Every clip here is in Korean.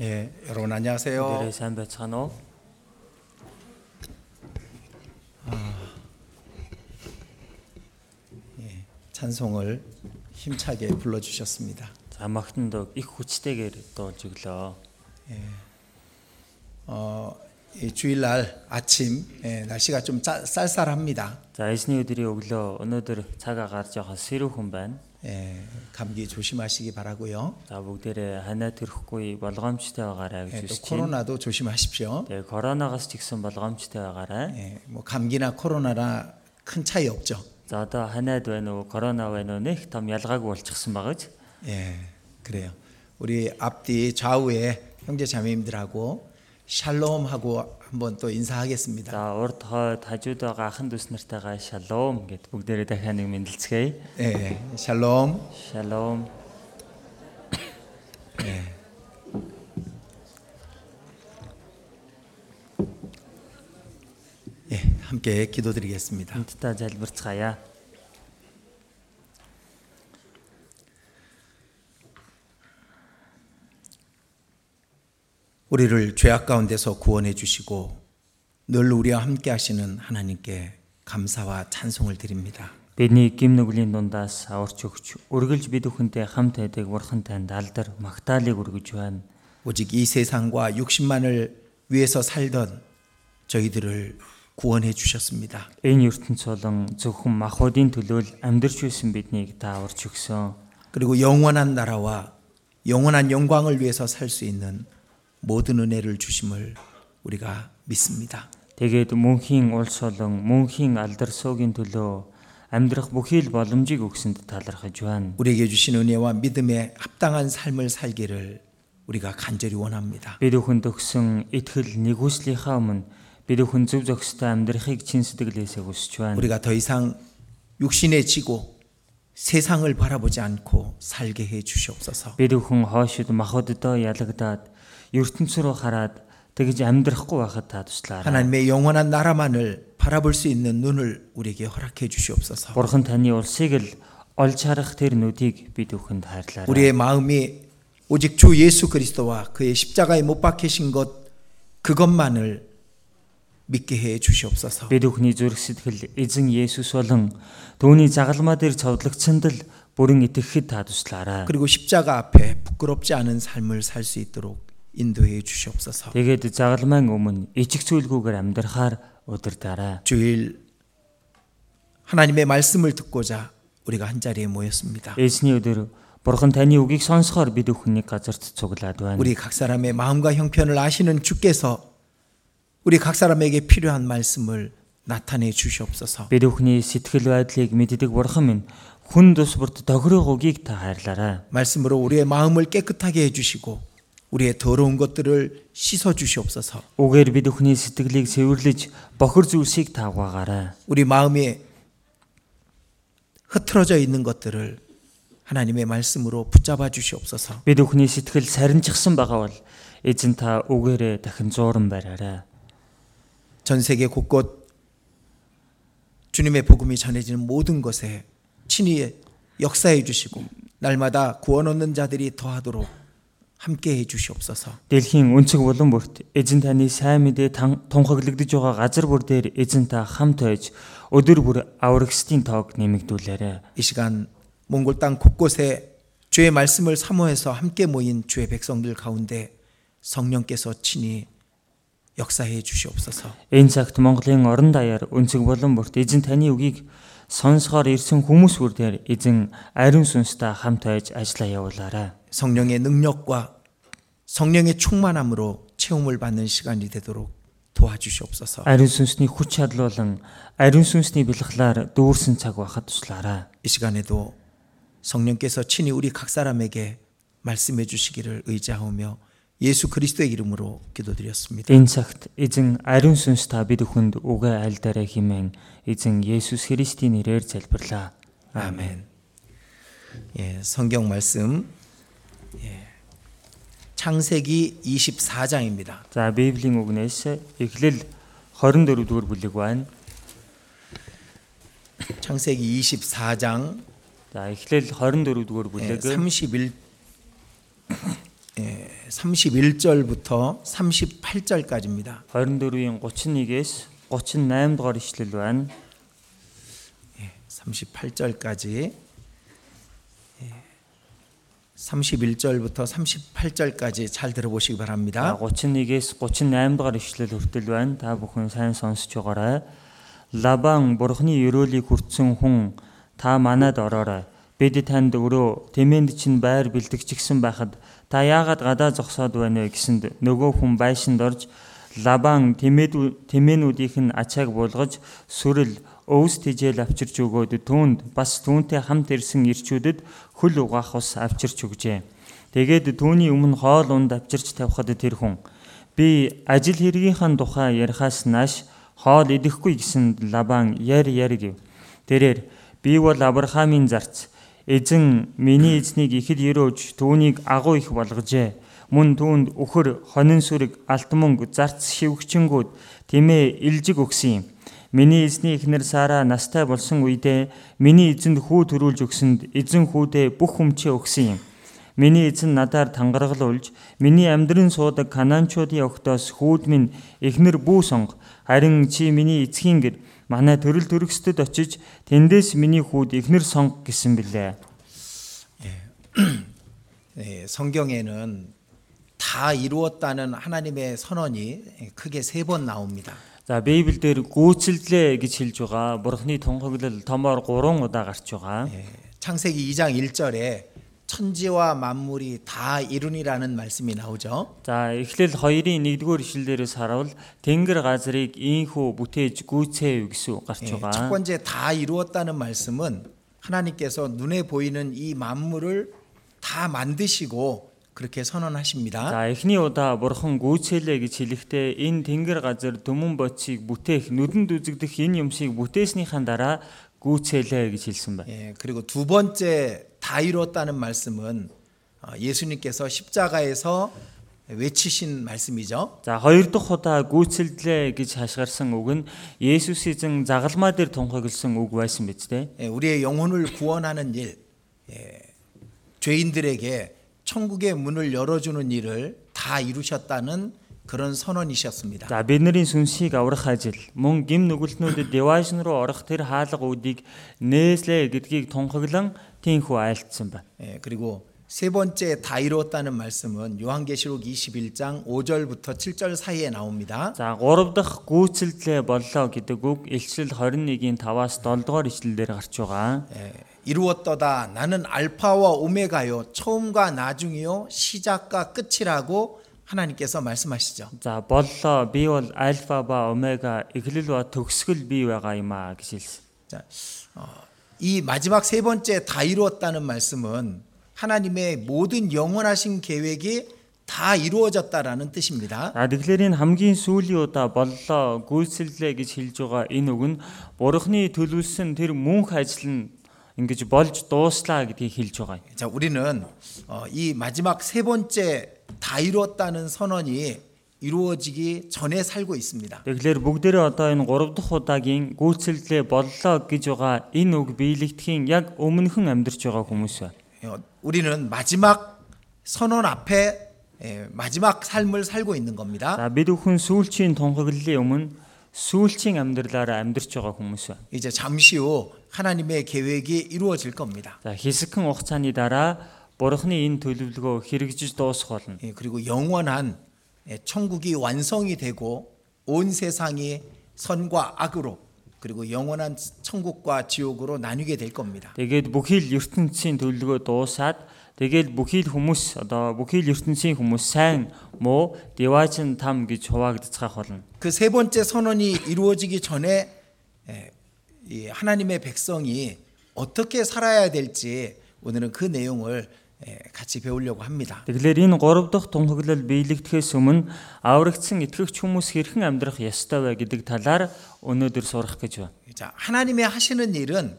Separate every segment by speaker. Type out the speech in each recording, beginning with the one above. Speaker 1: 예, 여러분 안녕하세요.
Speaker 2: 오늘의 삶의 찬호
Speaker 1: 찬송을 힘차게 불러주셨습니다.
Speaker 2: за магтанд их хүчтэйгээр дуужилоо.
Speaker 1: 어, 이 주일날 아침 예, 날씨가 좀 짜, 쌀쌀합니다.
Speaker 2: За эзний өдрийн өглөө өнөөдөр цаг агаар жоохон сэрүүхэн байна.
Speaker 1: 예, 감기 조심하시기 바라고요.
Speaker 2: За бүгдээрээ ханаа төрөхгүй болгоомжтой байгаарай
Speaker 1: 예,
Speaker 2: гэж
Speaker 1: 또
Speaker 2: хүсэж байна.
Speaker 1: 코로나도 조심하십시오.
Speaker 2: Тэгээ коронавигаас ч ихсэн болгоомжтой байгаарай.
Speaker 1: 예, 뭐 감기나 코로나나 큰 차이 없죠.
Speaker 2: За одоо ханаад байна уу, корона байна уу нэх том ялгаагүй болчихсон багаж.
Speaker 1: 예, 그래요. 우리 앞뒤 좌우에 형제 자매님들하고 샬롬하고 한번 또 인사하겠습니다.
Speaker 2: За урд хойд хажууд байгаа ахын дүүс нартайгаа шалом гэд бүгдээрээ дахиад нэг мэндэлцгээе.
Speaker 1: 예, 샬롬.
Speaker 2: Шалом.
Speaker 1: 예, 함께 기도드리겠습니다.
Speaker 2: Хамтдаа залбирцгаая.
Speaker 1: 우리를 죄악 가운데서 구원해 주시고 늘 우리와 함께 하시는 하나님께 감사와 찬송을 드립니다.
Speaker 2: Бидний гим нүглийн дундаас аварч өгч үргэлж бид бүхэндээ хамт байдаг бурхан танд алдар магтаалыг өргөж байна.
Speaker 1: 오직 이 세상과 육신만을 위해서 살던 저희들을 구원해 주셨습니다.
Speaker 2: Энэ ертөнц болон зөвхөн махуудын төлөө л амьдарч байсан биднийг та аварч өгсөн.
Speaker 1: 그리고 영원한 나라와 영원한 영광을 위해서 살 수 있는 모든 은혜를 주심을 우리가 믿습니다.
Speaker 2: Тэгээд мөнхийн улс болон мөнхийн алдар суугийн төлөө амьдрах бүхий л боломжийг өгсөнд талархаж байна.
Speaker 1: 우리에게 주신 은혜와 믿음에 합당한 삶을 살기를 우리가 간절히 원합니다.
Speaker 2: Бид бүхэнд өгсөн итгэл нэгүслийнхаа өмнө бид бүхэн зөв зөвхөстэй амьдрахыг чин сэтгэлээсээ хүсэж байна.
Speaker 1: 우리가 더 이상 육신에 지고 세상을 바라보지 않고 살게 해 주시옵소서.
Speaker 2: Бид бүхэн хоошид махууддаа ялагдаад ертөнц рүү хараад тэгж амьдрахгүй байхад та туслаарай.
Speaker 1: 하나님의 영원한 나라만을 바라볼 수 있는 눈을 우리에게 허락해 주시옵소서.
Speaker 2: Бурхан таны улсыг л олж харах тэр нүдийг бид бүхэнд хайрлаарай.
Speaker 1: 우리의 마음이 오직 주 예수 그리스도와 그의 십자가에 못 박히신 것 그것만을 믿게 해 주시옵소서.
Speaker 2: Бид бүхний зүрх сэтгэл эзэн Есүс болон түүний загалмаа дээр цовдлогцсонд л бүрэн итгэхэд та туслаарай.
Speaker 1: 그리고 십자가 앞에 부끄럽지 않은 삶을 살 수 있도록 인도해 주시옵소서.
Speaker 2: Тэгээд загалмайн өмнө ижиг зүйлгүйгээр амьдрахаар удирдаарай.
Speaker 1: 주일 하나님의 말씀을 듣고자 우리가 한 자리에 모였습니다.
Speaker 2: Эзний өдөр Бурхан таны үгийг сонсохоор бид бүхэн нэг газарт цуглаад байна.
Speaker 1: 우리 각 사람의 마음과 형편을 아시는 주께서 우리 각 사람에게 필요한 말씀을 나타내 주시옵소서.
Speaker 2: Бид бүхний сэтгэл байдлыг мэддэг Бурхан минь хүн тус бүрт тохирох үгийг та хайрлаарай.
Speaker 1: 말씀으로 우리의 마음을 깨끗하게 해 주시고 우리의 더러운 것들을 씻어 주시옵소서.
Speaker 2: Үгээр бид бүхний сэтгэлийг цэвэрлэж бохир зүйлсийг тавгаагаарай.
Speaker 1: 우리 마음이 흐트러져 있는 것들을 하나님의 말씀으로 붙잡아 주시옵소서.
Speaker 2: Бид бүхний сэтгэл сарнижсан байгаа бол эзэн та үгээрээ дахин зууран бариарай.
Speaker 1: 전 세계 곳곳 주님의 복음이 전해지는 모든 것에 친히 역사해 주시고 날마다 구원 얻는 자들이 더하도록 함께 해 주시옵소서.
Speaker 2: Дэлхийн өнцөг булан бүрт эзэн таны сайн мэдээ тан- тунхаглагдж байгаа газар бүр дээр эзэн та хамт байж өдөр бүр аврагсдын тоог нэмэгдүүлээрэ.
Speaker 1: 이 시간 몽골 땅 곳곳에 주의 말씀을 사모해서 함께 모인 주의 백성들 가운데 성령께서 친히 역사해 주시옵소서.
Speaker 2: Энэ цагт Монголын орон даяар өнцөг булан бүрт эзэн таны үгийг сонсохоор ирсэн хүмүүс бүр дээр эзэн ариун сүнстэй хамт байж ажиллаа явуулаарай.
Speaker 1: 성령의 능력과 성령의 충만함으로 체험을 받는 시간이 되도록 도와주시옵소서.
Speaker 2: Ариун сүнсний хүч чадал болон ариун сүнсний бэлгэлээр дүүрсэн цаг байхад туслаарай.
Speaker 1: 이 시간에도 성령께서 친히 우리 각 사람에게 말씀해 주시기를 의지하오며 예수 그리스도의 이름으로 기도드렸습니다.
Speaker 2: Энэ цагт эзэн ариун сүнс та бид бүхэнд үгээ аль дараа химэн эзэн Есүс Христийн нэрээр залбирлаа.
Speaker 1: 아멘. 예, 성경 말씀 예, 창세기 24장입니다.
Speaker 2: За Библийн үгнээс Эхлэл 24 дугаар бүлэг байна.
Speaker 1: 창세기 24장
Speaker 2: За Эхлэл 24 дугаар
Speaker 1: 예,
Speaker 2: бүлэг
Speaker 1: 31 예, 31절부터 38절까지입니다.
Speaker 2: 24-ийн 31-ээс 38 дугаар ишлэл байна.
Speaker 1: 38절까지 예. 31절부터 38절까지 잘 들어보시기
Speaker 2: За
Speaker 1: 바랍니다.
Speaker 2: 31-ээс 38 дугаар ишлэл хүртэл байна. Та бүхэн сайн сонсож байгаарай. Лабан бурхны ёроолыг хүртсэн хүн та манад ороорой. Бид танд өрөө тэмээнд чинь байр бэлтгэчихсэн байхад та яагаад гадаа зогсоод байна вэ гэсэнд нөгөө хүн байшинд орж Лабан тэмээдүү- тэмээнүүдийнх нь ачааг буулгаж сүрэл өвс тэжээл авчирч өгөөд түүнд бас түүнтэй хамт ирсэн ирчүүдэд хөл угаах ус авчирч өгжээ. Тэгээд түүний өмнө хоол унд авчирч тавихад тэр хүн би ажил хэргийнхаа тухай ярихаас нааш хоол идэхгүй гэсэн лабан яр яр гэв. Тэрээр би бол Авраамийн зарц эзэн миний эзнийг ихэд өрөөж түүнийг агуу их болгожээ. Мөн түүнд өхөр, хонин сүрэг, алт мөнгө, зарц шивгчэнгүүд тэмээ илжиг өгсөн юм. Миний эзний эхнэр Сара настай болсон үедээ миний эзэнд хүү төрүүлж өгсөнд эзэн хүүдээ бүх хүмчээ өгсөн юм. Миний эзэн надаар тангаргал уулж, миний амьдрын суудаг Канаанчуудын өгтөөс хүүд минь эхнэр бүү сонг, харин чи миний эцгийн гэр манай төрөл төрөксдөд очиж, тэндээс миний хүүд эхнэр сонг гэсэн билээ.
Speaker 1: 예, 성경에는 다 이루었다는 하나님의 선언이 크게 세 번 나옵니다.
Speaker 2: За Библиэл дээр гүйцэлдлээ гэж хэлж байгаа. Бурхны тунхаглал томоор 3 удаа гарч байгаа.
Speaker 1: 예, 창세기 2장 1절에 천지와 만물이 다 이루니라는 말씀이 나오죠.
Speaker 2: За эхлэл 2-ын 1-р ишлэлээс харавал тэнгэр газрыг ийхүү бүтээж гүйцээв гэсэн үг гарч
Speaker 1: 예,
Speaker 2: байгаа.
Speaker 1: 첫 번째 다 이루었다는 말씀은 하나님께서 눈에 보이는 이 만물을 다 만드시고 그렇게 선언하십니다.
Speaker 2: За эхний удаа бурхан гүйцээлээ гэж хэлэхдээ энэ тэнгэр газар дөмөн бодисыг бүтээх нүдэнд үзэгдэх энэ юмсыг бүтээснийхаа дараа гүйцээлээ гэж хэлсэн байна.
Speaker 1: 예, 그리고 두 번째 다 이루었다는 말씀은 어, 예수님께서 십자가에서 외치신 말씀이죠.
Speaker 2: За хоёр дахь удаа гүйцэлдлээ гэж хашгирсан үг нь Есүс эзэн загалмаа дээр тунхагласан үг байсан биз
Speaker 1: 예,
Speaker 2: дээ.
Speaker 1: 우리의 영혼을 구원하는 일, 예, 죄인들에게 천국의 문을 열어주는 일을 다 이루셨다는 그런 선언이셨습니다.
Speaker 2: За бид нарын сүнсийг аврах ажил мөн гим нүгэлтнүүдэд девайшн руу орох тэр хаалга үүдийг нээслээ гэдгийг тунхаглан тийхүү айлтсан байна.
Speaker 1: 예, 그리고 세 번째 다 이루었다는 말씀은 요한계시록 21장 5절부터 7절 사이에 나옵니다.
Speaker 2: За 3 дахь гүйцэлдлээ боллоо гэдэг үг илчил 21-ийн 5-аас 7 дугаар ишлэлээр гарч байгаа.
Speaker 1: 예, 이루었도다 나는 알파와 오메가요 처음과 나중이요 시작과 끝이라고 하나님께서 말씀하시죠.
Speaker 2: За боллоо би бол альфа ба омега эхлэл ба төгсгөл би байгаа юм аа гэж хэлсэн.
Speaker 1: 자, 어, 이 마지막 세 번째 다 이루었다는 말씀은 하나님의 모든 영원하신 계획이 다 이루어졌다라는 뜻입니다.
Speaker 2: За тэгэхээр энэ хамгийн сүүлийн удаа боллоо гүйцэллээ гэж хэлж байгаа энэ үг нь бурхны төлөвлөсөн тэр мөнх ажил нь ингэж болж дууслаа гэдгийг хэлж байгаа юм.
Speaker 1: 자, 우리는 어, 이 마지막 세 번째 다 이루었다는 선언이 이루어지기 전에 살고 있습니다.
Speaker 2: Тэгэхээр бүгдээрээ одоо энэ 3 дахь удаагийн гүйцэллээ боллоо гэж байгаа энэ үг биелэгдэхийн яг өмнөхөн амьдарч байгаа хүмүүс байна.
Speaker 1: 어, 우리는 마지막 선언 앞에 예, 마지막 삶을 살고 있는 겁니다.
Speaker 2: За бид бүхэн сүүлчийн тунхаглалын өмнө сүүлчийн амьдралаараа амьдарч байгаа хүмүүс байна.
Speaker 1: 이제 잠시 후 하나님의 계획이 이루어질 겁니다.
Speaker 2: За хэсэгхэн хугацааны дараа Бурхны энэ төлөвлөгөө хэрэгжиж дуусах болно.
Speaker 1: 예, 그리고 영원한 예, 천국이 완성이 되고 온 세상이 선과 악으로 그리고 영원한 천국과 지옥으로 나뉘게 될 겁니다.
Speaker 2: Тэгээд бүхий л ертөнцийн төлөвлөгөө дуусаад тэгээд бүхий л хүмүүс одоо бүхий л ертөнцийн хүмүүс сайн муу деважин там гэж хуваагдцгаах болно.
Speaker 1: 그 세 번째 선언이 이루어지기 전에 예, 이 하나님의 백성이 어떻게 살아야 될지 오늘은 그 내용을 예, 같이 배우려고 합니다.
Speaker 2: Тэгэлэр энэ 3 дахь тунхаглал биелэгдэхээс өмнө аврагдсан итгэгч хүмүүс хэрхэн амьдрах ёстой вэ гэдэг талаар өнөөдөр сурах гэж байна.
Speaker 1: 자, 하나님의 하시는 일은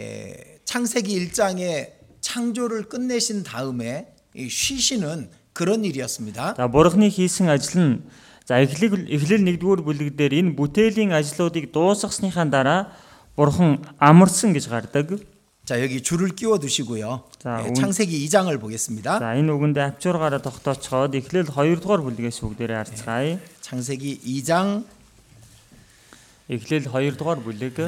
Speaker 1: 예, 창세기 1장에 창조를 끝내신 다음에 이 쉬시는 그런 일이었습니다.
Speaker 2: За бурхны хийсэн ажил нь за эхлэл эхлэл 1-р бүлэг дээр энэ бүтээлийн ажлуудыг дуусгасныхаа дараа бурхан амарсан гэж гардаг.
Speaker 1: 자, 여기 줄을 끼워 두시고요.
Speaker 2: 자,
Speaker 1: 예,
Speaker 2: 오늘-
Speaker 1: 창세기 2장을 보겠습니다.
Speaker 2: За энэ үгэндээ авчургаараа тогтооцоод эхлэл 2-р бүлгээс бүгдээрээ харцгаая.
Speaker 1: 창세기 2장
Speaker 2: Эхлэл 2-р бүлэг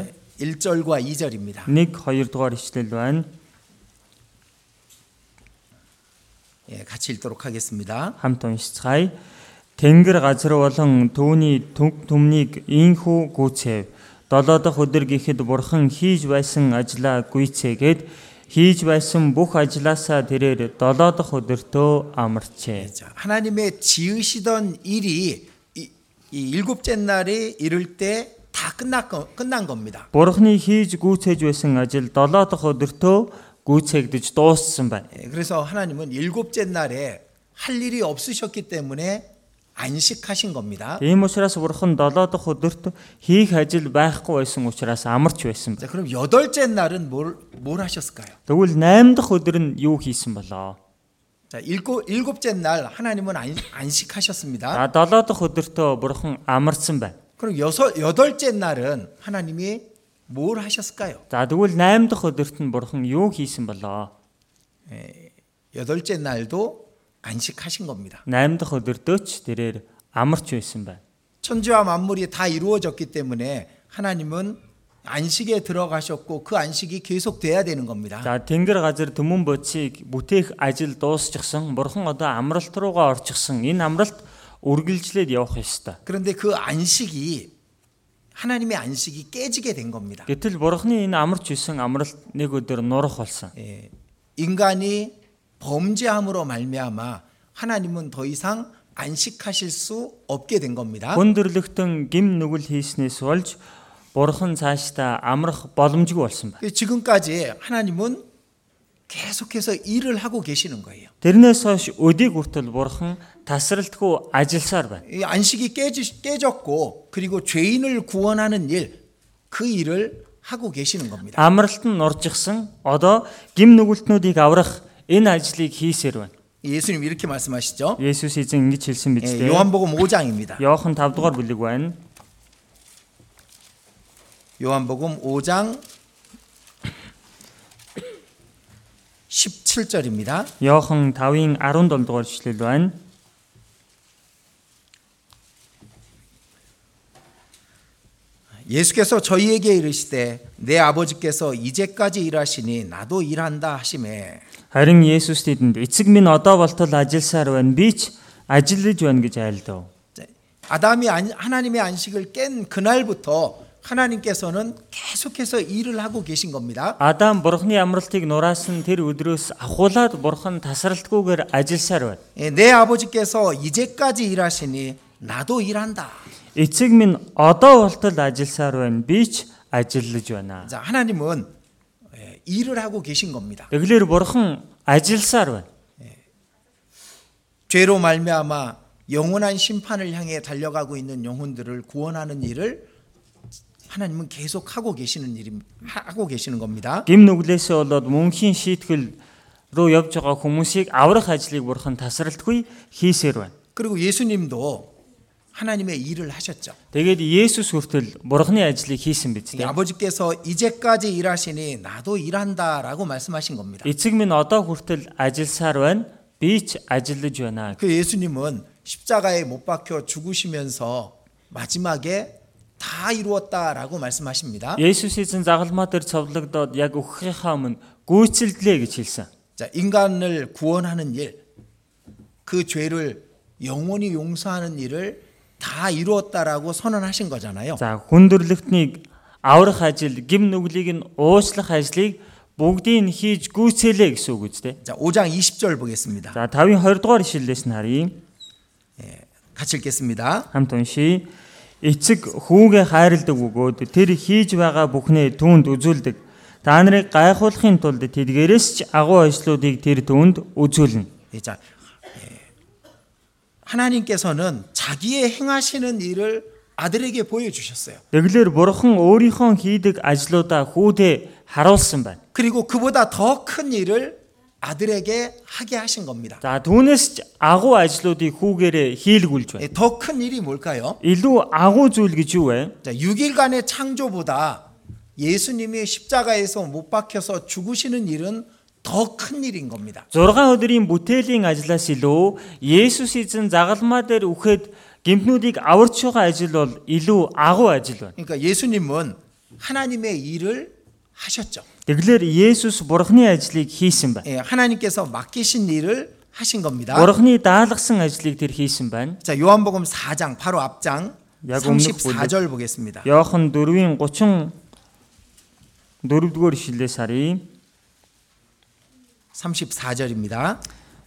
Speaker 1: 1절과 2절입니다.
Speaker 2: 1 2-р ишлэл байна.
Speaker 1: 예, 같이 읽도록 하겠습니다.
Speaker 2: хамт уншицгаая. Тэнгэр газар болон түүний төг түмнийг ийхүү гүйцээв. Долоо дахь өдөр гэхэд бурхан хийж байсан ажлаа гүйцээгээд хийж байсан бүх ажлаасаа тэрээр долоо дахь өдөртөө амарчээ.
Speaker 1: 자, 하나님의 지으시던 일이 이, 이 일곱째 날이 이를 때 다 끝났 끝난 겁니다.
Speaker 2: Бурханы хийж гүйцээж байсан ажил долоо дахь өдөртөө гүйцээгдэж дууссан байна.
Speaker 1: 예, 그래서 하나님은 일곱째 날에 할 일이 없으셨기 때문에 안식하신 겁니다.
Speaker 2: Ийм учраас бурхан долоо дахь өдөрт хийх ажил байхгүй байсан учраас амарч байсан.
Speaker 1: 자, 그럼 여덟째 날은 뭘, 뭘 하셨을까요?
Speaker 2: Тэгвэл 8 дахь өдөр нь юу хийсэн болоо?
Speaker 1: 자, 일곱, 일곱째 날 하나님은 안, 안식하셨습니다.
Speaker 2: За 7 дахь өдөртөө бурхан амарсан байна.
Speaker 1: 그럼 여섯, 여덟째 날은 하나님이 뭘 하셨을까요?
Speaker 2: За тэгвэл 8 дахь өдөрт нь бурхан юу хийсэн болоо?
Speaker 1: 여덟째 날도 안식하신 겁니다.
Speaker 2: 8 дахь өдөртөө ч тэрээр амарч байсан байна.
Speaker 1: 천지와 만물이 다 이루어졌기 때문에 하나님은 안식에 들어가셨고 그 안식이 계속 돼야 되는 겁니다.
Speaker 2: За тэнгэр газар төмөн бодисыг бүтээх ажил дуусчихсан. Бурхан одоо амралт руугаа орчихсон. Энэ амралт үргэлжлээд явах ёстой.
Speaker 1: 그런데 그 안식이 하나님의 안식이 깨지게 된 겁니다.
Speaker 2: Гэтэл бурханы энэ амарч исэн амралт нэг өдөр нурах болсон.
Speaker 1: 예, 인간이 범죄함으로 말미암아 하나님은 더 이상 안식하실 수 없게 된 겁니다.
Speaker 2: Хүн төрлөختөн гим нүгэл хийснээс болж бурхан цаашдаа амрах боломжгүй болсон байна.
Speaker 1: 그 지금까지 하나님은 계속해서 일을 하고 계시는 거예요.
Speaker 2: Тэрнээс хойш өдийг хүртэл бурхан тасралтгүй ажилласаар байна.
Speaker 1: 이 안식이 깨지, 깨졌고 그리고 죄인을 구원하는 일 그 일을 하고 계시는 겁니다.
Speaker 2: Амралт нь норжихсан одоо гим нүгэлтнүүдийг аврах энэ ажлыг хийсээр байна.
Speaker 1: 예수님 이렇게 말씀하시죠.
Speaker 2: Есүс эзэн ингэж хэлсэн биз
Speaker 1: 예,
Speaker 2: дээ.
Speaker 1: 요한복음 5장입니다.
Speaker 2: Йохан 5 дугаар бүлэг байна.
Speaker 1: 요한복음 5장 17절입니다.
Speaker 2: Йохан 5-ын 17 дугаар ишлэл байна.
Speaker 1: 예수께서 저희에게 이르시되 내 아버지께서 이제까지 일하시니 나도 일한다 하시매
Speaker 2: Харин Есүс тэдэнд эцэг минь одоо болтол ажилласаар байна. Би ч ажиллаж байна гэж айлдав.
Speaker 1: 자, 아담이 안- 하나님의 안식을 깬 그날부터 하나님께서는 계속해서 일을 하고 계신 겁니다.
Speaker 2: Адам бурхны амралтыг нураасан тэр өдрөөс ахуулаад бурхан тасралтгүйгээр ажилласаар байна.
Speaker 1: 예, 내 아버지께서 이제까지 일하시니 나도 일한다.
Speaker 2: Эцэг минь одоо болтол ажилласаар байна. Би ч ажиллаж байна.
Speaker 1: 자, 하나님은 예, 일을 하고 계신 겁니다.
Speaker 2: Тэглэр бурхан ажилласаар байна.
Speaker 1: 죄로 말미암아 영원한 심판을 향해 달려가고 있는 영혼들을 구원하는 일을 하나님은 계속 하고 계시는 일임 하- 하고 계시는 겁니다.
Speaker 2: Гим нүглээсээ болоод мөнхийн шийтгэл руу явж байгаа хүмүүсийг аврах ажлыг бурхан тасралтгүй хийсээр байна.
Speaker 1: 그리고 예수님도 하나님의 일을 하셨죠.
Speaker 2: Тэгээд Есүс хүртэл бурхны ажлыг хийсэн биз
Speaker 1: 네.
Speaker 2: дээ.
Speaker 1: 아버지께서 이제까지 일하시니 나도 일한다라고 말씀하신 겁니다.
Speaker 2: Эцэг минь одоо хүртэл ажилласаар байна. Би ч ажиллаж байна.
Speaker 1: 그 예수님은 십자가에 못 박혀 죽으시면서 마지막에 다 이루었다라고 말씀하십니다.
Speaker 2: Есүс эзэн загалмаа дээр цовлогдоод яг өгөхийнхаа өмнө гүйцэлдлээ гэж хэлсэн.
Speaker 1: 자, 인간을 구원하는 일, 그 죄를 영원히 용서하는 일을 다 이루었다라고 선언하신 거잖아요.
Speaker 2: За хүндрэлтнийг аврах ажил, гим нүглийг нь уучлах ажлыг бүгдийг нь хийж гүйцээлээ гэсэн үг үст дээ.
Speaker 1: 자, 5장 20절 보겠습니다.
Speaker 2: За 5-ын 20 дугаар ишлэлээс нь харъя.
Speaker 1: 같이 읽겠습니다.
Speaker 2: хамт уншия. Эцэг хүүгээ хайрладаг бөгөөд тэр хийж байгаа бүхнээ түүнд үзүүлдэг. Та нарыг гайхуулахын тулд тэдгээрээс ч агуу ажлуудыг тэр түүнд үзүүлнэ.
Speaker 1: 예, 자, 예. 하나님께서는 자기의 행하시는 일을 아들에게 보여주셨어요.
Speaker 2: Тэглэр бурхан өөрийнхөө хийдэг ажлуудаа хүүдээ харуулсан байна.
Speaker 1: 그리고 그보다 더 큰 일을 아들에게 하게 하신 겁니다.
Speaker 2: За түүнээс ч агуу ажлуудыг хүүгээрээ хийлгүүлж байна.
Speaker 1: 예, 더 큰 일이 뭘까요?
Speaker 2: Илүү агуу зүйл гэж юу вэ?
Speaker 1: 자, 6일간의 창조보다 예수님이 십자가에서 못 박혀서 죽으시는 일은 더 큰 일인 겁니다.
Speaker 2: 6 өдрийн бүтээлийн ажлаас илүү Есүс эзэн загалмаа дээр үхээд гимтнүүдийг аварч байгаа ажил бол илүү агуу ажил байна.
Speaker 1: 그러니까 예수님은 하나님의 일을 하셨죠.
Speaker 2: Тэглэр Есүс бурхны ажлыг хийсэн байна.
Speaker 1: 예, 하나님께서 맡기신 일을 하신 겁니다.
Speaker 2: Бурхны даалгасан ажлыг тэр хийсэн байна.
Speaker 1: 자, 요한복음 4장 바로 앞장
Speaker 2: 약 없는
Speaker 1: 34절 보겠습니다.
Speaker 2: Иохан 4-ийн 34 дугаар ишлээс харъя.
Speaker 1: 34절입니다.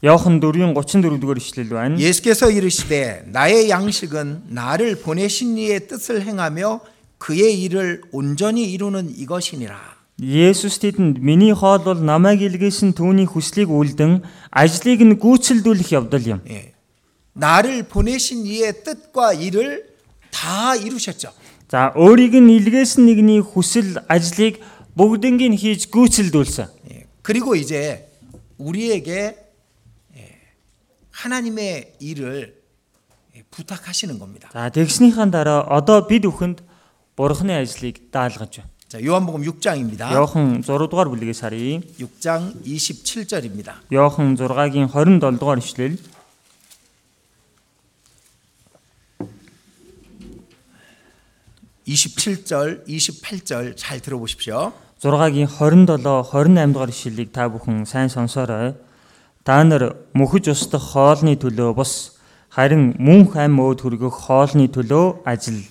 Speaker 2: Иохан 4-ийн 34 дугаар ишлэл байна.
Speaker 1: 예수께서 이르시되 나의 양식은 나를 보내신 이의 뜻을 행하며 그의 일을 온전히 이루는 이것이니라.
Speaker 2: Есүс тэдэнд миний хоол бол намайг илгээсэн түүний хүслийг үлдэн ажлыг нь гүйцэлдүүлэх явдал юм.
Speaker 1: 예. 나를 보내신 이의 뜻과 일을 다 이루셨죠.
Speaker 2: За өөрийг нь илгээсэн нэгний хүсэл ажлыг бүгднийг нь хийж гүйцэлдүүлсэн.
Speaker 1: 예. 그리고 이제 우리에게 예, 하나님의 일을 예, 부탁하시는 겁니다.
Speaker 2: За тэгснийхаа дараа одоо бид бүхэнд бурхны ажлыг даалгаж байна.
Speaker 1: 자, 요한복음 6장입니다.
Speaker 2: Йохан 6 дугаар бүлгээс харъя.
Speaker 1: 6장 27절입니다.
Speaker 2: Йохан 6-гийн 27 дугаар ишлэл.
Speaker 1: 이십칠 절 28절 잘 들어보십시오.
Speaker 2: 6-гийн 27, 28 дугаар ишлэлийг та бүхэн сайн сонсоорой. Та нар мөхөж устдах хоолны төлөө бус харин мөнх ам өөд хүргэх хоолны төлөө ажил.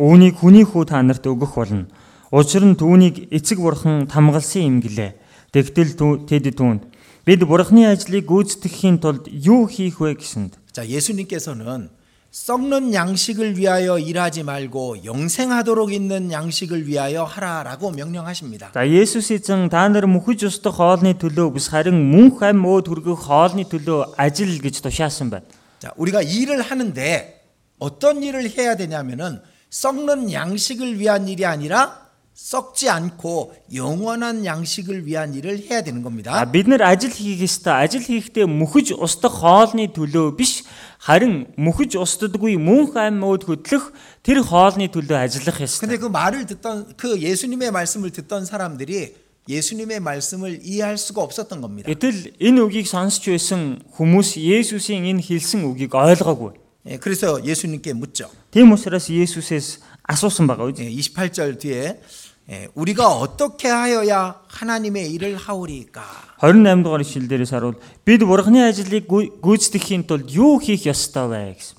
Speaker 2: Үүнийг хүний хүү та нарт өгөх болно. Учир нь түүнийг эцэг бурхан тамгалсан юм гэлээ. Тэгтэл түү- тэд түүнд бид бурхны ажлыг гүйцэтгэхийн тулд юу хийх вэ гэсэнд
Speaker 1: 자, 예수님께서는 썩는 양식을 위하여 일하지 말고 영생하도록 있는 양식을 위하여 하라라고 명령하십니다.
Speaker 2: За Есүс эзэн та нар мөхөж устдах хоолны төлөө бус харин мөнх ам өөд хүргэх хоолны төлөө ажил гэж тушаасан байна.
Speaker 1: 자, 우리가 일을 하는데 어떤 일을 해야 되냐면은 썩는 양식을 위한 일이 아니라 썩지 않고 영원한 양식을 위한 일을 해야 되는
Speaker 2: А
Speaker 1: 겁니다.
Speaker 2: бид нар ажил хийх ёстой. Ажил хийхдээ мөхөж устдах хоолны төлөө биш харин мөхөж устдаггүй мөнх ам өөд хөдлөх тэр хоолны төлөө ажиллах ёстой.
Speaker 1: 근데 그 말을 듣던 그 예수님의 말씀을 듣던 사람들이 예수님의 말씀을 이해할 수가 없었던 겁니다.
Speaker 2: Гэтэл энэ үгийг сонсч байсан хүмүүс Есүсийн энэ хэлсэн үгийг ойлгоогүй.
Speaker 1: 예, 그래서 예수님께 묻죠.
Speaker 2: Тийм учраас Есүсээс асуусан байгаа үү?
Speaker 1: 28절 뒤에 예, 우리가 어떻게 하여야 하나님의 일을 하오리까?
Speaker 2: 28 дугаар ишлэл дээрээс харуул бид бурхны ажлыг гүй- гүйцэтгэхийн тулд юу хийх ёстой вэ гэсэн.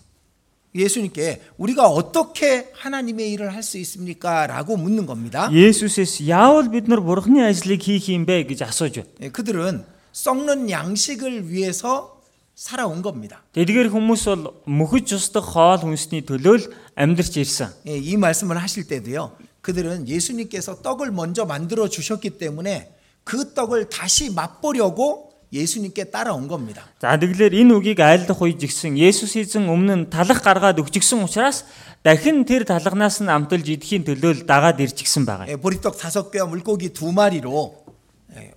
Speaker 1: 예수님께 우리가 어떻게 하나님의 일을 할 수 있습니까?라고 묻는 겁니다.
Speaker 2: Есүсээс яавал бид нар бурхны ажлыг хийх юм бэ гэж асууж байна.
Speaker 1: 예, 그들은 썩는 양식을 위해서 살아온 겁니다.
Speaker 2: Тэдгээр хүмүүс бол мөхөж устдах хоол хүнсний төлөө л амьдарч ирсэн.
Speaker 1: 예, 이 말씀을 하실 때도요. 그들은 예수님께서 떡을 먼저 만들어 주셨기 때문에 그 떡을 다시 맛보려고 예수님께 따라온 겁니다.
Speaker 2: За тэгэлэр энэ үгийг айлдах үед жигсэн Есүс эзэн өмнө нь талах гаргаад өгчихсэн учраас дахин тэр талхнаас нь амталж идэхийн төлөө л дагаад ирчихсэн байгаа.
Speaker 1: 예, 보리떡 다섯 개와 물고기 두 마리로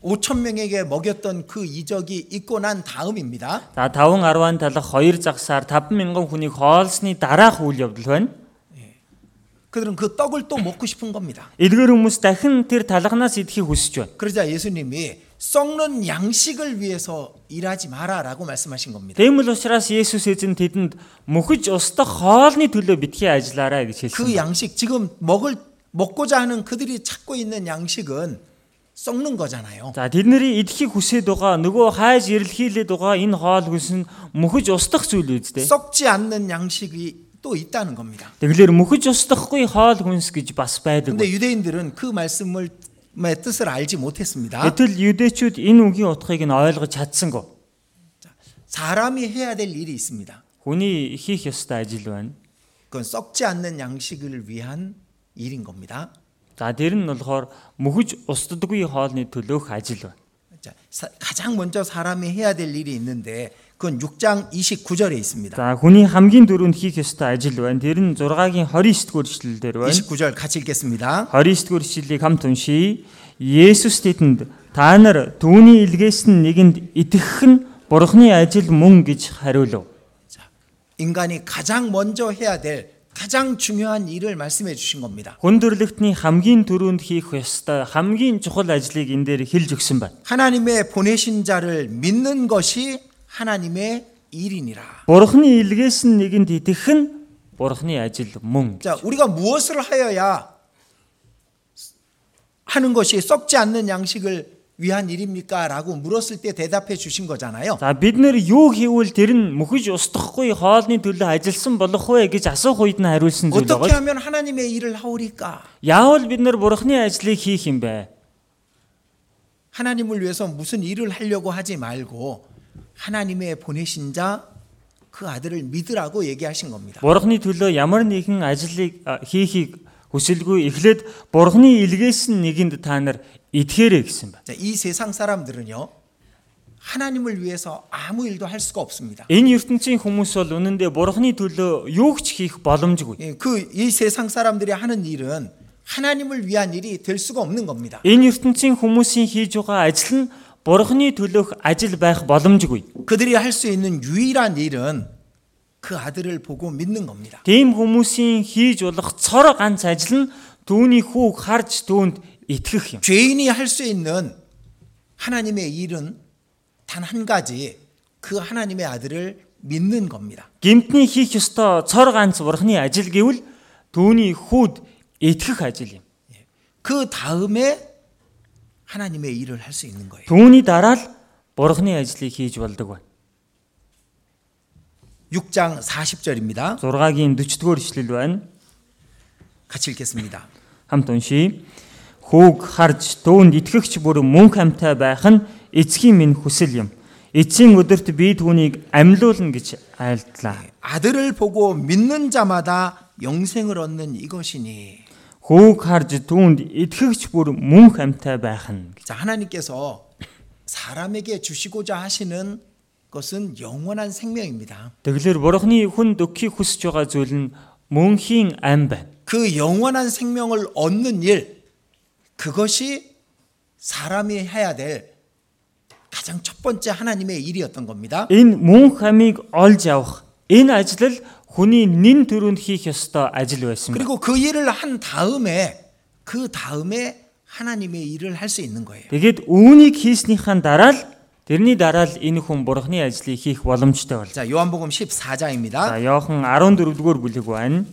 Speaker 1: 5천 명에게 먹였던 그 이적이 있고 난 다음입니다.
Speaker 2: За 5 10 талах 2 загсаар 50000 хүнийг хоолсны дараах үйл явдал байна.
Speaker 1: 그들은 그 떡을 또 먹고 싶은 겁니다.
Speaker 2: Эдгээр хүмүүс дахин тэр талхнаас идэхийг хүсэж байна.
Speaker 1: 그러자 예수님이 썩는 양식을 위해서 일하지 마라라고 말씀하신 겁니다.
Speaker 2: Тэгмэл учраас Есүс эзэн тэдэнд мөхөж устдах хоолны төлөө битгий ажиллаарай гэж
Speaker 1: 그
Speaker 2: хэлсэн.
Speaker 1: 양식 지금 먹을 먹고자 하는 그들이 찾고 있는 양식은 썩는 거잖아요.
Speaker 2: За тэдний идэхийг хүсээд байгаа нөгөө хайж ирэлхийлээд байгаа энэ хоол хүнс нь мөхөж устдах зүйл үст дээ.
Speaker 1: 썩지 않는 양식이 또 있다는 겁니다.
Speaker 2: Тэгэлэр мөхөж устдахгүй хоол хүнс гэж бас байдаг.
Speaker 1: 근데 유대인들은 그 말씀을 의 뜻을 알지 못했습니다.
Speaker 2: Гэтэл юдэчүүд энэ үгийн утгыг нь ойлгож чадсангүй.
Speaker 1: 사람이 해야 될 일이 있습니다.
Speaker 2: Хүний хийх ёстой ажил байна.
Speaker 1: 그건 썩지 않는 양식을 위한 일인 겁니다.
Speaker 2: За тэр нь болохоор мөхөж устдаггүй хоолны төлөөх ажил байна.
Speaker 1: 자, 사- 가장 먼저 사람이 해야 될 일이 있는데 그건 6장 29절에 있습니다.
Speaker 2: За хүний хамгийн дөрөвд хийх ёстой ажил байна. Тэр нь 6-гийн 29-р эшлэл дээр байна.
Speaker 1: 29절 같이 읽겠습니다.
Speaker 2: 29-р эшлэлийг хамт уншийе. Есүс тэдэнд та нар түүний илгээс нь нэгэнд итгэх нь Бурхны ажил мөн гэж хариулв.
Speaker 1: 자, 인간이 가장 먼저 해야 될 가장 중요한 일을 말씀해 주신 겁니다.
Speaker 2: Хүн төрлөختний хамгийн түрүүнд хийх ёстой хамгийн чухал ажлыг энэ дээр хэлж өгсөн байна.
Speaker 1: 하나님의 보내신 자를 믿는 것이 하나님의 일이니라.
Speaker 2: Бурхны илгээс нь нэгэнд итгэх нь Бурхны ажил мөн.
Speaker 1: 자, 우리가 무엇을 하여야 하는 것이 썩지 않는 양식을 위한 일입니까? 라고 물었을 때 대답해 주신 거잖아요.
Speaker 2: За бид нэр юу хийвэл тэр нь мөхөж устдахгүй хоолны төлөө ажилсан болох вэ гэж асуух үед нь хариулсан зүйл
Speaker 1: 어떻게
Speaker 2: байгаа.
Speaker 1: 하면 하나님의 일을 하오리까?
Speaker 2: Яавал бид нэр Бурхны ажлыг хийх юм бэ?
Speaker 1: 하나님을 위해서 무슨 일을 하려고 하지 말고 하나님의 보내신 자 그 아들을 믿으라고 얘기하신 겁니다.
Speaker 2: Бурхны төлөө ямар нэгэн ажлыг а, хийхийг хүсэлгүй эхлээд Бурхны илгээс нь нэгэнд та нар итгээрэй гэсэн байна.
Speaker 1: 자, 이 세상 사람들은요. 하나님을 위해서 아무 일도 할 수가 없습니다.
Speaker 2: Энэ ертөнцийн хүмүүс бол үнэндээ Бурхны төлөө юу ч хийх боломжгүй.
Speaker 1: 그 이 세상 사람들이 하는 일은 하나님을 위한 일이 될 수가 없는 겁니다.
Speaker 2: Энэ ертөнцийн хүмүүсийн хийж байгаа ажил нь Бурхны төлөөх ажил байх боломжгүй.
Speaker 1: 그들이 할 수 있는 유일한 일은 그 아들을 보고 믿는 겁니다.
Speaker 2: Тийм хүмүүсийн хийж болох цор ганц ажил нь түүний хүүг харж түүнд итгэх юм.
Speaker 1: 죄인이 할 수 있는 하나님의 일은 단 한 가지 그 하나님의 아들을 믿는 겁니다.
Speaker 2: Гэмтний хийх ёстой цор ганц бурхны ажил гэвэл түүний хүүд итгэх ажил юм.
Speaker 1: 그 다음에 하나님의 일을 할 수 있는 거예요.
Speaker 2: Түүний дараа л бурхны ажлыг хийж болдог байна.
Speaker 1: 6장 40절입니다.
Speaker 2: 6-гийн 40-р эшлэл байна.
Speaker 1: 같이 읽겠습니다.
Speaker 2: Хамт уншийе. Хүүг харж түүнд итгэгч бүр мөнх амтай байх нь эцгийн минь хүсэл юм. Эцсийн өдөрт би түүнийг амьлуулна гэж айлтлаа.
Speaker 1: 아들을 보고 믿는 자마다 영생을 얻는 이것이니.
Speaker 2: Хүүг харж түүнд итгэгч бүр мөнх амтай байх нь.
Speaker 1: 자, 하나님께서 사람에게 주시고자 하시는 것은 영원한 생명입니다.
Speaker 2: Тэгэлэр бурхны хүн өгөхийг хүсэж байгаа зүйл нь мөнхийн ам байна.
Speaker 1: 그 영원한 생명을 얻는 일, 그것이 사람이 해야 될 가장 첫 번째 하나님의 일이었던 겁니다.
Speaker 2: Энэ мөнх амийг олж явах энэ ажил л хүний нин төрөнд хийх ёстой ажил байсан. байна.
Speaker 1: 그리고 그 일을 한 다음에, 그 다음에 하나님의 일을 할 수 있는 거예요.
Speaker 2: Тэгээд үүнийг хийснийхаа дараа л тэрний дараа л энэ хүн бурхны ажлыг хийх боломжтой болж.
Speaker 1: 자, 요한복음 14장입니다.
Speaker 2: За Иохан 14 дугаар бүлэг байна.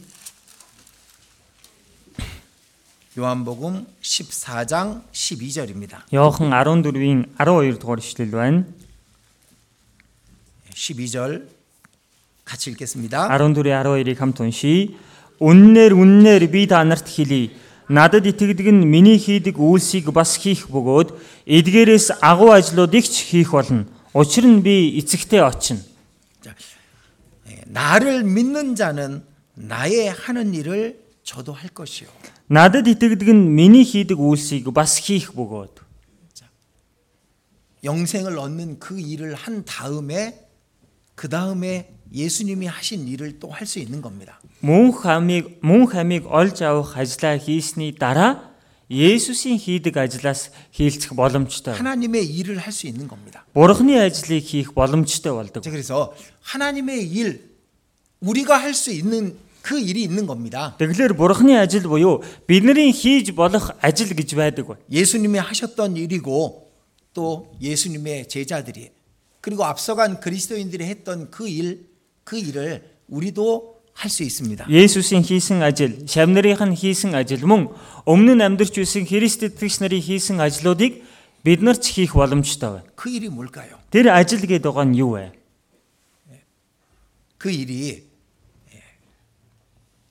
Speaker 1: 요한복음 14장 12절입니다.
Speaker 2: Йохан 14-ийн 12 дугаар ишлэл байна.
Speaker 1: 예, 12절 같이
Speaker 2: 아.
Speaker 1: 읽겠습니다.
Speaker 2: 14-12-ийг хамт уншийе. Үннээр үннээр би та нарт хэлий. Надад итгэдэг нь миний хийдэг үйлсийг бас хийх бөгөөд эдгээрээс агуу ажлуудыг ч хийх болно. Учир нь би эцэгтэй очино.
Speaker 1: 자, 예, 나를 믿는 자는 나의 하는 일을 저도 할 것이요.
Speaker 2: Надад итгэдэг нь миний хийдэг үйлсийг бас хийх бөгөөд
Speaker 1: 영생을 얻는 그 일을 한 다음에 그 다음에 예수님이 하신 일을 또 할 수 있는 겁니다.
Speaker 2: мөн хамиг мөн хамиг олж авах ажлаа хийсний дараа Есүсийн хийдэг ажлаас хийлцэх боломжтой.
Speaker 1: 하나님의 일을 할 수 있는 겁니다.
Speaker 2: Бурхны ажлыг хийх боломжтой болдог.
Speaker 1: 자, 그래서 하나님의 일 우리가 할 수 있는 그 일이 있는 겁니다.
Speaker 2: Тэгэлэр бурхны ажил буюу бидний хийж болох ажил гэж байдаг байна.
Speaker 1: 예수님이 하셨던 일이고 또 예수님의 제자들이 그리고 앞서간 그리스도인들이 했던 그 일, 그 일을 우리도 할 수 있습니다.
Speaker 2: Есүсийн хийсэн ажил, шам нарын хийсэн ажил мөн өмнө нь амьдарч үсэн Христ итгэгч нарын хийсэн ажлуудыг бид нар ч хийх боломжтой байна.
Speaker 1: 그 일이 뭘까요?
Speaker 2: Тэр ажил гэдэг байгаа нь юу вэ?
Speaker 1: 그 일이 예,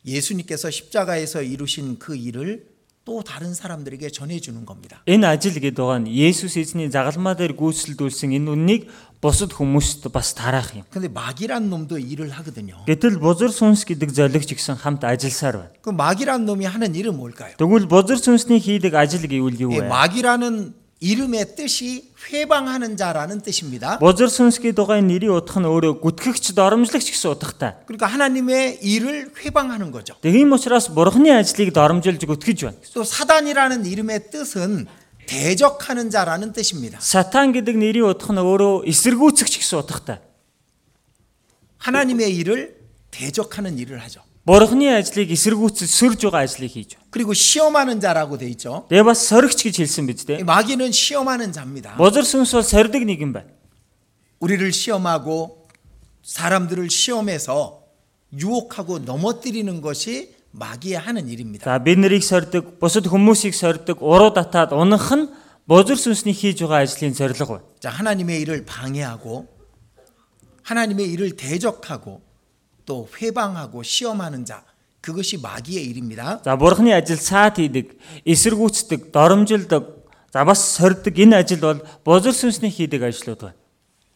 Speaker 1: 예수님께서 십자가에서 이루신 그 일을 또 다른 사람들에게 전해주는 겁니다.
Speaker 2: Энэ ажил гэдэг байгаа нь Есүс эзний загалмаа дээр гүйцэлдүүлсэн энэ үннийг бусад хүмүүст бас тараах юм.
Speaker 1: 근데 마귀란 놈도 일을 하거든요.
Speaker 2: Гэтэл бузар сүнс гэдэг золигч гисэн хамт ажилласаар байна.
Speaker 1: 그 마귀란 놈이 하는 일은 뭘까요?
Speaker 2: Тэгвэл бузар сүнсний хийдэг ажил гэвэл юу
Speaker 1: 예,
Speaker 2: вэ?
Speaker 1: 마귀라는 이름의 뜻이 회방하는 자라는 뜻입니다.
Speaker 2: Бузар сүнсгийн дугайн нэрийн утх нь өөрөө гүтгэгч доромжлогч гэсэн утгатай.
Speaker 1: 그러니까 하나님의 일을 회방하는 거죠.
Speaker 2: Тэгм учраас бурхны ажлыг доромжилж гүтгэж байна.
Speaker 1: 또 사단이라는 이름의 뜻은 대적하는 자라는 뜻입니다.
Speaker 2: Сатан гэдэг нэрийн утх нь өөрөө эсэргүүцэгч гэсэн утгатай.
Speaker 1: 하나님의 일을 대적하는 일을 하죠.
Speaker 2: Бурхны ажлыг эсэргүүцэж сөрж байгаа ажлыг хийж байна.
Speaker 1: 그리고 시험하는 자라고 돼 있죠.
Speaker 2: Тэгээ бас соригч гэж хэлсэн биз
Speaker 1: 이
Speaker 2: дээ.
Speaker 1: 마귀는 시험하는 자입니다.
Speaker 2: Бузар сүнс бол сордог нэг юм байна.
Speaker 1: 우리를 시험하고 사람들을 시험해서 유혹하고 넘어뜨리는 것이 마귀의 하는 일입니다.
Speaker 2: За бид нарыг сордог, бусад хүмүүсийг сордог, уруу татаад унах нь бузар сүнсний хийж байгаа ажлын зорилго байна.
Speaker 1: 자, 하나님의 일을 방해하고 하나님의 일을 대적하고 또 회방하고 시험하는 자 그것이 마귀의 일입니다.
Speaker 2: За бурхны ажил цаад хийдэг, эсэргүүцдэг, доромжилдог, за бас сордог энэ ажил бол бузар сүнсний хийдэг ажлууд байна.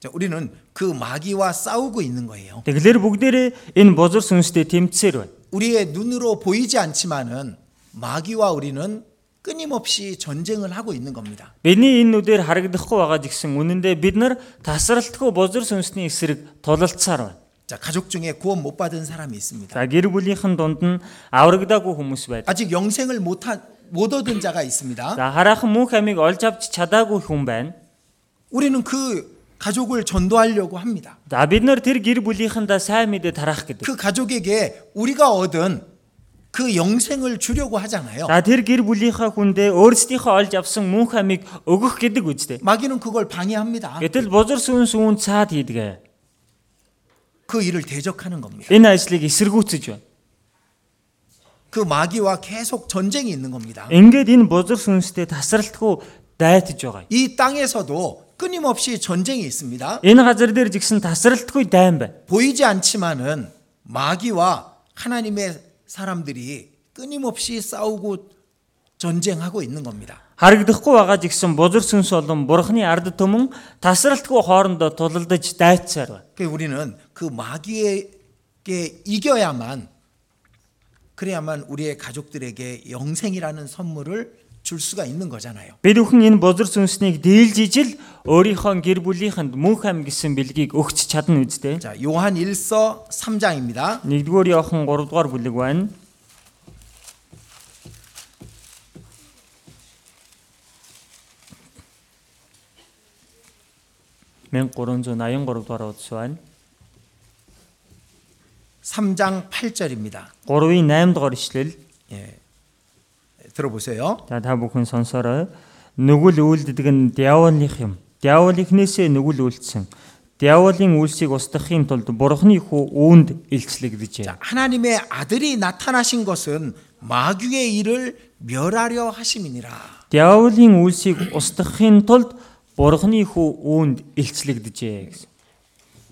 Speaker 1: 자, 우리는 그 마귀와 싸우고 있는 거예요.
Speaker 2: Тэгэлэр бүгдээрээ энэ бузар сүнстэй тэмцээр байна.
Speaker 1: 우리의 눈으로 보이지 않지만은 마귀와 우리는 끊임없이 전쟁을 하고 있는 겁니다.
Speaker 2: Биний энэ нүдээр харагдахгүй байгаа гэсэн үнэндээ бид нар тасралтгүй бузар сүнсний эсрэг тулалцсаар байна.
Speaker 1: 자, 가족 중에 구원 못 받은 사람이 있습니다.
Speaker 2: За гэр бүлийнхэн дунд нь аврагдаагүй хүмүүс байдаг.
Speaker 1: 아직 영생을 못한 못 얻은 자가 있습니다.
Speaker 2: За хараахан мөнх амийг олж авч чадаагүй хүн байна.
Speaker 1: 우리는 그 가족을 전도하려고 합니다.
Speaker 2: За бид нар тэр гэр бүлийнхэндээ сайн мэдээ тараах гэдэг.
Speaker 1: 그 가족에게 우리가 얻은 그 영생을 주려고 하잖아요.
Speaker 2: За тэр гэр бүлийнхаа хүндээ өөрсдийнхөө олж авсан мөнх амийг өгөх гэдэг үстэй.
Speaker 1: 마귀는 그걸 방해합니다.
Speaker 2: Гэтэл бузар сүнс үүн цаад хийдэг.
Speaker 1: 그 일을 대적하는 겁니다.
Speaker 2: Энэ ажлыг эсэргүүцэж байна.
Speaker 1: 그 마귀와 계속 전쟁이 있는 겁니다.
Speaker 2: Ингээд энэ бузар сүнстэй тасралтгүй дайтаж байгаа. юм.
Speaker 1: 이 땅에서도 끊임없이 전쟁이 있습니다.
Speaker 2: Энэ газар дээр жигсэн тасралтгүй дайн байна.
Speaker 1: 보이지 않지만은 마귀와 하나님의 사람들이 끊임없이 싸우고 전쟁하고 있는 겁니다.
Speaker 2: Харагдахгүй байгаа жигсэн бузар сүнс болон бурхны ард түмэн тасралтгүй хоорондоо тулалдаж дайцсаар байна.
Speaker 1: 그 우리는 그 마귀에게 이겨야만 그래야만 우리의 가족들에게 영생이라는 선물을 줄 수가 있는 거잖아요.
Speaker 2: Бид бүхэн энэ бузар сүнснийг дийлж ижил өөрийнхөө гэр бүлийнхэнд мөнх ам гэсэн бэлгийг өгч чадна үстэй.
Speaker 1: 자, 요한 1서 3장입니다.
Speaker 2: 1-р Иохан 3-р бүлэг байна. 1383 дугаар утас байна.
Speaker 1: 3장 8절입니다.
Speaker 2: 3-ийн 8 дугаар ишлэл.
Speaker 1: 예. 들어보세요.
Speaker 2: За та бүхэн сонсороо. Нүгэл үйлддэг нь диаволынх юм. Диавол ихнээсээ нүгэл үйлдсэн. Диаволын үйлсийг устгахын тулд бурхны хүү үүнд илчлэгдэжээ.
Speaker 1: 자, 하나님의 아들이 나타나신 것은 마귀의 일을 멸하려 하심이니라.
Speaker 2: Диаволын үлсийг устгахын тулд Бурхны хүү үүнд илчлэгдэжээ гэсэн.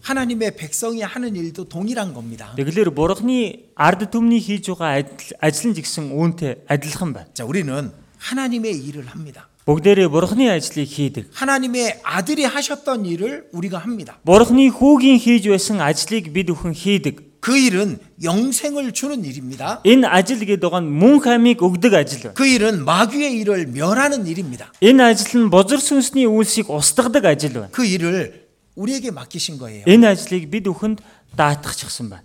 Speaker 1: 하나님의 백성이 하는 일도 동일한 겁니다.
Speaker 2: Тэгэлэр Бурхны ард түмний хийж байгаа адил- ажил нь жигсэн үүнтэй адилхан байна.
Speaker 1: 자, 우리는 하나님의 일을 합니다.
Speaker 2: Бүгдээрээ Бурхны ажлыг хийдэг.
Speaker 1: 하나님의 아들이 하셨던 일을 우리가 합니다.
Speaker 2: Бурхны хүүгийн хийж байсан ажлыг бид бүхэн хийдэг.
Speaker 1: 그 일은 영생을 주는 일입니다.
Speaker 2: Энэ ажил гэдэг байгаа нь мөн хамиг өгдөг ажил байна.
Speaker 1: 그 일은 마귀의 일을 멸하는 일입니다.
Speaker 2: Энэ ажил нь бузар сүнсний үйлсийг устгадаг ажил байна.
Speaker 1: 그 일을 우리에게 맡기신 거예요.
Speaker 2: Энэ ажлыг бид бүхэнд даатгахчихсан байна.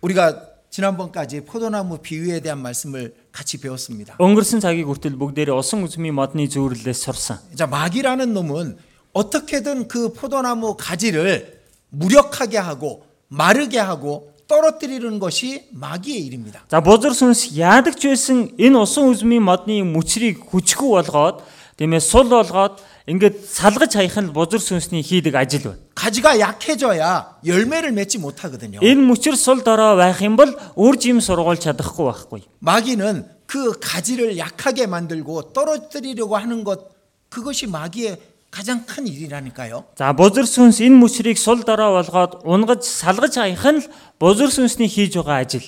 Speaker 1: 우리가 지난번까지 포도나무 비유에 대한 말씀을 같이 배웠습니다.
Speaker 2: Өнгөрсөн цагийг хүртэл бүгдээрээ усан үзмийн модны зүйрлээс сурсан.
Speaker 1: 자, 마귀라는 놈은 어떻게든 그 포도나무 가지를 무력하게 하고 마르게 하고 떨어뜨리는 것이 마귀의 일입니다.
Speaker 2: За бузар сүнс яадаг ч байсан энэ усан үзмийн модны мөчрийг хүчгүй болгоод тиймээ сул болгоод ингээд салгаж хаях нь бузар сүнсний хийдэг ажил байна.
Speaker 1: 가지가 약해져야 열매를 맺지 못하거든요.
Speaker 2: Энэ мөчр сул дорой байх юм бол үр жим сургуул чадахгүй байхгүй.
Speaker 1: 마귀는 그 가지를 약하게 만들고 떨어뜨리려고 하는 것 그것이 마귀의 가장 큰 일이라니까요.
Speaker 2: За бузар сүнс энэ мөчрийг сул дорой болгоод унгаж салгаж хаях нь л бузар сүнсний хийж байгаа ажил.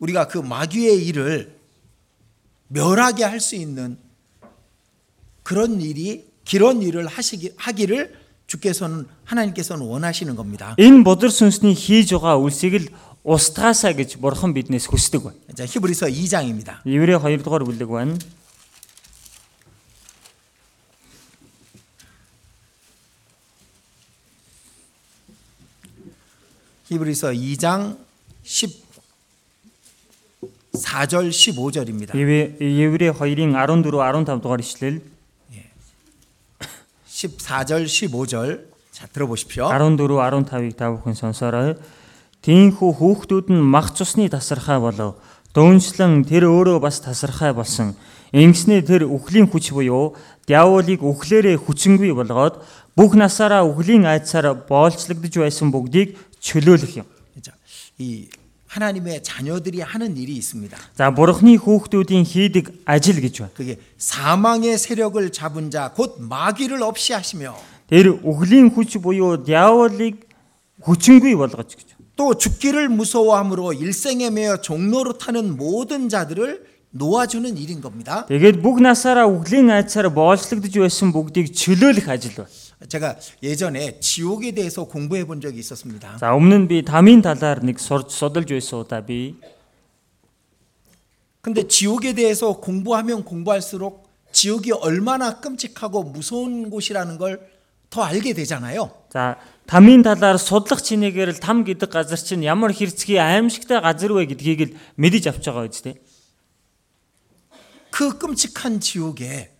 Speaker 1: 우리가 그 마귀의 일을 멸하게 할 수 있는 그런 일이 그런 일을 하시기 하기를 주께서는 하나님께서는 원하시는 겁니다.
Speaker 2: Энэ бузар сүнсний хийж байгаа үлсийг л устгаасаа гэж бурхан биднээс хүсдэг байна.
Speaker 1: 자, 히브리서 2장입니다.
Speaker 2: Еврей 2 дугаар бүлэг байна.
Speaker 1: 히브리서 2장 14절 15절입니다.
Speaker 2: Евэ- Еврей 2-ын 14 15 дугаар ишлэл
Speaker 1: 14절 15절 자, 들어보십시오.
Speaker 2: 14 15-ыг та бүхэн сонсоорой. Тинхүү хүүхдүүд нь мах цусны тасархай болов. Дөнчлэн тэр өөрөө бас тасархай болсон. Ингэснээр тэр үхлийн хүч буюу диаволыг үхлээрээ хүчингүй болгоод бүх насаараа үхлийн айцаар боолчлогдож байсан бүгдийг чөлөөлөх юм.
Speaker 1: 자, 이 하나님의 자녀들이 하는 일이 있습니다.
Speaker 2: За бурхны хүүхдүүдийн хийдэг ажил гэж байна.
Speaker 1: 그게 사망의 세력을 잡은 자 곧 마귀를 없이 하시며
Speaker 2: Тэр үхлийн хүч буюу диаволыг хүчингүй болгож гэж.
Speaker 1: 또 죽기를 무서워함으로 일생에 매여 종로로 타는 모든 자들을 놓아주는 일인 겁니다.
Speaker 2: Тэгээд бүх насаараа үглийн айцаар боолчлогдож байсан бүгдийг чөлөөлөх ажил байна.
Speaker 1: 제가 예전에 지옥에 대해서 공부해 본 적이 있었습니다.
Speaker 2: За өмнө нь би тамийн талаар нэг сурж судалж байсан удаа би
Speaker 1: 근데 지옥에 대해서 공부하면 공부할수록 지옥이 얼마나 끔찍하고 무서운 곳이라는 걸 더 알게 되잖아요.
Speaker 2: за тамийн талаар судлах чинээгээр л там гэдэг газар чинь ямар хэрцгий аимшигтай газар вэ гэдгийг л мэдэж авч байгаа биз дээ.
Speaker 1: 그 끔찍한 지옥에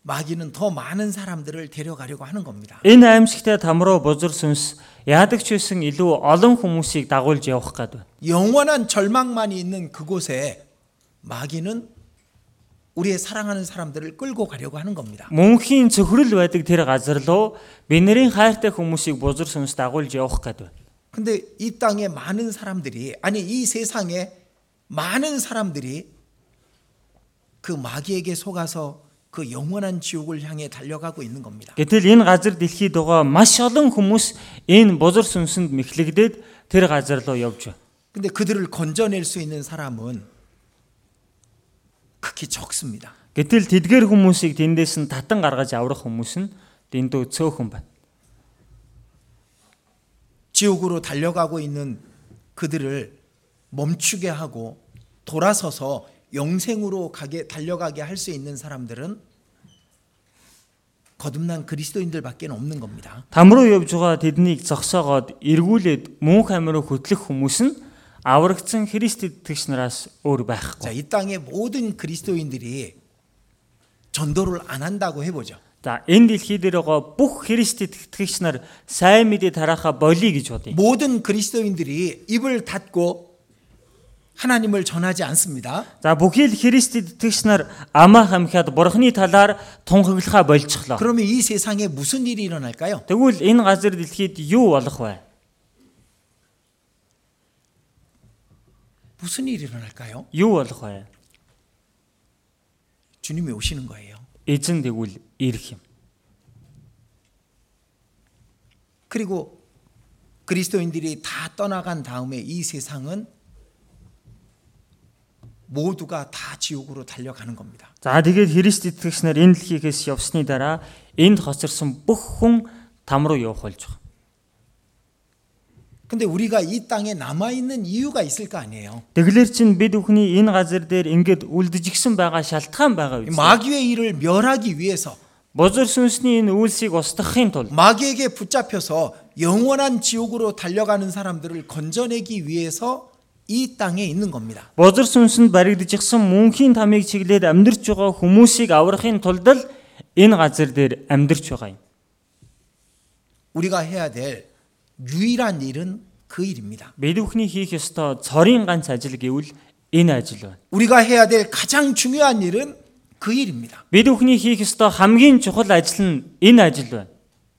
Speaker 1: 마귀는 더 많은 사람들을 데려가려고 하는 겁니다.
Speaker 2: Энэ аимшигтай там руу бузар сүнс яадаг ч байсан илүү олон хүмүүсийг дагуулж явах гээд байна.
Speaker 1: 영원한 절망만이 있는 그곳에 마귀는 우리의 사랑하는 사람들을 끌고 가려고 하는 겁니다.
Speaker 2: Мөнхийн цөхрөл байдаг тэр газар руу бинэрийн хайртай хүмүүсийг бузар сүнс дагуулж явах гээд байна.
Speaker 1: 근데 이 땅에 많은 사람들이 아니 이 세상에 많은 사람들이 그 마귀에게 속아서 그 영원한 지옥을 향해 달려가고 있는 겁니다.
Speaker 2: Гэтэл энэ газар дэлхийд байгаа маш олон хүмүүс энэ бузар сүнсэнд мэхлэгдээд тэр газар руу явж байна.
Speaker 1: 근데 그들을 건져낼 수 있는 사람은 극히 적습니다.
Speaker 2: Гэтэл тэдгээр хүмүүсийг тэндээс нь татан гаргаж аврах хүмүүс нь дэндүү цөөхөн байна.
Speaker 1: 지옥으로 달려가고 있는 그들을 멈추게 하고 돌아서서 영생으로 가게 달려가게 할 수 있는 사람들은 거듭난 그리스도인들밖에 없는 겁니다.
Speaker 2: Там руу явж байгаа тэднийг зогсоогоод эргүүлээд мөн хамруу хөтлөх хүмүүс нь аврагдсан Христ итгэгч нараас өөр
Speaker 1: 자,
Speaker 2: байхгүй.
Speaker 1: 이 땅의 모든 그리스도인들이 전도를 안 한다고 해보죠.
Speaker 2: За энэ дэлхий дээр байгаа бүх Христ итгэгч нар сайн мэдээ тараахаа болиё гэж бодъё.
Speaker 1: 모든 그리스도인들이 입을 닫고 하나님을 전하지 않습니다.
Speaker 2: За бүхий л Христ итгэгч нар амаа хамхиад бурхны талаар тунхаглахаа болчихлоо.
Speaker 1: 그러면 이 세상에 무슨 일이 일어날까요?
Speaker 2: Тэгвэл энэ газар дэлхийд юу болох вэ?
Speaker 1: 무슨 일이 일어날까요?
Speaker 2: Юу болох вэ?
Speaker 1: 주님이 오시는 거예요.
Speaker 2: Эзэн тэгвэл ирэх юм.
Speaker 1: 그리고 그리스도인들이 다 떠나간 다음에 이 세상은 모두가 다 지옥으로 달려가는 겁니다.
Speaker 2: За тэгээд Христ итгэгч нар энэ дэлхийгээс явсны дараа энд хоцорсон бүх хүн там руу явах болж байгаа.
Speaker 1: 근데 우리가 이 땅에 남아 있는 이유가 있을 거 아니에요.
Speaker 2: Тэглэр чинь бид бүхний энэ газар дээр ингээд үлдчихсэн байгаа шалтгаан байгаа
Speaker 1: 이
Speaker 2: биз.
Speaker 1: 마귀의 일을 멸하기 위해서
Speaker 2: Бузар сүнсний энэ үйлсийг устгахын тулд
Speaker 1: 마귀에게 붙잡혀서 영원한 지옥으로 달려가는 사람들을 건져내기 위해서 이 땅에 있는 겁니다.
Speaker 2: бузар сүнсэнд баригдчихсан мөнхийн тамыг чиглээд амьдрч байгаа хүмүүсийг аврахын тулд л энэ газар дээр амьдрч байгаа юм.
Speaker 1: 우리가 해야 될 유일한 일은 그 일입니다.
Speaker 2: Бид бүхний хийх ёстой цорын ганц ажил гэвэл энэ ажил байна.
Speaker 1: 우리가 해야 될 가장 중요한 일은 그 일입니다.
Speaker 2: Бид бүхний хийх ёстой хамгийн чухал ажил нь энэ ажил байна.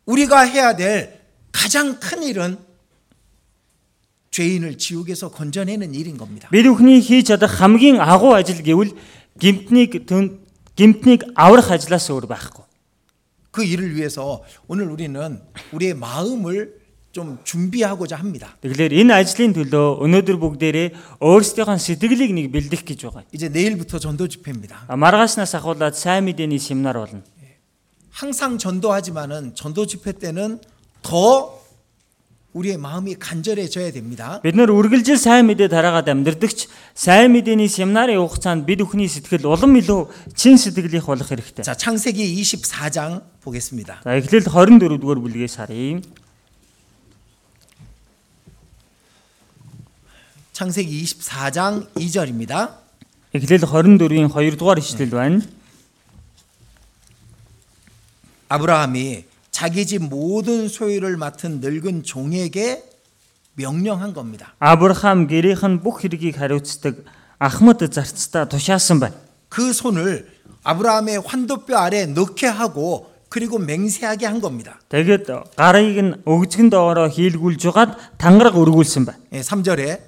Speaker 1: 우리가 해야 될 가장 큰 일은 죄인을 지옥에서 건져내는 일인 겁니다.
Speaker 2: Бид бүхний хийж чадах хамгийн агуу ажил гэвэл гимтнийг төн- гимтнийг аврах ажлаас өөр байхгүй.
Speaker 1: 그 일을 위해서 오늘 우리는 우리의 마음을 좀 준비하고자 합니다.
Speaker 2: Тэгэлэр энэ ажлын төлөө өнөөдөр бүгдээрээ өөрсдийнхөө сэтгэлийг нэг бэлдэх гэж байгаа. юм.
Speaker 1: 이제 내일부터 전도 집회입니다.
Speaker 2: А, Маргааснаас ахуулаад сайн мэдээний семинар болно.
Speaker 1: 항상 전도하지만은 전도 집회 때는 더 우리의 마음이 간절해져야 됩니다.
Speaker 2: Бид нөр үргэлжил сайн мэдээ тараагаад амьдрдагч сайн мэдээний семинарын хугацаанд бид бүхний сэтгэл улам илүү чин сэтгэлийнх болох хэрэгтэй.
Speaker 1: 자, 창세기 24장 보겠습니다.
Speaker 2: За эхлээл 24 дугаар бүлгээс харъя.
Speaker 1: 창세기 24장 2절입니다.
Speaker 2: Эхлээл 24-ийн 2 дугаар ишлэл байна.
Speaker 1: 아브라함이 자기 집 모든 소유를 맡은 늙은 종에게 명령한 겁니다.
Speaker 2: Авраам гэрийнх нь бүх хэргийг хариуцдаг Ахмад зарцтай тушаасан байна.
Speaker 1: 그 손을 아브라함의 환도뼈 아래 넣게 하고 그리고 맹세하게 한 겁니다.
Speaker 2: Тэгэд гарыг нь өгзгөн доороо хийлгүүлж жугаад тангараг өргүүлсэн байна.
Speaker 1: 예, 3절에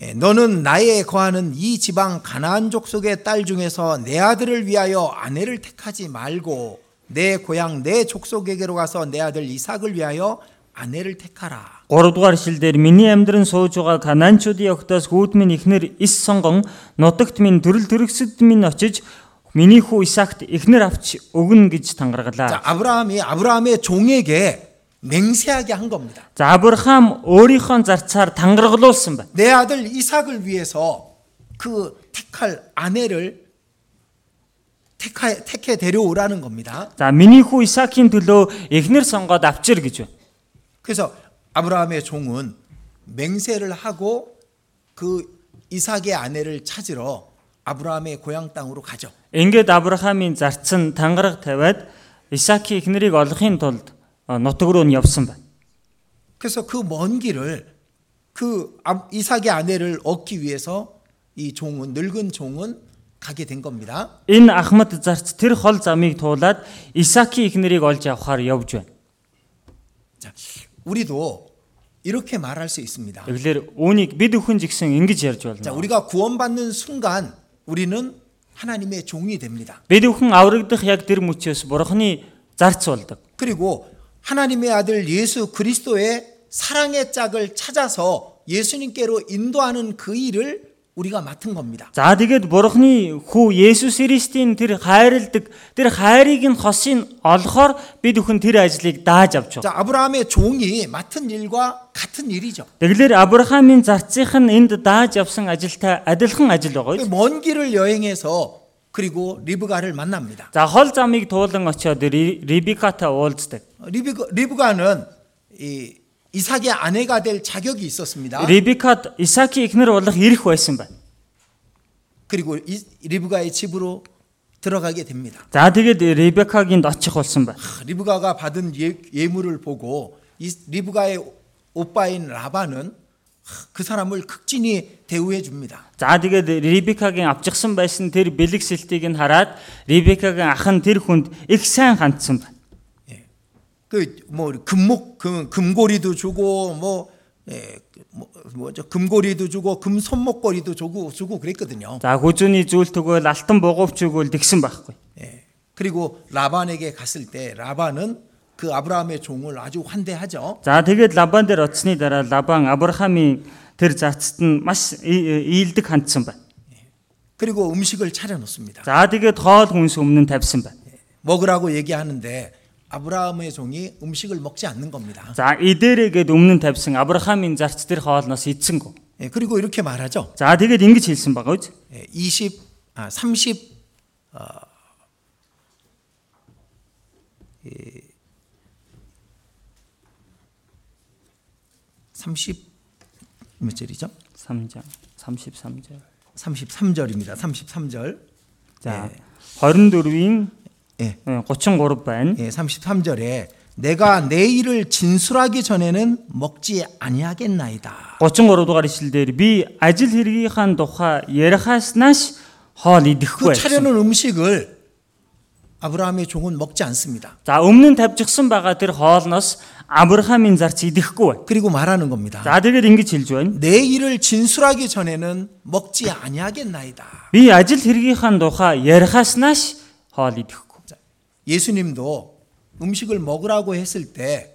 Speaker 1: 예, 너는 나의 거하는 이 지방 가나안 족속의 딸 중에서 내 아들을 위하여 아내를 택하지 말고 내 고향 내 족속에게로 가서 내 아들 이삭을 위하여 아내를 택하라.
Speaker 2: 3 дугаар ишлэлдэр миний амьдран сууж байгаа Канаанчуудын огтоос гүүд минь ихнэр ис сонгон нутагт минь төрөл төрөксөд минь очиж миний хүү Исаакт ихнэр авч өгнө гэж
Speaker 1: 자,
Speaker 2: тангаргалаа.
Speaker 1: 아브라함이 아브라함의 종에게 맹세하게 한 겁니다.
Speaker 2: За Авраам өөрийнхөө зарцаар тангаргалуулсан байна.
Speaker 1: 내 아들 이삭을 위해서 그 택할 아내를 택하, 택해 데려오라는 겁니다.
Speaker 2: За миний хүү Исаакийн төлөө ихнэр сонгоод авчир гэж байна.
Speaker 1: 그래서 아브라함의 종은 맹세를 하고 그 이삭의 아내를 찾으러 아브라함의 고향 땅으로 가죠.
Speaker 2: Ингээд Авраамийн зарцсан тангараг тавиад Исаакийн эхнэрийг олохын тулд а, нутаг руу нь явсан байна.
Speaker 1: 그래서 그 먼 길을 그 아- 이삭의 아내를 얻기 위해서 이 종은 늙은 종은 가게 된 겁니다.
Speaker 2: Энэ Ахмад зарц тэр хол замыг туулаад Исаакийн эхнэрийг олж авахаар явж байна.
Speaker 1: 자, 우리도 이렇게 말할 수 있습니다.
Speaker 2: Тэгэлэр үүнийг бид өхөн жигсэн ингэж ярьж
Speaker 1: 자,
Speaker 2: болно.
Speaker 1: 우리가 구원받는 순간 우리는 하나님의 종이 됩니다.
Speaker 2: Бид өхөн аврагдах яг тэр мөчөөс бурхны зарц болдог.
Speaker 1: 그리고 하나님의 아들 예수 그리스도의 사랑의 짝을 찾아서 예수님께로 인도하는 그 일을 우리가 맡은 겁니다.
Speaker 2: За тэгээд бурхны хүү Есүс Христийн тэр хайрладаг тэр хайрыг нь хосын олохоор бид өхөн тэр ажлыг дааж авч байгаа.
Speaker 1: 자, 아브라함의 종이 맡은 일과 같은 일이죠.
Speaker 2: Тэгэлэр Авраамийн зарцынх нь энд дааж явсан ажилтай адилхан ажил байгаа
Speaker 1: 그
Speaker 2: юм.
Speaker 1: 먼 길을 여행해서 그리고 리브가를 만납니다.
Speaker 2: За хол замыг туулан очиод Ри- Рибикатай уулздаг.
Speaker 1: 리브가, 리브가는 이 이삭의 아내가 될 자격이 있었습니다.
Speaker 2: Рибикад Исаакийн эхнэр болох ирэх байсан байна.
Speaker 1: 그리고 이, 리브가의 집으로 들어가게 됩니다.
Speaker 2: За тэгээд Рибикагийн очих болсон байна.
Speaker 1: 크, 리브가가 받은 예, 예물을 보고 이 리브가의 오빠인 라반은 크, 그 사람을 극진히 대우해 줍니다.
Speaker 2: За тэгээд Рибикагийн авчихсан байсан тэр бэлэг сэлтийг нь хараад Рибикагийн ах нь тэр хүнд их сайн хандсан байна.
Speaker 1: 그 뭐 금목 금, 금고리도 주고 뭐 예, 뭐- 뭐죠 금고리도 주고 금 손목걸이도 주고 주고 그랬거든요.
Speaker 2: За хүзүүний зүйл төгөөл алтан бугуувч өгөөл тэгсэн байхгүй.
Speaker 1: 예. 그리고 라반에게 갔을 때 라반은 그 아브라함의 종을 아주 환대하죠.
Speaker 2: За тэгээд лабан дээр оцсны дараа лабан Авраамийн тэр заацт нь маш и- и- ийэлдэг хандсан байна.
Speaker 1: 그리고 음식을 차려 놓습니다.
Speaker 2: За тэгээд хоол хүнс өмнө нь тавьсан байна.
Speaker 1: 먹으라고 얘기하는데 아브라함의 종이 음식을 먹지 않는 겁니다.
Speaker 2: За идэрэ гээд өмнө нь тавьсан Авраамийн зарц тэр хоолноос идсэнгүү.
Speaker 1: 예. 그리고 이렇게 말하죠.
Speaker 2: За тэгээд ингэж хэлсэн байгаа үз.
Speaker 1: 예. 20 아, 30 어, 예. 30 몇 절이죠?
Speaker 2: 3장 33장.
Speaker 1: 33절입니다. 33절.
Speaker 2: За 24-ийн
Speaker 1: 예.
Speaker 2: 33 э, байна.
Speaker 1: 예, 33절에 내가 내 일을 진술하기 전에는 먹지 아니하겠나이다.
Speaker 2: 33 дугаар ишлэл дээр би ажил хэргийнхаа тухай ярихааснаас хоол
Speaker 1: 그
Speaker 2: идэхгүй байсан.
Speaker 1: 차려놓은 음식을 아브라함의 종은 먹지 않습니다.
Speaker 2: За өмнө нь тавьчихсан байгаа тэр хоолноос Авраамийн зарц идэхгүй байна.
Speaker 1: 그리고 말하는 겁니다.
Speaker 2: За тэгээд ингэж хэлж байна.
Speaker 1: 내 일을 진술하기 전에는 먹지 아니하겠나이다.
Speaker 2: Би ажил хэргийнхаа тухай ярихааснаас хоол идэхгүй.
Speaker 1: 자, 예수님도 음식을 먹으라고 했을 때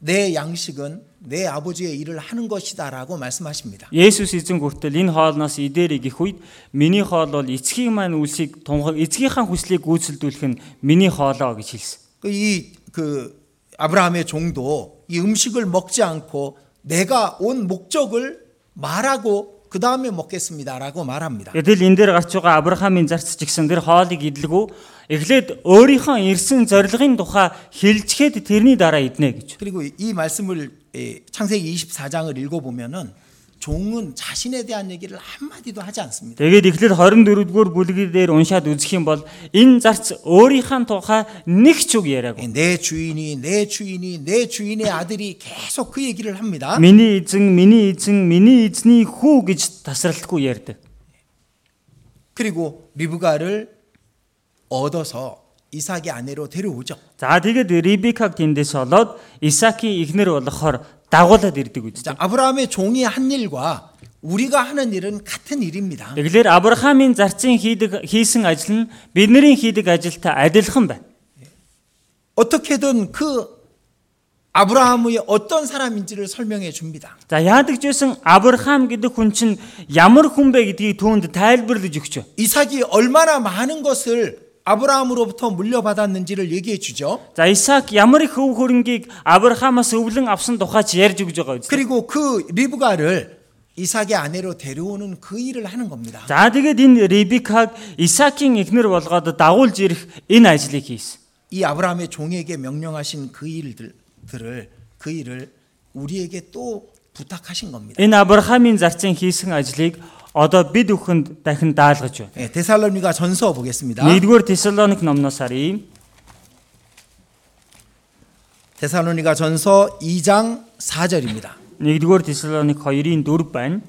Speaker 1: 내 양식은 내 아버지의 일을 하는 것이다라고 말씀하십니다.
Speaker 2: Есүс эзэн хүртэл энэ хоолноос идэрэй гэх үед миний хоол бол эцгийн маань үлсийг тунхаг эцгийнхаа хүслийг гүйцэлдүүлэх нь миний хоолоо гэж хэлсэн.
Speaker 1: 그 이그 아브라함의 종도 이 음식을 먹지 않고 내가 온 목적을 말하고 그 다음에 먹겠습니다라고 말합니다.
Speaker 2: Гэтэл энэ дээр гарч байгаа Авраамийн зарц ч гэсэн тэр хоолыг идэлгүй эхлээд өөрийнхөө ирсэн зорилгын тухай хэлжгээд тэрний дараа иднэ гэж.
Speaker 1: 그리고 이 말씀을 예, 창세기 24장을 읽어보면은 종은 자신에 대한 얘기를 한마디도 하지 않습니다.
Speaker 2: Тэгээд эхлээд 24-р бүлгээр дээр уншаад үзэх юм бол энэ зарц өөрийнхөө тухай нэг ч үг яриаг.
Speaker 1: 예, 내 주인이 내 주인이 내 주인의 아들이 계속 그 얘기를 합니다.
Speaker 2: Миний эзэн, миний эзэн, миний эзний хүү гэж тасралтгүй ярьдаг.
Speaker 1: 그리고 리브가를 얻어서 이삭의 아내로 데려오죠.
Speaker 2: За тэгээд Рибикаг тэндээс олоод Исаакийн эхнэр болохоор дагуулад ирдэг үү.
Speaker 1: 자, 아브라함의 종이 한 일과 우리가 하는 일은 같은 일입니다.
Speaker 2: Тэгэлэр Авраамийн зарцын хийдэг хийсэн ажил нь бидний хийдэг ажилтай адилхан байна.
Speaker 1: 어떻게든 그 아브라함의 어떤 사람인지를 설명해 줍니다.
Speaker 2: За яадаг ч байсан Авраам гэдэг хүн чинь ямар хүн бэ гэдгийг түүнд тайлбарлаж өгчөө.
Speaker 1: 이삭이 얼마나 많은 것을 아브라함으로부터 물려받았는지를 얘기해 주죠.
Speaker 2: За Исаак ямар их өв хөрөнгийг Авраамаас өвлөн авсан тухай ч ярьж өгж байгаа үү.
Speaker 1: 그리고 그 리브가를 이삭의 아내로 데려오는 그 일을 하는 겁니다.
Speaker 2: За тэгээд энэ Рибикаг Исаакийн эхнэр болгоод дагуулж ирэх энэ ажлыг хийсэн.
Speaker 1: 이 아브라함의 종에게 명령하신 그 일들을 그 일을 우리에게 또 부탁하신 겁니다.
Speaker 2: Энэ Авраамийн зарцын хийсэн ажлыг одоо бид бүхэнд дахин даалгаж байна.
Speaker 1: 예, 데살로니가 전서 보겠습니다.
Speaker 2: 1-р Тесалоник номноос харъя.
Speaker 1: 데살로니가 전서 2장 4절입니다.
Speaker 2: 1-р Тесалоник 2-ын 4 байна.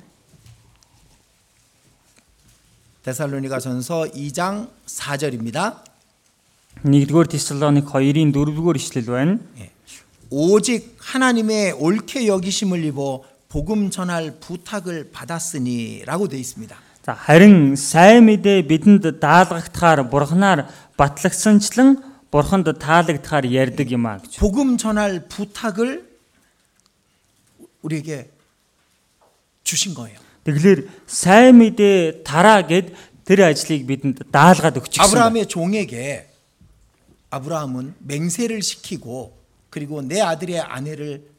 Speaker 1: 데살로니가 전서 2장 4절입니다.
Speaker 2: 1-р Тесалоник 2-ын 4-р ишлэл байна.
Speaker 1: 예. 오직 하나님의 옳게 여기심을 입어 복음 전할 부탁을 받았으니라고 되어 있습니다.
Speaker 2: За харин сайн мэдээ бидэнд даалгагдахаар бурхнаар батлагсанчлан бурханд таалагдахаар ярьдаг юм а гэж.
Speaker 1: 복음 전할 부탁을 우리에게 주신 거예요.
Speaker 2: Тэгэлэр сайн мэдээ тараа гэд тэр ажлыг бидэнд даалгаад өгчихсэн. байна.
Speaker 1: 아브라함의 종에게 아브라함은 맹세를 시키고 그리고 내 아들의 아내를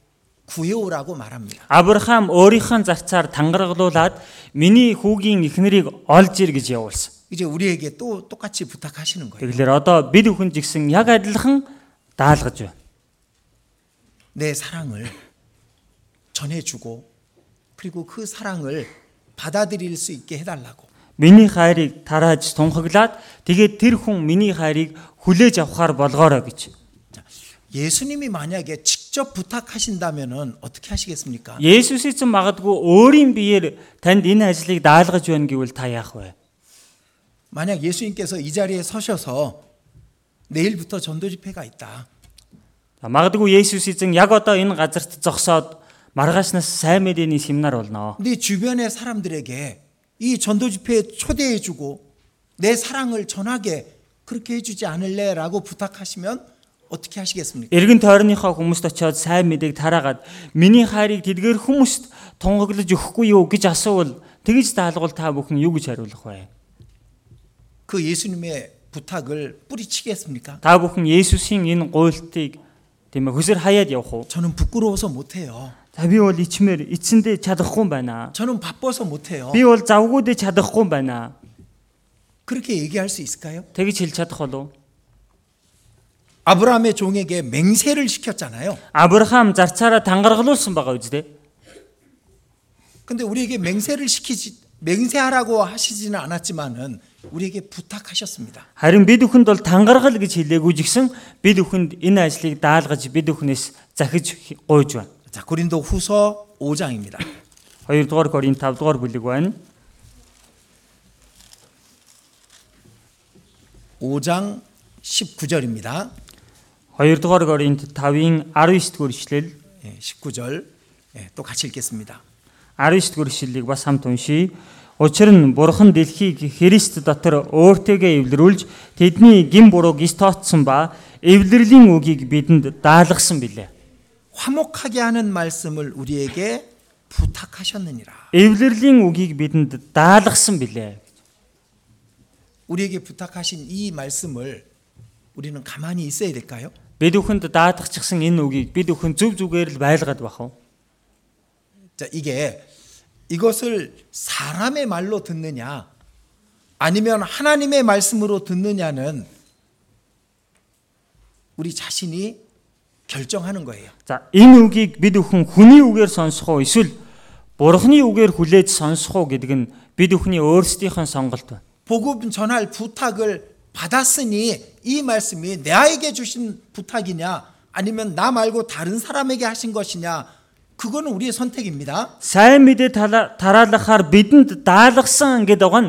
Speaker 1: 구해오라고 말합니다.
Speaker 2: Авраам өөрийнхөө зарцаар тангаргалуулаад миний хүүгийн эхнэрийг олж ир гэж явуулсан.
Speaker 1: 이제 우리에게 또 똑같이 부탁하시는 거예요.
Speaker 2: Тэгэлэр одоо бид бүхэн жигсэн яг адилхан даалгаж байна.
Speaker 1: 내 사랑을 전해주고 그리고 그 사랑을 받아들일 수 있게 해달라고
Speaker 2: Миний хайрыг тарааж тунхаглаад тэгээд тэр хүн миний хайрыг хүлээж авахар болгоорой гэж.
Speaker 1: 예수님이 만약에 직접 부탁하신다면은 어떻게 하시겠습니까?
Speaker 2: Есүс эзэн магадгүй өөрийн биеэр танд энэ ажлыг даалгаж байна гэвэл та яах вэ?
Speaker 1: 만약 예수님께서 이 자리에 서셔서 내일부터 전도 집회가 있다.
Speaker 2: За, Магадгүй Есүс эзэн яг одоо энэ газарт зогсоод маргаашнаас сайн мэдээний семинар болно.
Speaker 1: 네 주변의 사람들에게 이 전도 집회에 초대해 주고 내 사랑을 전하게 그렇게 해 주지 않을래라고 부탁하시면 어떻게 하시겠습니까?
Speaker 2: Эргэн тойрныхоо хүмүүст очиод сайн мэдээг тараагаад миний хайрыг тэдгээр хүмүүст тунгаглаж өгөхгүй юу гэж асуувал тэгж даалгавал та бүхэн юу гэж хариулах вэ?
Speaker 1: 그 예수님의 부탁을 뿌리치겠습니까?
Speaker 2: Та бүхэн Есүсийн энэ гуйлтыг тийм ээ хөсөр хаяад явах уу?
Speaker 1: 저는 부끄러워서 못 해요.
Speaker 2: За би бол ичмээр эцэндээ чадахгүй юм байна.
Speaker 1: 저는 바빠서 못 해요.
Speaker 2: Би бол завгуудээ чадахгүй юм байна.
Speaker 1: 그렇게 얘기할 수 있을까요?
Speaker 2: Тэгж хэлж чадах болов?
Speaker 1: 아브라함의 종에게 맹세를 시켰잖아요.
Speaker 2: Авраам зарцаараа тангаргалуулсан байгаа үст дээ.
Speaker 1: 근데 우리에게 맹세를 시키지 맹세하라고 하시지는 않았지만은 우리에게 부탁하셨습니다.
Speaker 2: Харин бид бүхэнд бол тангаргал гэж хэлээгүй ч гэсэн бид бүхэнд энэ ажлыг даалгаж бид бүхнээс захиж хи- гуйж байна.
Speaker 1: 자, 고린도 후서 5장입니다.
Speaker 2: 2 дугаар Коринт 5 дугаар бүлэг байна.
Speaker 1: 5장 19절입니다.
Speaker 2: 2 дугаар Коринт 5-ын 19 дугаар ишлэл
Speaker 1: 19절 예, 또 같이 읽겠습니다.
Speaker 2: 19 дугаар ишлэлийг бас хамт уншийе. Учир нь Бурхан дэлхийг Христ дотор өөртөөгөө эвлэрүүлж тэдний гин бурууг ис тоотсон ба эвлэрлийн үгийг бидэнд даалгасан билээ.
Speaker 1: 화목하게 하는 말씀을 우리에게 부탁하셨느니라.
Speaker 2: Эвлэрлийн үгийг бидэнд даалгасан билээ.
Speaker 1: 우리에게 부탁하신 이 말씀을 우리는 가만히 있어야 될까요?
Speaker 2: Бид бүхэнд даатгахчихсан энэ үгийг бид бүхэн зөв зүгээр л байлгаад бах уу?
Speaker 1: 자, 이게 이것을 사람의 말로 듣느냐 아니면 하나님의 말씀으로 듣느냐는 우리 자신이 결정하는 거예요.
Speaker 2: За энэ үгийг бид бүхэн хүний үгээр сонсох уу эсвэл Бурхны үгээр хүлээж сонсох уу гэдэг нь бид бүхний өөрсдийнхөө сонголт байна.
Speaker 1: 복음 전할 부탁을 받았으니 이 말씀이 나에게 주신 부탁이냐 아니면 나 말고 다른 사람에게 하신 것이냐 그거는 우리의 선택입니다.
Speaker 2: Сайн мэдээ тала- тараалахаар бидэнд даалгасан гэдэг байгаа нь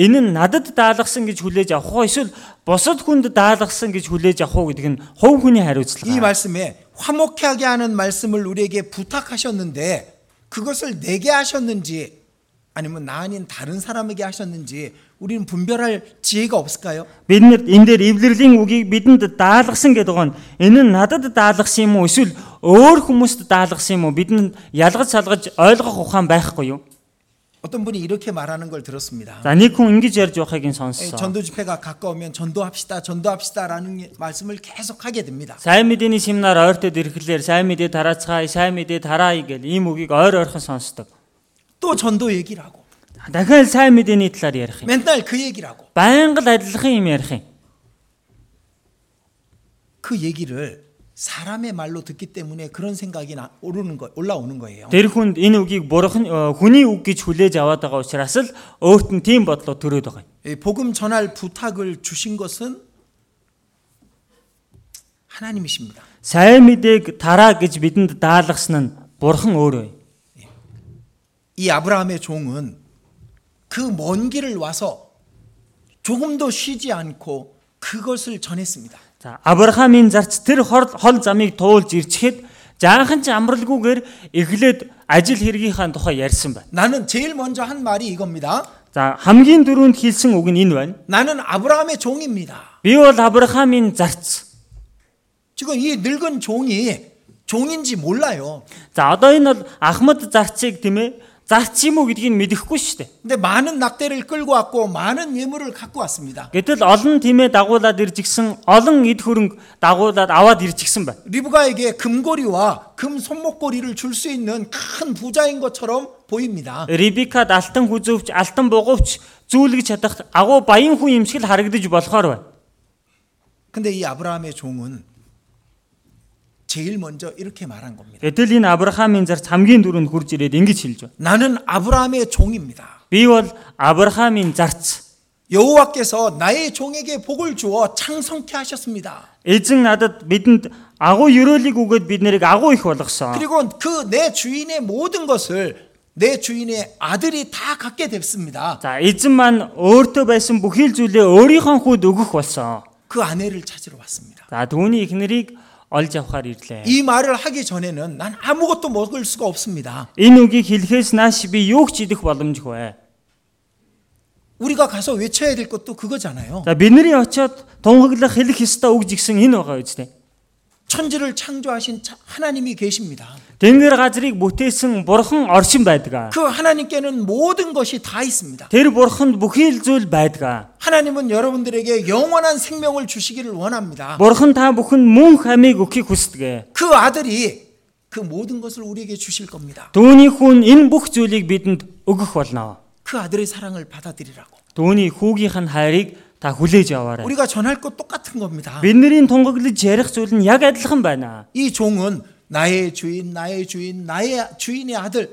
Speaker 2: энэ нь надад даалгасан гэж хүлээж авах уу эсвэл бусад хүнд даалгасан гэж хүлээж авах уу гэдэг нь хувь хүний
Speaker 1: 이
Speaker 2: хариуцлага.
Speaker 1: 말씀에 화목하게 하는 말씀을 우리에게 부탁하셨는데 그것을 내게 하셨는지 아니면 나 아닌 다른 사람에게 하셨는지 우리는 분별할 지혜가 없을까요?
Speaker 2: Биднэрт энэ дээр эвлэрлийн үгийг бидэнд даалгасан гэдэг гоо энэ нь надад даалгасан юм уу эсвэл өөр хүмүүст даалгасан юм уу бидэнд ялгаж салгаж ойлгох ухаан байхгүй юу?
Speaker 1: 어떤 분이 이렇게 말하는 걸 들었습니다.
Speaker 2: За нэг хүн ингэж ярьж явахыг
Speaker 1: 에,
Speaker 2: нь сонссон.
Speaker 1: 전도 집회가 가까우면 전도합시다, 전도합시다라는 말씀을 계속 하게 됩니다.
Speaker 2: Сайн мэдээний семинар ойртод ирэхлээр сайн мэдээ тараацгаая, сайн мэдээ тараая гэл ийм үгийг ойр ойрхон сонсдог.
Speaker 1: 또 전도 얘기를 하고
Speaker 2: Дахиад сайн мэдээний талаар ярих юм.
Speaker 1: 맨날 그 얘기를 하고
Speaker 2: Байнга л адилхан юм ярих юм.
Speaker 1: 그 얘기를 사람의 말로 듣기 때문에 그런 생각이 나, 오르는 거 올라오는 거예요.
Speaker 2: Тэр хүнд энэ үгийг бурхан э, хүний үг гэж хүлээж аваад байгаа учраас л өөрт нь тийм бодлоо төрөөд байгаа юм.
Speaker 1: 이 예, 복음 전할 부탁을 주신 것은 하나님이십니다.
Speaker 2: Сайн мэдээг тараа гэж бидэнд даалгасан нь бурхан өөрөө юм.
Speaker 1: 이 아브라함의 종은 그 먼 길을 와서 조금도 쉬지 않고 그것을 전했습니다.
Speaker 2: За Авраамийн зарц тэр хор- хол замыг туулж ирчихэд жаахан ч амралгүйгээр эхлээд ажил хэргийнхаа тухай ярьсан байна.
Speaker 1: 나는 제일 먼저 한 말이 이겁니다.
Speaker 2: За хамгийн дөрөвд хэлсэн үг нь энэ байна.
Speaker 1: 나는 아브라함의 종입니다.
Speaker 2: Би бол Авраамийн зарц.
Speaker 1: 지금 이 늙은 종이 종인지 몰라요.
Speaker 2: За одоо энэ бол Ахмад зарцыг тийм ээ зарц юм уу гэдгийг мэдэхгүй шүү дээ.
Speaker 1: 근데 많은 낙대를 끌고 왔고 많은 예물을 갖고 왔습니다.
Speaker 2: Гэтэл олон тиймээ дагуулад ирж гисэн олон эд хөрөнгө дагуулад аваад ирж гисэн байна.
Speaker 1: 리브가에게 금고리와 금 손목고리를 줄 수 있는 큰 부자인 것처럼 보입니다.
Speaker 2: Рибикад алтан хүзөвч, алтан бугувч зүүлгэж чадах агуу баян хүн юмшиг л харагдаж болохоор байна.
Speaker 1: 근데 이 아브라함의 종은 제일 먼저 이렇게 말한 겁니다.
Speaker 2: Гэтэл энэ Авраамийн зарц хамгийн дөрөнд хурж ирээд ингэж хэлж байна.
Speaker 1: 나는 아브라함의 종입니다.
Speaker 2: Би бол Авраамийн зарц.
Speaker 1: 여호와께서 나의 종에게 복을 주어 창성케 하셨습니다.
Speaker 2: Эзэн надад бидэнд агуу ёроолыг өгөөд бид нэрийг агуу их болгосон.
Speaker 1: 그리고 그 내 주인의 모든 것을 내 주인의 아들이 다 갖게 됐습니다.
Speaker 2: За эзэн маань өөртөө байсан бүхий л зүйлээ өөрийнхөө хүүд өгөх болсон.
Speaker 1: 그 아내를 찾으러 왔습니다.
Speaker 2: За түүний их нэрийг олж авахар ирлээ.
Speaker 1: 이 말을 하기 전에는 난 아무것도 먹을 수가 없습니다.
Speaker 2: Энэ үгийг хэлэхээс нааш би юу ч идэх боломжгүй.
Speaker 1: 우리가 가서 외쳐야 될 것도 그거잖아요.
Speaker 2: За бид нарийн очиод тунхаглах хэлэх ёстой үг жигсэн энэ байгаа үстэй.
Speaker 1: 천지를 창조하신 차- 하나님이 계십니다.
Speaker 2: Тэнгэр газрыг бүтээсэн бурхан оршин байдаг. аа.
Speaker 1: 그 하나님께는 모든 것이 다 있습니다.
Speaker 2: Тэр бурханд бүхий л зүйл байдаг. аа.
Speaker 1: 하나님은 여러분들에게 영원한 생명을 주시기를 원합니다.
Speaker 2: Бурхан та бүхэнд мөн хамийг өгөхийг хүсдэг. ээ.
Speaker 1: 그 아들이 그 모든 것을 우리에게 주실 겁니다.
Speaker 2: Дөөний хүн энэ бүх зүйлийг бидэнд өгөх болно.
Speaker 1: 그 아들의 사랑을 받아들이라고.
Speaker 2: Дөөний хүүгийнх нь хайрыг та хүлээж аваарай.
Speaker 1: 우리가 전할 것 똑같은 겁니다.
Speaker 2: Бид нарийн тунгаглаж ярих зүйл нь яг адилхан байна.
Speaker 1: 이 종은 나의 주인, 나의 주인, 나의 주인의 아들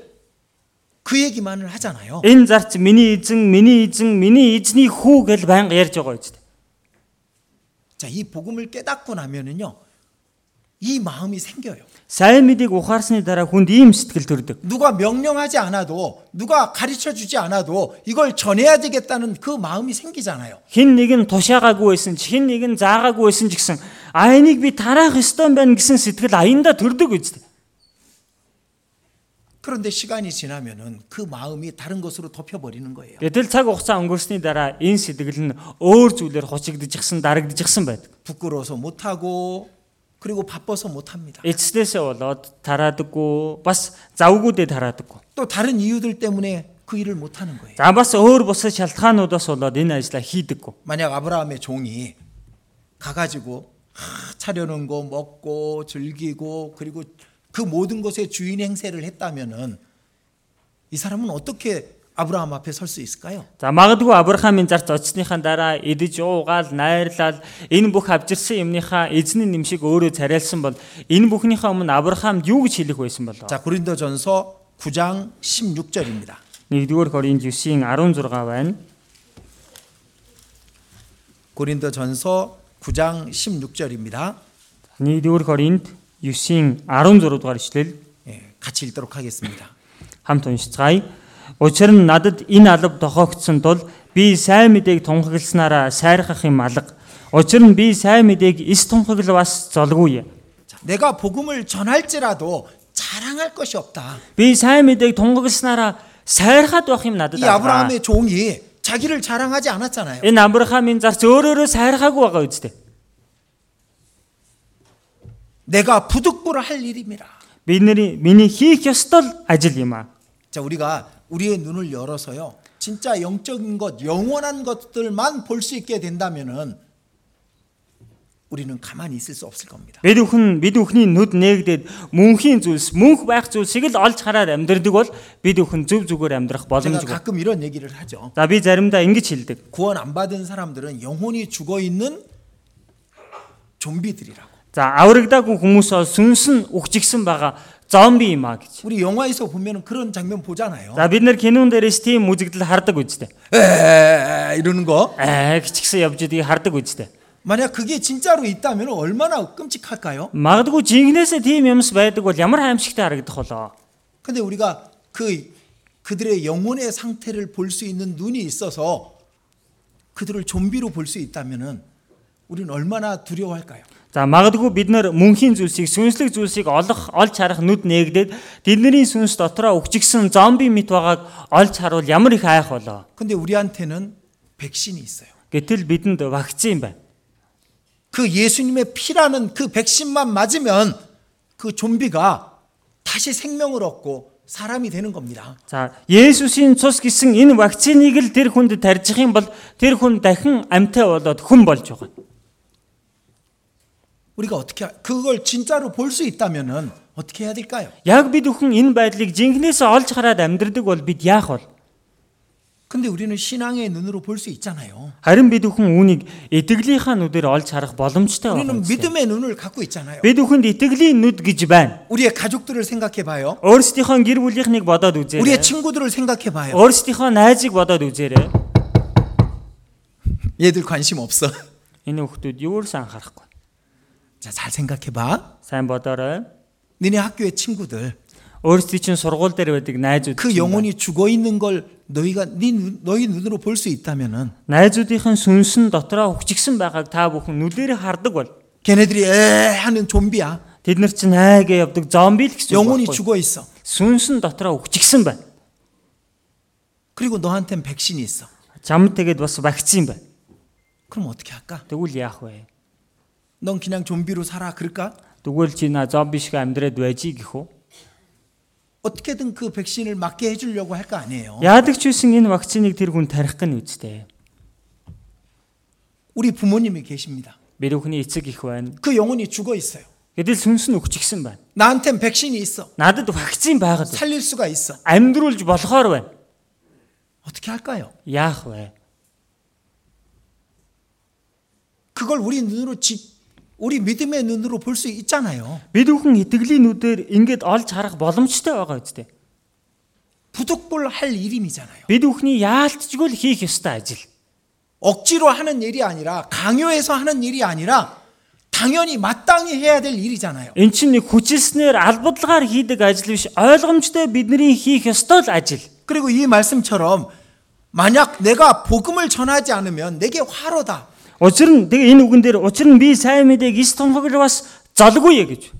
Speaker 1: 그 얘기만을 하잖아요.
Speaker 2: Энэ зарц миний эзэн, миний эзэн, миний эзний хүү гэж байнга ярьж байгаа юм чинь.
Speaker 1: 자, 이 복음을 깨닫고 나면은요. 이 마음이 생겨요.
Speaker 2: Сайн мэдээг ухаарсны дараа хүнд ийм сэтгэл төрдөг.
Speaker 1: 누가 명령하지 않아도 누가 가르쳐 주지 않아도 이걸 전해야 되겠다는 그 마음이 생기잖아요.
Speaker 2: Хин нэг нь тушаагаагүй байсан ч хин нэг нь заагаагүй байсан ч гэсэн а энийг би тараах ёстой юм байна гэсэн сэтгэл аяндаа төрдөг үст.
Speaker 1: 그런데 시간이 지나면은 그 마음이 다른 것으로 덮여 버리는 거예요.
Speaker 2: Гэтэл цаг хугацаа өнгөрсний дараа энэ сэтгэл нь өөр зүйлээр хучигдж гисэн дарагдж гисэн байдаг.
Speaker 1: 부끄러워서 못 하고 그리고 바빠서 못 합니다.
Speaker 2: 예. Эцэслээсээ болоод тараадаггүй бас завгуудээ тараадаггүй.
Speaker 1: 또 다른 이유들 때문에 그 일을 못 하는 거예요.
Speaker 2: За бас өөр бусад шалтгаануудаас болоод энэ ажлаа хийдэггүй.
Speaker 1: 만약 아브라함의 종이 가가지고 하, 차려놓은 거 먹고 즐기고 그리고 그 모든 것의 주인 행세를 했다면은 이 사람은 어떻게 아브라함 앞에 설 수 있을까요?
Speaker 2: За магадгүй Авраамийн зарц очсныхаа дараа идэж уугаал, найрлал энэ бүх авчирсан юмныхаа эзний нэмшиг өөрөө царайлсан бол энэ бүхнийхээ өмнө Авраамд юу гэж хэлэх байсан болов?
Speaker 1: 자 고린도전서 9장 16절입니다.
Speaker 2: 1-р Коринт 9-ийн 16 байна.
Speaker 1: 고린도전서 9장 16절입니다.
Speaker 2: 1-р Коринт 9-ийн 16 дугаар ишлэл
Speaker 1: 예, 같이 읽도록 하겠습니다.
Speaker 2: хамт уншицгаая. Учир нь надад энэ алба тохиогдсон тул би сайн мэдээг тунхагласнараа сайрхах юм алга. Учир нь би сайн мэдээг эс тунхаглаваас золгүй.
Speaker 1: 자, 내가 복음을 전할지라도 자랑할 것이 없다.
Speaker 2: Би сайн мэдээг тунхагласнараа сайрхаад байх юм надад.
Speaker 1: 이
Speaker 2: алга.
Speaker 1: 아브라함의 종이 자기를 자랑하지 않았잖아요.
Speaker 2: Энэ Авраамийн зарц өөрөөрөө сайрхаагүй байгаа үстэй.
Speaker 1: 내가 부득부를 할 일입니다.
Speaker 2: Бид нэр миний хийх ёстой л ажил юм аа.
Speaker 1: 자, 우리가 우리의 눈을 열어서요. 진짜 영적인 것, 영원한 것들만 볼 수 있게 된다면은 우리는 가만히 있을 수 없을 겁니다.
Speaker 2: Бид бүхэн бид бүхний нүд нээгдээд мөнхийн зүйлс мөнх байх зүйлсийг л олж хараад амьдрдаг бол бид бүхэн зөв зүгээр
Speaker 1: 제가
Speaker 2: амьдрах боломжгүй.
Speaker 1: 가끔 이런 얘기를 하죠.
Speaker 2: За би заримдаа ингэж хэлдэг.
Speaker 1: 구원 안 받은 사람들은 영혼이 죽어 있는 좀비들이라고.
Speaker 2: За аврагдаагүй хүмүүс бол сүнс нь үхжигсэн байгаа зомби юм а гэж.
Speaker 1: 우리 영화에서 보면 그런 장면 보잖아요.
Speaker 2: За бид нэр кинон дээрээс тийм үзэгдэл хардаг үсттэй.
Speaker 1: 에 이러는 거.
Speaker 2: Аа гिचгсэн явж идэг хардаг үсттэй.
Speaker 1: 만약 그게 진짜로 있다면 얼마나 끔찍할까요?
Speaker 2: Магадгүй жинхнээсээ тийм юмс байдаг бол ямар аимшигтай харагдах болоо.
Speaker 1: 근데 우리가 그 그들의 영혼의 상태를 볼 수 있는 눈이 있어서 그들을 좀비로 볼 수 있다면은 우리는 얼마나 두려워할까요?
Speaker 2: За магадгүй бид нэр мөнхийн зүйлсийг сүнслэг зүйлсийг олох олж харах нүд нээгдээд тэдний сүнс дотроо үхжигсэн зомби мэт байгааг олж харуул ямар их айх болоо.
Speaker 1: 근데 우리한테는 백신이 있어요.
Speaker 2: Гэтэл бидэнд вакцин байна.
Speaker 1: 그 예수님의 피라는 그 백신만 맞으면 그 좀비가 다시 생명을 얻고 사람이 되는 겁니다.
Speaker 2: За Есүсийн цус гэсэн энэ вакциныг л тэр хүнд тарьчих юм бол тэр хүн дахин амьтаа болоод хүн болж байгаа.
Speaker 1: 우리가 어떻게 하- 그걸 진짜로 볼 수 있다면은 어떻게 해야 될까요?
Speaker 2: Яг бид бүхэн энэ байдлыг жинхнээсээ олж хараад амьдрдаг бол бид яах вэ?
Speaker 1: 근데 우리는 신앙의 눈으로 볼 수 있잖아요.
Speaker 2: Харин бид бүхэн үүнийг итгэлийнхаа нүдээр олж харах боломжтой
Speaker 1: 우리는
Speaker 2: байна. Бид
Speaker 1: 믿음의 눈을 갖고 있잖아요.
Speaker 2: бүхэнд итгэлийн нүд гэж байна.
Speaker 1: 우리의 가족들을 생각해 봐요.
Speaker 2: Өөрсдийнхөө гэр бүлийнхнийг бодоод
Speaker 1: 우리의
Speaker 2: үзээрэй.
Speaker 1: 친구들을 생각해
Speaker 2: 어?
Speaker 1: 봐요.
Speaker 2: Өөрсдийнхөө найзыг бодоод үзээрэй.
Speaker 1: 얘들 관심 없어.
Speaker 2: Энэ хүмүүс юурс анхаарахгүй.
Speaker 1: 자, 잘 생각해 봐.
Speaker 2: Сайн бодоорой.
Speaker 1: 니네 학교의 친구들.
Speaker 2: Өөрсдийн чинь сургууль дээр байдаг найзууд.
Speaker 1: 그
Speaker 2: чинь байна.
Speaker 1: 영혼이 죽어 있는 걸 너희가 네 눈, 너희 눈으로 볼 수 있다면은
Speaker 2: Найзуудынхын сүнс нь дотроо хөвчгсөн байгааг та бүхэн нүдээр хардаг бол
Speaker 1: 걔네들이 에 하는 좀비야.
Speaker 2: Тэд нар чинь айгаа явдаг зомби л гэсэн
Speaker 1: 영혼이
Speaker 2: үг.
Speaker 1: 죽어 있어.
Speaker 2: Сүнс нь дотроо өгчгсэн байна.
Speaker 1: 그리고 너한텐 백신이 있어.
Speaker 2: Чамд тэгээд бас вакцин байна.
Speaker 1: 그럼 어떻게 할까?
Speaker 2: Тэгвэл яах вэ?
Speaker 1: 넌 그냥 좀비로 살아 그럴까?
Speaker 2: Тэгвэл чи на зомби шиг амьдраад байж ий гэх үү?
Speaker 1: 어떻게든 그 백신을 맞게 해주려고 할 거 아니에요.
Speaker 2: Яадаг ч үсэн энэ вакциныг тэр хүн тарих гэн үсттэй.
Speaker 1: 우리 부모님이 계십니다.
Speaker 2: Бид бүхний эцэг их байна.
Speaker 1: 그 영혼이 죽어 있어요.
Speaker 2: Гэтэл сүнс нь өгчгсэн байна.
Speaker 1: 나한텐 백신이 있어.
Speaker 2: Надад вакцин байгаад байна.
Speaker 1: 살릴 수가 있어.
Speaker 2: амьдруулж болохоор байна.
Speaker 1: 어떻게 할까요?
Speaker 2: Яах вэ?
Speaker 1: 그걸 우리 눈으로 지, 우리 믿음의 눈으로 볼 수 있잖아요.
Speaker 2: Бид бүхэн итгэлийн нүдээр ингээд олж харах боломжтой байгаа үсттэй.
Speaker 1: 부득불 할 일임이잖아요.
Speaker 2: Бид бүхний яалтчгүй л хийх ёстой ажил.
Speaker 1: 억지로 하는 일이 아니라 강요해서 하는 일이 아니라 당연히 마땅히 해야 될 일이잖아요.
Speaker 2: Эн чинь нэг хүчилснээр албадлагаар хийдэг ажил биш. Ойлгомжтой бидний хийх ёстой л ажил.
Speaker 1: 그리고 이 말씀처럼 만약 내가 복음을 전하지 않으면 내게 화로다.
Speaker 2: Учир нь тэгээ энэ үгэн дээр учир нь би сайн мэдээг эс тунхаглаж бас залгууя гэж.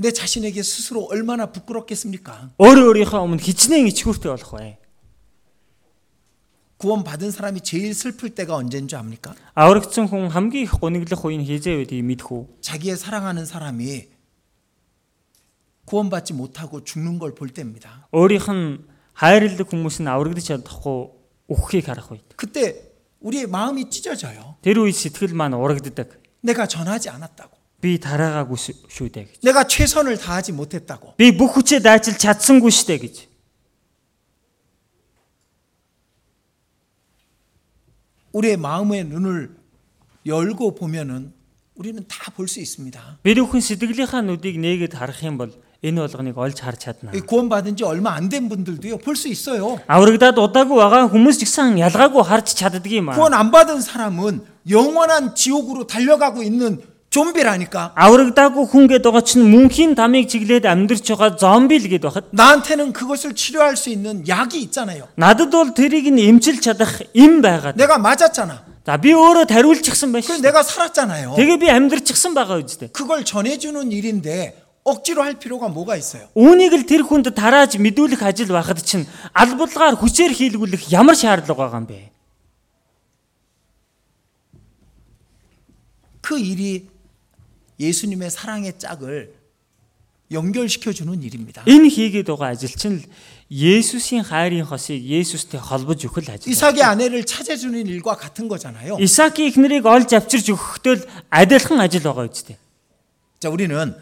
Speaker 1: 내 자신에게 스스로 얼마나 부끄럽겠습니까?
Speaker 2: Өөрөө өөрийнхөө өмнө хичнээн ичгүүртэй болох бай.
Speaker 1: 구원받은 사람이 제일 슬플 때가 언제인 줄 압니까?
Speaker 2: Аврагдсан хүн хамгийн их гониглох үеийн хизээ үед мэдхүү.
Speaker 1: 자기의 사랑하는 사람이 구원받지 못하고 죽는 걸 볼 때입니다.
Speaker 2: Өөрийнх нь хайрлаг хүмүүс нь аврагдаж чадахгүй үххийг харах үед.
Speaker 1: 그때 우리의 마음이 찢어져요.
Speaker 2: Тэр үед сэтгэл маань урагддаг.
Speaker 1: 내가 전하지 않았다고.
Speaker 2: Би тараагаагүй ш- шүү дээ гэж.
Speaker 1: 내가 최선을 다하지 못했다고.
Speaker 2: Би бүх хүчээ дайчилж чадсангүй шүү дээ гэж.
Speaker 1: 우리의 마음의 눈을 열고 보면은 우리는 다 볼 수 있습니다.
Speaker 2: Бид бүхэн сэтгэлийнхаа нүдийг нээгээд харах юм бол энэ болгоныг олж харж чадна.
Speaker 1: 이 구원받은 지 얼마 안 된 분들도요. 볼 수 있어요.
Speaker 2: Аврагдаад удаагүй байгаа хүмүүс ч гэсэн ялгаагүй харж чаддгийм аа.
Speaker 1: 구원 안 받은 사람은 영원한 지옥으로 달려가고 있는 좀비라니까.
Speaker 2: Аврагдаагүй хүн гэдэг байгаа чинь мөнхийн тамыг чиглээд амьдарч байгаа зомби л гээд бахад.
Speaker 1: 나한테는 그것을 치료할 수 있는 약이 있잖아요.
Speaker 2: Надад бол тэрийг нь эмчилж чадах эм байгаад.
Speaker 1: 내가 맞았잖아.
Speaker 2: За би өөрөө тариулчихсан байна
Speaker 1: 그래서
Speaker 2: шүү. дээ.
Speaker 1: 내가 살았잖아요.
Speaker 2: Тэгээ би амьдарчихсан байгаа үстэй.
Speaker 1: 그걸 전해주는 일인데 억지로 할 필요가 뭐가 있어요?
Speaker 2: Үүнийг л тэр хүнд тарааж мэдүүлэх ажил байхад чинь албадлагаар хүчээр хийлгүүлэх ямар шаардлага байгаа юм бэ?
Speaker 1: 그 일이 예수님의 사랑의 짝을 연결시켜 주는 일입니다.
Speaker 2: Энэ хийгээд байгаа ажил чинь л Есүсийн хайрын хосыг Есүстэй холбож өгөх л ажил.
Speaker 1: 이삭의 아내를 찾아주는 일과 같은 거잖아요.
Speaker 2: Исаакийн эхнэрийг олж авчирч өгөхдөө л адилхан ажил байгаа үстэй.
Speaker 1: 자, 우리는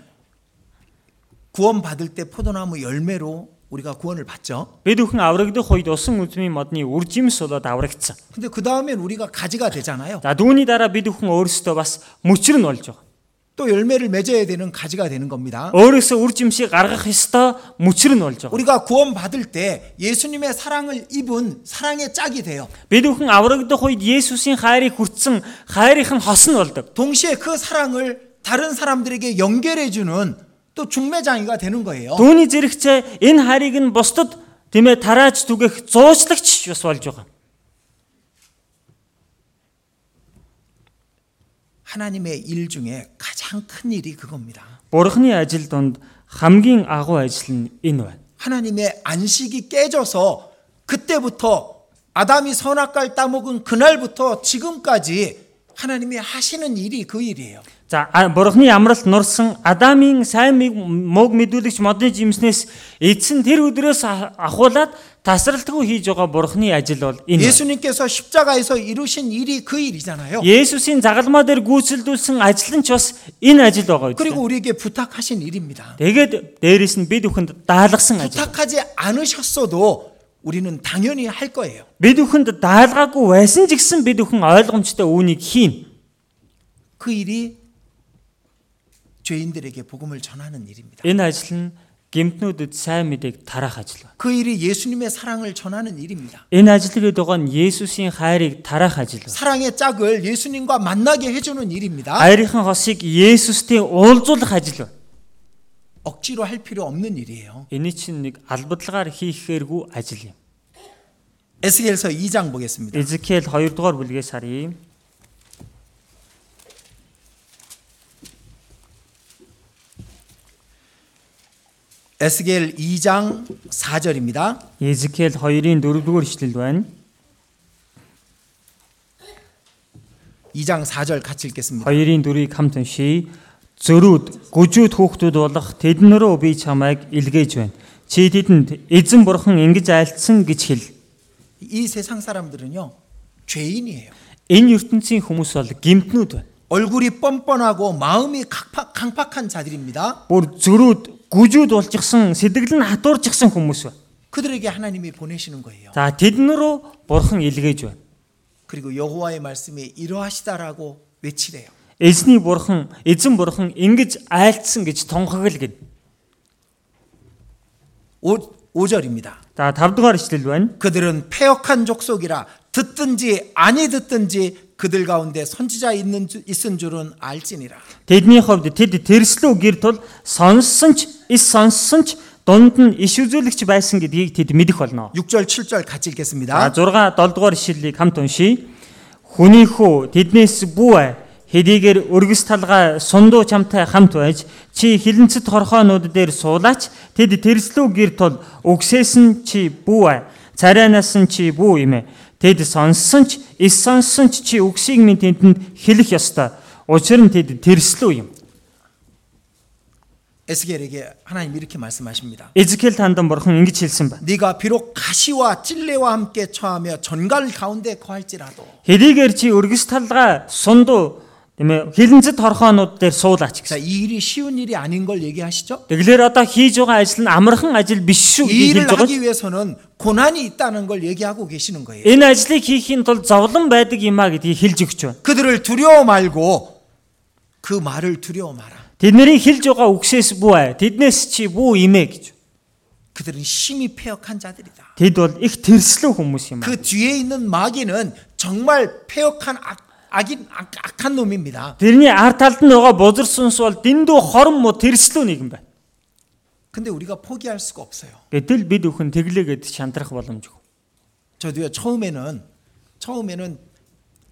Speaker 1: 구원 받을 때 포도나무 열매로 우리가 구원을 받죠.
Speaker 2: Бид бүхэн аврагдах үед усан үзмийн модны үржимс болоод аврагдсан.
Speaker 1: 근데 그 다음엔 우리가 가지가 되잖아요.
Speaker 2: За түүний дараа бид бүхэн өөрсдөө бас мөчр нь болж байгаа.
Speaker 1: 또 열매를 맺어야 되는 가지가 되는 겁니다.
Speaker 2: Өөрөөсөө үржимсийг гаргах ёстой мөчр нь болж байгаа.
Speaker 1: 우리가 구원 받을 때 예수님의 사랑을 입은 사랑의 짝이 돼요.
Speaker 2: Бид бүхэн аврагдах үед Есүсийн хайрыг хүртсэн хайрынх нь хос нь болдог.
Speaker 1: 동시에 그 사랑을 다른 사람들에게 연결해주는 또 중매장이가 되는 거예요.
Speaker 2: Түүний зэрэгцээ энэ харийг нь бусдад тийм ээ тарааж түгэх зуучлагч бас болж байгаа.
Speaker 1: 하나님의 일 중에 가장 큰 일이 그겁니다.
Speaker 2: Бурхны ажил донд хамгийн агуу ажил нь энэ байна.
Speaker 1: 하나님의 안식이 깨져서 그때부터 아담이 선악과를 따먹은 그날부터 지금까지 하나님이 하시는 일이 그 일이에요.
Speaker 2: За а- Бурхны амралт нурсан Адамын сайн мэг- мог мэдүүлэгч модны жимснээс эдсэн тэр өдрөөс а- ахуулаад тасралтгүй хийж байгаа Бурхны ажил бол энэ. байна.
Speaker 1: 예수님께서 십자가에서 이루신 일이 그 일이잖아요.
Speaker 2: 예. Есүсийн загалмаа дээр гүйцэлдүүлсэн ажил нь ч бас энэ ажил байгаа
Speaker 1: 그리고
Speaker 2: юм.
Speaker 1: 우리에게 부탁하신 일입니다.
Speaker 2: 네, Тэгээд дээрэс нь бид бүхэнд даалгасан ажил.
Speaker 1: 부탁하지 않으셨어도 우리는 당연히 할 거예요.
Speaker 2: Бид бүхэнд даалгаагүй байсан ч гэсэн бид бүхэн ойлгомжтой үүнийг хийн.
Speaker 1: 그 일이 죄인들에게 복음을 전하는 일입니다.
Speaker 2: Энэ ажил нь гимтнүүдэд сайн мэдээг тараах ажил байна.
Speaker 1: 그 일이 예수님의 사랑을 전하는 일입니다.
Speaker 2: Энэ ажил гэдэг байгаа нь Есүсийн хайрыг тараах ажил байна.
Speaker 1: 사랑의 짝을 예수님과 만나게 해주는 일입니다.
Speaker 2: Хайрынхан хосыг Есүстэй уулзуулах ажил байна.
Speaker 1: 억지로 할 필요 없는 일이에요.
Speaker 2: Энэ чинь нэг албадлагаар хийхээргүй ажил юм.
Speaker 1: 에스겔서 2장 보겠습니다.
Speaker 2: Эзекиэл 2 дугаар бүлгээс харъя.
Speaker 1: 에스겔 2장 4절입니다.
Speaker 2: Изекэл 2-ын 4-р ишлэл байна.
Speaker 1: 2장 4절 같이 읽겠습니다.
Speaker 2: 2-ын 4-ийг хамт уншийе. Зөрүүд, гүжүүд хүүхдүүд болох тэднэрөө би чамайг илгээж байна. Чи тэдэнд эзэн бурхан ингэж айлтсан гэж хэл.
Speaker 1: 이 세상 사람들은요. 죄인이에요.
Speaker 2: Энэ ертөнцийн хүмүүс бол гимтнүүд байна.
Speaker 1: 얼굴이 뻔뻔하고 마음이 강팍, 강팍한 자들입니다.
Speaker 2: Бүр зөрүүд, гүжүүд болчихсан, сэтгэл нь хатуурчихсан хүмүүс байна.
Speaker 1: 그들에게 하나님이 보내시는 거예요.
Speaker 2: За тэднэрөө бурхан илгээж байна.
Speaker 1: 그리고 여호와의 말씀이 이러하시다라고 외치래요.
Speaker 2: Эзний бурхан, эзэн бурхан ингэж айлтсан гэж тунхаглал гин.
Speaker 1: 5, 절입니다
Speaker 2: За 5 дугаар ишлэл байна.
Speaker 1: 그들은 패역한 족속이라 듣든지 아니 듣든지 그들 가운데 선지자 있는 줄, 있은 줄은 알지니라.
Speaker 2: Тэдний хувьд тэд тэрслүү гэр тул сонссон ч, эс сонссон ч дунд нь иш үзүүлэгч байсан гэдгийг тэд мэдэх болно.
Speaker 1: 6절 7절 같이
Speaker 2: За
Speaker 1: 읽겠습니다.
Speaker 2: 6 7 дугаар ишлэлийг хамт уншийе. Хүний хүү тэднээс бүү ай. Хэдийгээр өргөс талгаа сундуу чамтай хамт байж чи хилэнцэд хорхоонууд дээр суулаач тэд тэрслүү гэр тул өгсөөс нь чи бүү ай. Царайнаас нь чи бүү юм ээ. Тэд сонссон ч, эс сонссон ч чи үгсийг минь тэдэнд хэлэх ёстой. Учир нь тэд тэрслүү юм.
Speaker 1: 에스겔에게 하나님 이렇게 말씀하십니다.
Speaker 2: Эзекэл тандан бурхан ингэж хэлсэн байна.
Speaker 1: 네가 비록 가시와 찔레와 함께 처하며 전갈 가운데 거할지라도
Speaker 2: Хэдийгээр чи өргөс талгаа сундуу тийм ээ хилэнцэд хорхоонууд дээр суулаач
Speaker 1: 자,
Speaker 2: гэсэн.
Speaker 1: 이 일이 쉬운 일이 아닌 걸 얘기하시죠?
Speaker 2: Тэгэлэр одоо хийж байгаа ажил нь амархан ажил биш
Speaker 1: 이
Speaker 2: шүү гэж
Speaker 1: 일을
Speaker 2: хэлж байгаа.
Speaker 1: 하기 위해서는 고난이 있다는 걸 얘기하고 계시는 거예요.
Speaker 2: Энэ ажлыг хийхин тулд зовлон байдаг юм а гэдгийг хэлж өгч байна.
Speaker 1: 그들을 두려워 말고 그 말을 두려워 마라.
Speaker 2: Тэдний хэлж байгаа үгсээс бүү ай. Тэднээс чи бүү имэ гэж.
Speaker 1: 그들은 심히 패역한 자들이다.
Speaker 2: Тэд бол их тэрслүү хүмүүс юм а.
Speaker 1: 그 뒤에 있는 마귀는 정말 패역한 악, 악인, 악, 악한 놈입니다.
Speaker 2: Тэрний ард талд нь байгаа бузар сүнс бол дэндүү хорм мо тэрслүү нэгэн байна.
Speaker 1: 근데 우리가 포기할 수가 없어요.
Speaker 2: Гэтэл бид өхөн тэглээгээд шантрах боломжгүй.
Speaker 1: 저도요 처음에는 처음에는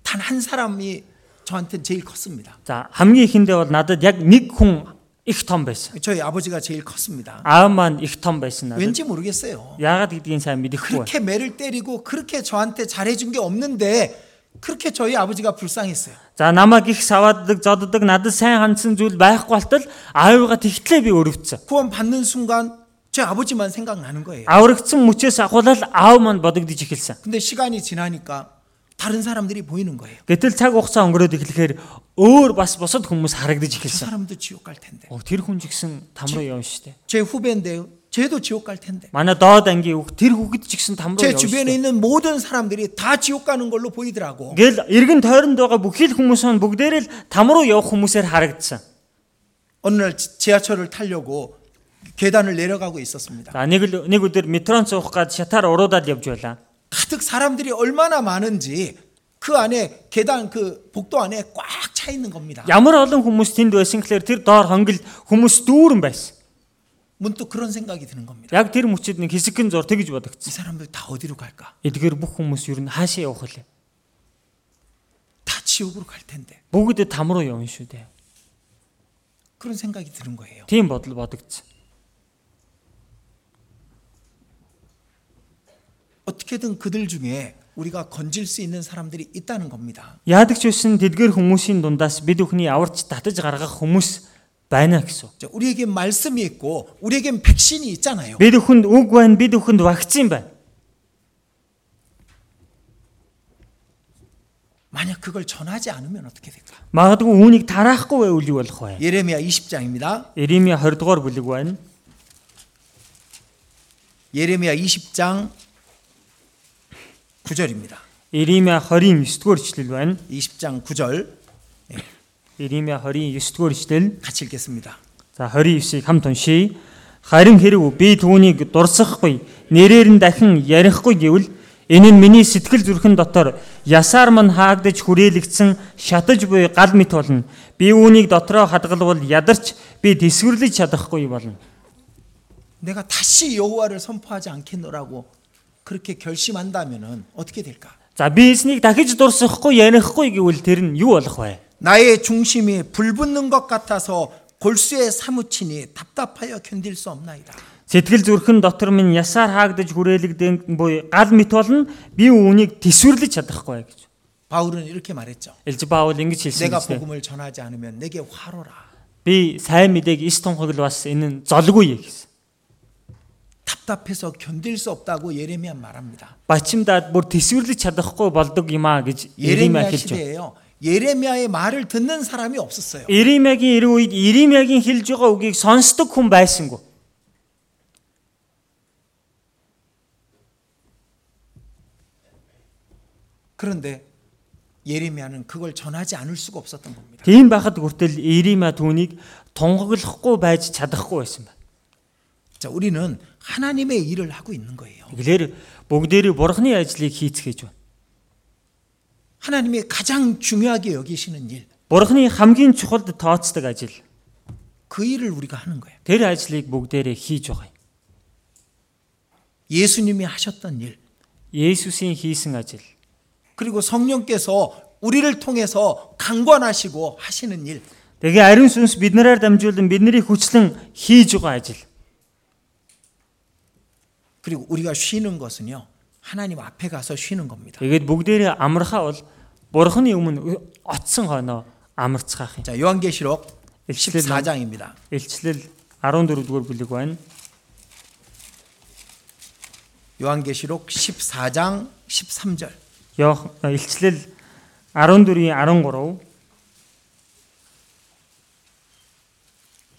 Speaker 1: 단 한 사람이 저한테 제일 컸습니다.
Speaker 2: За хамгийн ихэндээ бол надад яг нэг хүн их том байсан.
Speaker 1: 저희 아버지가 제일 컸습니다.
Speaker 2: Аав маань их том байсан надад.
Speaker 1: 왠지 모르겠어요.
Speaker 2: Яагаад гэдгийг сайн мэдэхгүй байна.
Speaker 1: 그렇게 매를 때리고 그렇게 저한테 잘해준 게 없는데 그렇게 저희 아버지가 불쌍했어요.
Speaker 2: За намайг их савааддаг, зодддаг, надад сайн хандсан зүйл байхгүй болтол аавыгаа тэгтлээ би өрөвцөн.
Speaker 1: 구원 받는 순간 제 아버지만 생각나는 거예요.
Speaker 2: Аврагдсан мөчөөс ахуулаад аав маань бодогдож эхэлсэн.
Speaker 1: 근데 시간이 지나니까 다른 사람들이 보이는 거예요.
Speaker 2: Гэтэл цаг хугацаа өнгөрөөд эхлэхээр өөр бас бусад хүмүүс харагдаж
Speaker 1: 그
Speaker 2: эхэлсэн.
Speaker 1: 사람도 지옥 갈 텐데.
Speaker 2: Оо тэр хүн ч гэсэн там руу явна шүү дээ.
Speaker 1: 제 후배인데요. 쟤도 지옥 갈 텐데.
Speaker 2: Манай доод ангийн үг тэр хүүхэд ч гэсэн там руу
Speaker 1: 제
Speaker 2: явна.
Speaker 1: 주변에
Speaker 2: шүү дээ.
Speaker 1: 있는 모든 사람들이 다 지옥 가는 걸로 보이더라고.
Speaker 2: Гэл эргэн тойронд байгаа бүхий л хүмүүс маань бүгдээрээ л там руу явах хүмүүсээр харагдсан.
Speaker 1: 어느 날 지- 지하철을 타려고 계단을 내려가고 있었습니다.
Speaker 2: За нэг л нэг өдөр метрон цуух гад шатаар уруудаад явж байлаа.
Speaker 1: 가득 사람들이 얼마나 많은지 그 안에 계단 그 복도 안에 꽉 차 있는 겁니다.
Speaker 2: Ямар олон хүмүүс тэнд байсан гэхээр тэр доор хонгил хүмүүс дүүрэн байсан.
Speaker 1: 문득 그런 생각이 드는 겁니다.
Speaker 2: Яг тэр мөчөд нэг хэсэгэн зур
Speaker 1: 이
Speaker 2: тэгж бодогдсон.
Speaker 1: 사람들 다 어디로 갈까?
Speaker 2: Эдгээр бүх хүмүүс юу н хаашаа явах вэ?
Speaker 1: 다 지옥으로 갈 텐데.
Speaker 2: Бүгд там руу явна шүү дээ.
Speaker 1: 그런 생각이 드는 거예요.
Speaker 2: Тийм бодол бодогдсон.
Speaker 1: 어떻게든 그들 중에 우리가 건질 수 있는 사람들이 있다는 겁니다.
Speaker 2: Яадаг ч үсэн тэдгээр хүмүүсийн дундаас бид бүхний аварч татаж гаргах хүмүүс байна гэсэн. үг.
Speaker 1: 자, 우리에겐 말씀이 있고 우리에겐 백신이 있잖아요.
Speaker 2: Бид бүхэнд үг байна, бид бүхэнд вакцин байна.
Speaker 1: 만약 그걸 전하지 않으면 어떻게 될까?
Speaker 2: Магадгүй үүнийг тараахгүй байвал юу болох вэ?
Speaker 1: 예레미야 20장입니다.
Speaker 2: Ирими 20 дугаар бүлэг байна.
Speaker 1: 예레미야 20장 9절입니다.
Speaker 2: Ирими 29 дугаар ишлэл байна.
Speaker 1: 20장 9절
Speaker 2: Ирими 29 дугаар ишлэл.
Speaker 1: 같이 읽겠습니다.
Speaker 2: За 29-ийг хамт уншийе. Харин хэрв би түүнийг дурсахгүй, нэрээр нь дахин ярихгүй гэвэл энэ нь миний сэтгэл зүрхэн дотор ясаар мань хаагдж хүрээлэгдсэн шатаж буй гал мэт болно. Би үүнийг дотроо хадгалвал ядарч би тэсвэрлэж чадахгүй болно.
Speaker 1: 내가 다시 여호와를 선포하지 않겠노라고 그렇게 결심한다면은 어떻게 될까?
Speaker 2: За би эснийг дахиж дурсахгүй, ярихгүй гэвэл тэр нь юу болох вэ?
Speaker 1: 나의 중심이 불붙는 것 같아서 골수에 사무치니 답답하여 견딜 수 없나이다.
Speaker 2: Сэтгэл зүрхэн дотор минь ясаар хаагдаж хүрээлэгдэн буй гал мэт болно. Би үүнийг төсвөрлөж чадахгүй гэж.
Speaker 1: 바울은 이렇게 말했죠.
Speaker 2: Элж Паул ингэж хэлсэн.
Speaker 1: 내가
Speaker 2: биз дээ.
Speaker 1: 복음을 전하지 않으면 내게 화로라.
Speaker 2: Би сайн мэдээг ис тунхаг л бас энэ нь золгүй гэсэн.
Speaker 1: 답답해서 견딜 수 없다고 예레미야 말합니다.
Speaker 2: Бачимдаад бүр төсвөрлөж чадахгүй болдог юм аа гэж
Speaker 1: 예레미야
Speaker 2: Иремя хэлж байна.
Speaker 1: 시대예요. 예레미야의 말을 듣는 사람이 없었어요.
Speaker 2: Иремягийн эрүү үед Иремягийн хэлж байгаа үгийг сонсдог хүн байсангүй.
Speaker 1: 그런데 예레미야는 그걸 전하지 않을 수가 없었던 겁니다.
Speaker 2: Тийм байхад хүртэл Иремя түүнийг тунгаглахгүй байж чадахгүй байсан байна.
Speaker 1: 자, 우리는 하나님의 일을 하고 있는 거예요.
Speaker 2: Тэгэлэр бүгдээрээ бурхны ажлыг хийцгээж байна.
Speaker 1: 하나님이 가장 중요하게 여기시는 일,
Speaker 2: Бурхны хамгийн чухалд тооцдог ажил.
Speaker 1: 그 일을 우리가 하는 거예요.
Speaker 2: Тэр ажлыг бүгдээрээ хийж байгаа юм.
Speaker 1: 예수님이 하셨던 일,
Speaker 2: Есүсийн хийсэн ажил.
Speaker 1: 그리고 성령께서 우리를 통해서 강권하시고 하시는 일,
Speaker 2: Тэгээ ариун сүнс биднээр дамжуулан биднийг хүчлэн хийж байгаа ажил.
Speaker 1: 그리고 우리가 쉬는 것은요, 하나님 앞에 가서 쉬는 겁니다.
Speaker 2: Тэгээд бүгдээрээ амархаа бол бурхны өмнө оцсон хоноо амарцгаах юм.
Speaker 1: 자, 요한계시록
Speaker 2: 일칠일
Speaker 1: 14장입니다.
Speaker 2: Илчлэл 14 дугаар бүлэг байна.
Speaker 1: 요한계시록 14장 13절.
Speaker 2: Йох э, илчлэл 14-ийн 13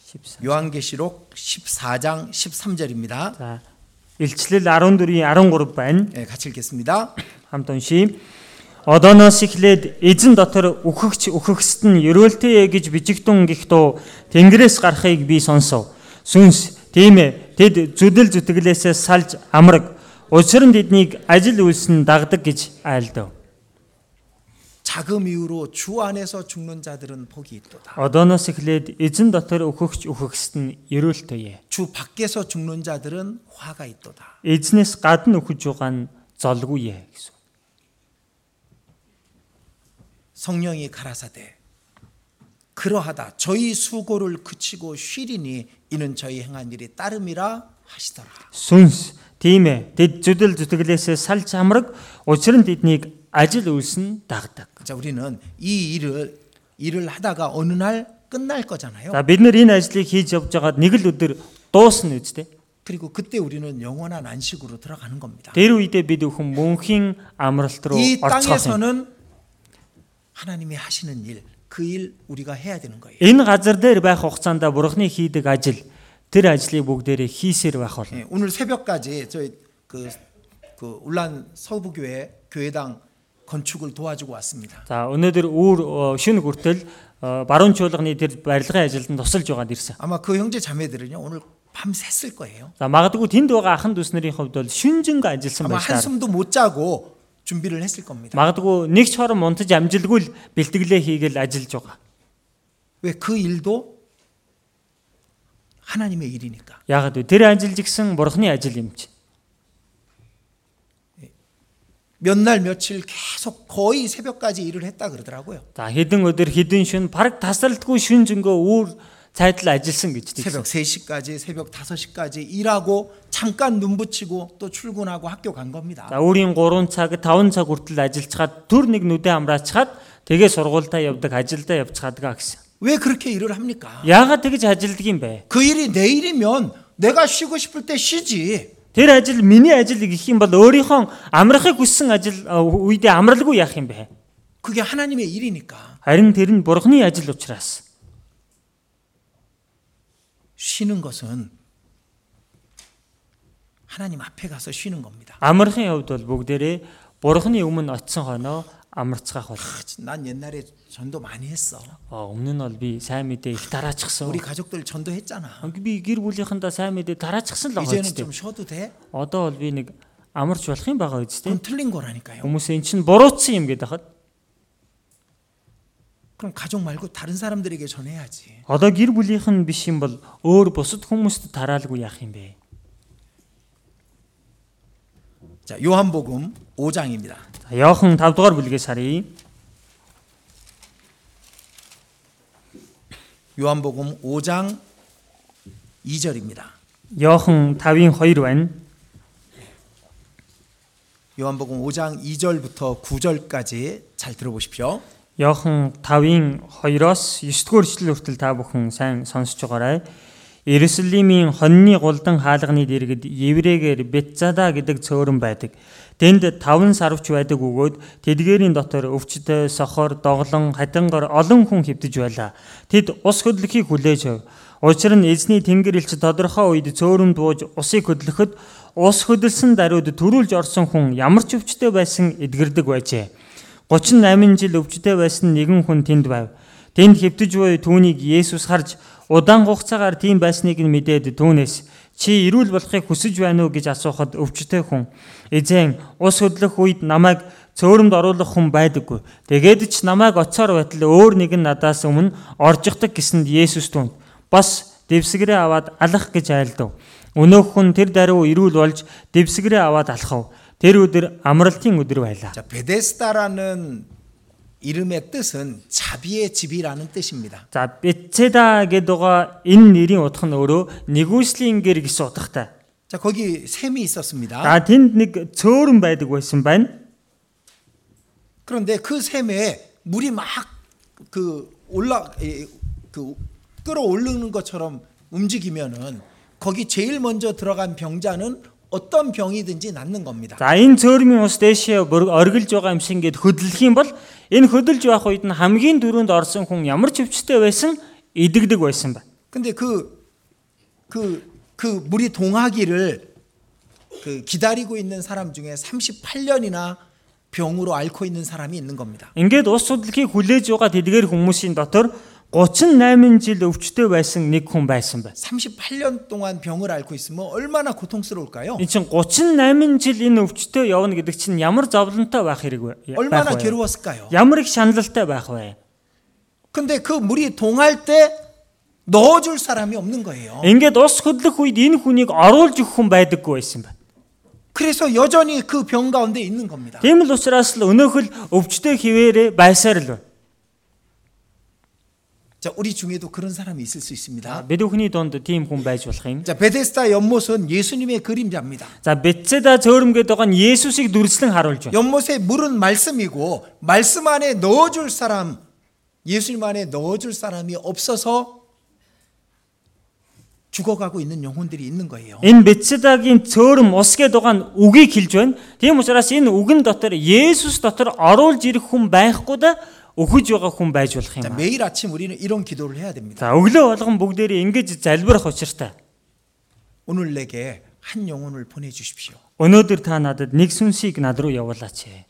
Speaker 2: 14.
Speaker 1: 요한계시록 14장 13절입니다.
Speaker 2: За. Илчлэл 14-ийн 13 байна.
Speaker 1: 예, 같이 읽겠습니다.
Speaker 2: Хамт уншийе. Одооноос эхлээд эзэн дотор өөхөгч өөхөксөд нь ерөөлтэйе гэж бижигдэн гихдөө Тэнгэрээс гарахыг би сонсов. Сүнс тийм ээ. Тэд зүдэл зүтгэлээсээ салж амраг. Учир нь тэднийг ажил үйлс нь дагдаг гэж айлдав.
Speaker 1: 자금 이후로 주 안에서 죽는 자들은 복이 있도다.
Speaker 2: Одооноос эхлээд эзэн дотор өөхөгч өөхөксөд нь ерөөлтэйе.
Speaker 1: 주 밖에서 죽는 자들은 화가 있도다.
Speaker 2: Эзнээс гадна өгч байгаа нь золгүй ээ гэсэн.
Speaker 1: 성령이 가라사대 그러하다 저희 수고를 그치고 쉬리니 이는 저희 행한 일이 따름이라 하시더라.
Speaker 2: Сүнс тийм ээ. Тэд зүдэл зүтгэлээсээ салж амраг. Учир нь тэднийг ажил үйлс нь дагдаг.
Speaker 1: 자 우리는 이 일을 일을 하다가 어느 날 끝날 거잖아요.
Speaker 2: За бид нэр энэ ажлыг хийж явж байгаад нэг л өдөр дуусна үсттэй.
Speaker 1: 그리고 그때 우리는 영원한 안식으로 들어가는 겁니다.
Speaker 2: Тэр үедээ бид өхөн мөнхийн амралт руу
Speaker 1: 이
Speaker 2: орцгох. юм.
Speaker 1: 땅에서는 하나님이 하시는 일, 그 일 우리가 해야 되는 거예요.
Speaker 2: Энэ газар дээр байх хугацаанд бурхны хийдэг ажил тэр ажлыг бүгдээрээ хийсээр байх болно.
Speaker 1: 예, 오늘 새벽까지 저희 그, 그 울란 서부교회 교회당 건축을 도와주고 왔습니다.
Speaker 2: За өнөөдөр үүр э, шөнө хүртэл э, баруун чуулганы тэр барилгын ажилд нь тусалж байгаад ирсэн.
Speaker 1: 아마 그 형제 자매들은요 오늘 밤샜을 거예요.
Speaker 2: За магадгүй тэнд байгаа ахын дүүснэрийн хувьд бол шүнжэнг ажилласан
Speaker 1: 아마
Speaker 2: байж таар.
Speaker 1: 한숨도 못 자고 준비를 했을 겁니다.
Speaker 2: Магадгүй нэг ч хором унтаж амжилгүй л бэлтгэлээ хийгээл ажиллаж байгаа.
Speaker 1: 왜 그 일도 하나님의 일이니까.
Speaker 2: Яагаад вэ? Тэр ажиллаж гисэн бурхны ажил юм чи.
Speaker 1: 몇 날 며칠 계속 거의 새벽까지 일을 했다 그러더라고요.
Speaker 2: За хідэн өдөр хідэн шөн баг тасралтгүй шүн зөнгөө үүр цайдл ажилласан гэж
Speaker 1: 새벽
Speaker 2: тэгсэн.
Speaker 1: 3시까지 새벽 5시까지 일하고 잠깐 눈 붙이고 또 출근하고 학교 간 겁니다.
Speaker 2: За өөрийн 3 цаг 5 цаг хүртэл ажиллацгаад төр нэг нүдэ амраачгаад тэгээ сургуультай явдаг ажилдаа явцгаадгаа гэсэн.
Speaker 1: 왜 그렇게 일을 합니까?
Speaker 2: Яагаад тэгж ажилдаг юм бэ?
Speaker 1: 그 일이 내 일이면 내가 쉬고 싶을 때 쉬지.
Speaker 2: Тэр ажил миний ажил гэх юм бол өөрийнхөө амрахыг хүссэн ажил э, үедээ амралгүй яах юм бэ?
Speaker 1: 그게 하나님의 일이니까.
Speaker 2: Харин тэр нь бурхны ажил учраас.
Speaker 1: 쉬는 것은 하나님 앞에 가서 쉬는 겁니다.
Speaker 2: Амархын хувьд бол бүгдээрээ бурхны өмнө очисон хоноо амарцгаах бол.
Speaker 1: 아, 난 옛날에 전도 많이 했어.
Speaker 2: Аа, Өмнө нь бол би сайн мэдээ их дараачихсан.
Speaker 1: 우리 가족들 전도했잖아.
Speaker 2: Би гэр бүлийнхэнтэй сайн мэдээ дараачихсан л байгаа
Speaker 1: 이제는 좀
Speaker 2: юм.
Speaker 1: 쉬어도 돼?
Speaker 2: Одоо бол би нэг амарч болох юм байгаа үст тийм.
Speaker 1: 그건 틀린 거라니까요.
Speaker 2: Хүмүүс эн чинь буруутсан юм гээд хахад.
Speaker 1: 그럼 가족 말고 다른 사람들에게 전해야지.
Speaker 2: Одоо гэр бүлийнх нь биш юм бол өөр бусад хүмүүст тараалгүй яах юм бэ?
Speaker 1: 자, 요한복음 5장입니다.
Speaker 2: За Иохан 5 дугаар бүлгээс харъя.
Speaker 1: 요한복음 5장 2절입니다.
Speaker 2: Йохан 5-ын 2 байна.
Speaker 1: 요한복음 5장 2절부터 9절까지 잘 들어보십시오.
Speaker 2: Йохан 5-ын 2-оос 9-р эшлэл хүртэл та бүхэн сайн сонсож байгаарай. Иерусалимийн хоньны голдан хаалганы дэргэд еврейгээр Бетзада гэдэг цөөрөн байдаг. Тэнд 5 сарвч байдаг өгөөд тэдгээрийн дотор өвчтөй, сохор, доглон, хатангор олон хүн хэвдэж байлаа. Тэд ус хөдлөхийг хүлээж ав. Учир нь эзний тэнгэр элч тодорхой үед цөөрөн бууж усыг хөдлөхөд ус хөдөлсөн даруйд төрүүлж орсон хүн ямар ч өвчтөй байсан эдгэрдэг байжээ. 38 жил өвчтэй байсан нэгэн хүн тэнд байв. Тэнд хэвтэж буй түүнийг Есүс харж удаан хугацаагаар тийм байсныг нь мэдээд түүнээс чи эрүүл болохыг хүсэж байна уу гэж асуухад өвчтэй хүн эзэн ус хөдлөх үед намайг цөөрөмд оруулах хүн байдаггүй. Тэгээд ч намайг оцоор байтал өөр нэг нь надаас өмнө оржихдаг гэсэнд Есүс түүнд бас дэвсгэрээ аваад алах гэж айлдав. Өнөөх хүн тэр даруй эрүүл болж дэвсгэрээ аваад алхав. Тэр өдөр амралтын өдөр байлаа.
Speaker 1: 자, 베데스다라는 이름의 뜻은 자비의 집이라는 뜻입니다.
Speaker 2: За Бетседа гэдэг байгаа энэ нэрийн утга нь өөрөө нэгүслийн гэр гэсэн утгатай.
Speaker 1: 자, 거기 샘이 있었습니다.
Speaker 2: За тэнд нэг цөөрөн байдаг байсан байна.
Speaker 1: 그런데 그 샘에 물이 막 그 올라 예, 그 끌어오르는 것처럼 움직이면은 거기 제일 먼저 들어간 병자는 어떤 병이든지 낫는 겁니다.
Speaker 2: За энэ цөөрмийн ус дэшээ бор- оргилж байгаа юм шиг ингээд хөдөлөх юм бол энэ хөдөлж байх үед нь хамгийн дөрөнд орсон хүн ямар ч өвчтэй байсан идэгдэг байсан байна.
Speaker 1: 근데 그, 그, 그 물이 동하기를 그 기다리고 있는 사람 중에 38년이나 병으로 앓고 있는 사람이 있는 겁니다.
Speaker 2: Ингээд ус судлахыг хүлээж байгаа тэдгээр хүмүүсийн дотор 38 жил өвчтэй байсан нэг хүн байсан байна.
Speaker 1: 38년 동안 병을 앓고 있으면 얼마나 고통스러울까요?
Speaker 2: Энд чинь 38 жил энэ өвчтөй явна гэдэг чинь ямар зовлонтой байх хэрэг вэ?
Speaker 1: 얼마나 괴로웠을까요?
Speaker 2: Ямар их шаналлтай байх вэ?
Speaker 1: 근데 그 물이 동할 때 넣어줄 사람이 없는 거예요.
Speaker 2: Ингээд ус хөдлөх үед энэ хүнийг оруулж өгөх хүн байдаггүй байсан байна.
Speaker 1: 그래서 여전히 그 병 가운데 있는 겁니다.
Speaker 2: Тийм л учраас л өнөөхөл өвчтөй хിവэрэ байсаар л байна.
Speaker 1: 자, 우리 중에도 그런 사람이 있을 수 있습니다.
Speaker 2: Бид бүхний дунд тийм хүн байж болох юм.
Speaker 1: 자, 베데스다 연못은 예수님의 그림자입니다.
Speaker 2: За Бетседа цөөрмгэд байгаа нь Есүсийг дүрслэн харуулж байна.
Speaker 1: 연못의 물은 말씀이고 말씀 안에 넣어줄 사람 예수님 안에 넣어줄 사람이 없어서 죽어가고 있는 영혼들이 있는 거예요.
Speaker 2: Энэ Бетседагийн цөөрм ус гэдэг байгаа нь үгийг хэлж байна. Тийм учраас энэ үгэн дотор Есүс дотор оруулж ирэх хүн байхгүй да өгөж байгаа хүн байж болох юм.
Speaker 1: 자,
Speaker 2: байна.
Speaker 1: 매일 아침 우리는 이런 기도를 해야 됩니다.
Speaker 2: За өглөө болгон бүгдээрээ ингэж залбирах учиртай.
Speaker 1: 오늘 내게 한 영혼을 보내주십시오.
Speaker 2: Өнөөдөр та надад нэг сүнсийг над руу явуулаач. ээ.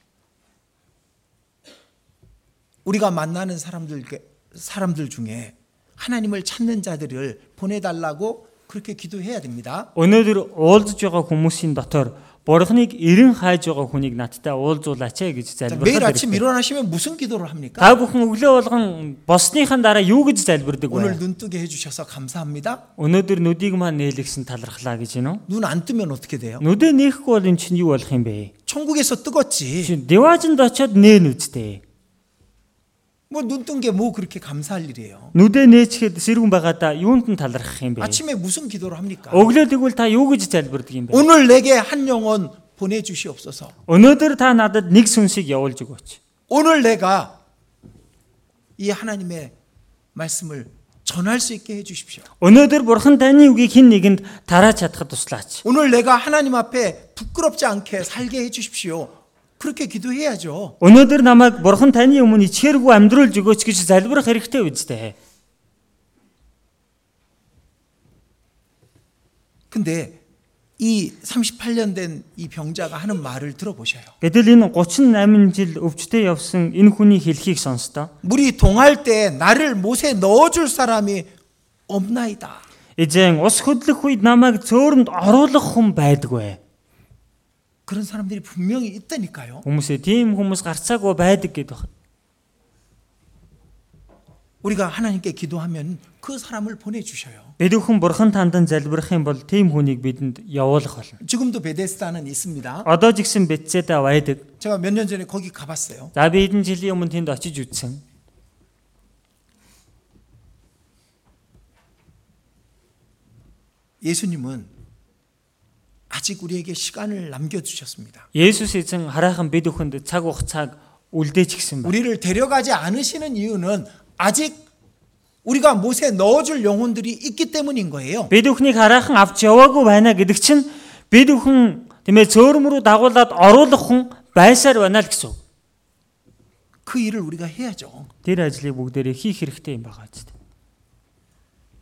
Speaker 1: 우리가 만나는 사람들 사람들 중에 하나님을 찾는 자들을 보내달라고 그렇게 기도해야 됩니다.
Speaker 2: Өнөөдөр уулзж байгаа хүмүүсийн дотор бурхныг эрен хайж байгаа хүнийг надтай уулзуулаач ээ гэж
Speaker 1: 자, 매일
Speaker 2: залбирах.
Speaker 1: 아침 일어나시면 무슨 기도를 합니까?
Speaker 2: Та бүхэн өглөө болгон босныхан дараа юу гэж залбирдаг
Speaker 1: 오늘
Speaker 2: вэ?
Speaker 1: 눈 뜨게 해주셔서 감사합니다.
Speaker 2: Өнөөдөр нүдийг маань нээлгсэн талархлаа гэж юм уу?
Speaker 1: 눈 안 뜨면 어떻게 돼요?
Speaker 2: Нүдэ нээхгүй бол эн чинь юу болох юм бэ?
Speaker 1: 천국에서 뜨겠지.
Speaker 2: Чи диваажинд очиод нээн үсттэй.
Speaker 1: 뭐 눈 뜬 게 뭐 그렇게 감사할 일이에요.
Speaker 2: Нүдэ нээчихэд сэрүүн байгаадаа юунд нь талархах юм бэ?
Speaker 1: 아침에 무슨 기도를 합니까?
Speaker 2: Өглөө тэгвэл та юу гэж залбирдаг юм бэ?
Speaker 1: 오늘 내게 한 영혼 보내주시옵소서.
Speaker 2: Өнөөдөр та надад нэг сүнсийг явуулж өгөөч.
Speaker 1: 오늘 내가 이 하나님의 말씀을 전할 수 있게 해주십시오.
Speaker 2: Өнөөдөр бурхан таны үгийг хэн нэгэнд тарааж чадахад туслаач.
Speaker 1: 오늘 내가 하나님 앞에 부끄럽지 않게 살게 해주십시오. 그렇게 기도해야죠.
Speaker 2: Өнөөдөр намайг бурхан таны өмнө ичхээргүй амьдруулж өгөөч гэж залбирах хэрэгтэй үстэй.
Speaker 1: 근데 이 38년 된 이 병자가 하는 말을 들어보셔요.
Speaker 2: Гэтэл энэ 38 жил өвчтөе явсан энэ хүний хэлхийг сонстоо.
Speaker 1: 물이 동할 때 나를 못에 넣어줄 사람이 없나이다.
Speaker 2: Эзэн ус хөдлөх үед намайг цөөрөнд оруулах хүн байдгүй.
Speaker 1: 그런 사람들이 분명히 있다니까요.
Speaker 2: Хүмүүсээ тийм хүмүүс гарцаагүй байдаг гэдэг байна.
Speaker 1: 우리가 하나님께 기도하면 그 사람을 보내주셔요.
Speaker 2: Бид бүхэн бурхан тандан залбирах юм бол тийм хүнийг бидэнд явуулах болно.
Speaker 1: 지금도 베데스다는 있습니다.
Speaker 2: Одоо ч гэсэн битцэдэ байдаг.
Speaker 1: 제가 몇 년 전에 거기 가봤어요.
Speaker 2: За би хэдэн жилийн өмнө тэнд очиж үзсэн.
Speaker 1: 예수님은 아직 우리에게 시간을 남겨 주셨습니다.
Speaker 2: Есүс эзэн хараахан бид өхөнд цаг хугацааг үлдээж гисэн байна.
Speaker 1: 우리를 데려가지 않으시는 이유는 아직 우리가 못에 넣어줄 영혼들이 있기 때문인 거예요.
Speaker 2: Бид өхнийг хараахан авч яваагүй байна гэдэг чинь бид өхөн тиймээ цөөрм рүү дагуулад оруулах хүн байсаар байна л гэсэн. үг.
Speaker 1: 그 일을 우리가 해야죠.
Speaker 2: Тэр ажлыг бүгдээрээ хийх хэрэгтэй юм байгаа ч.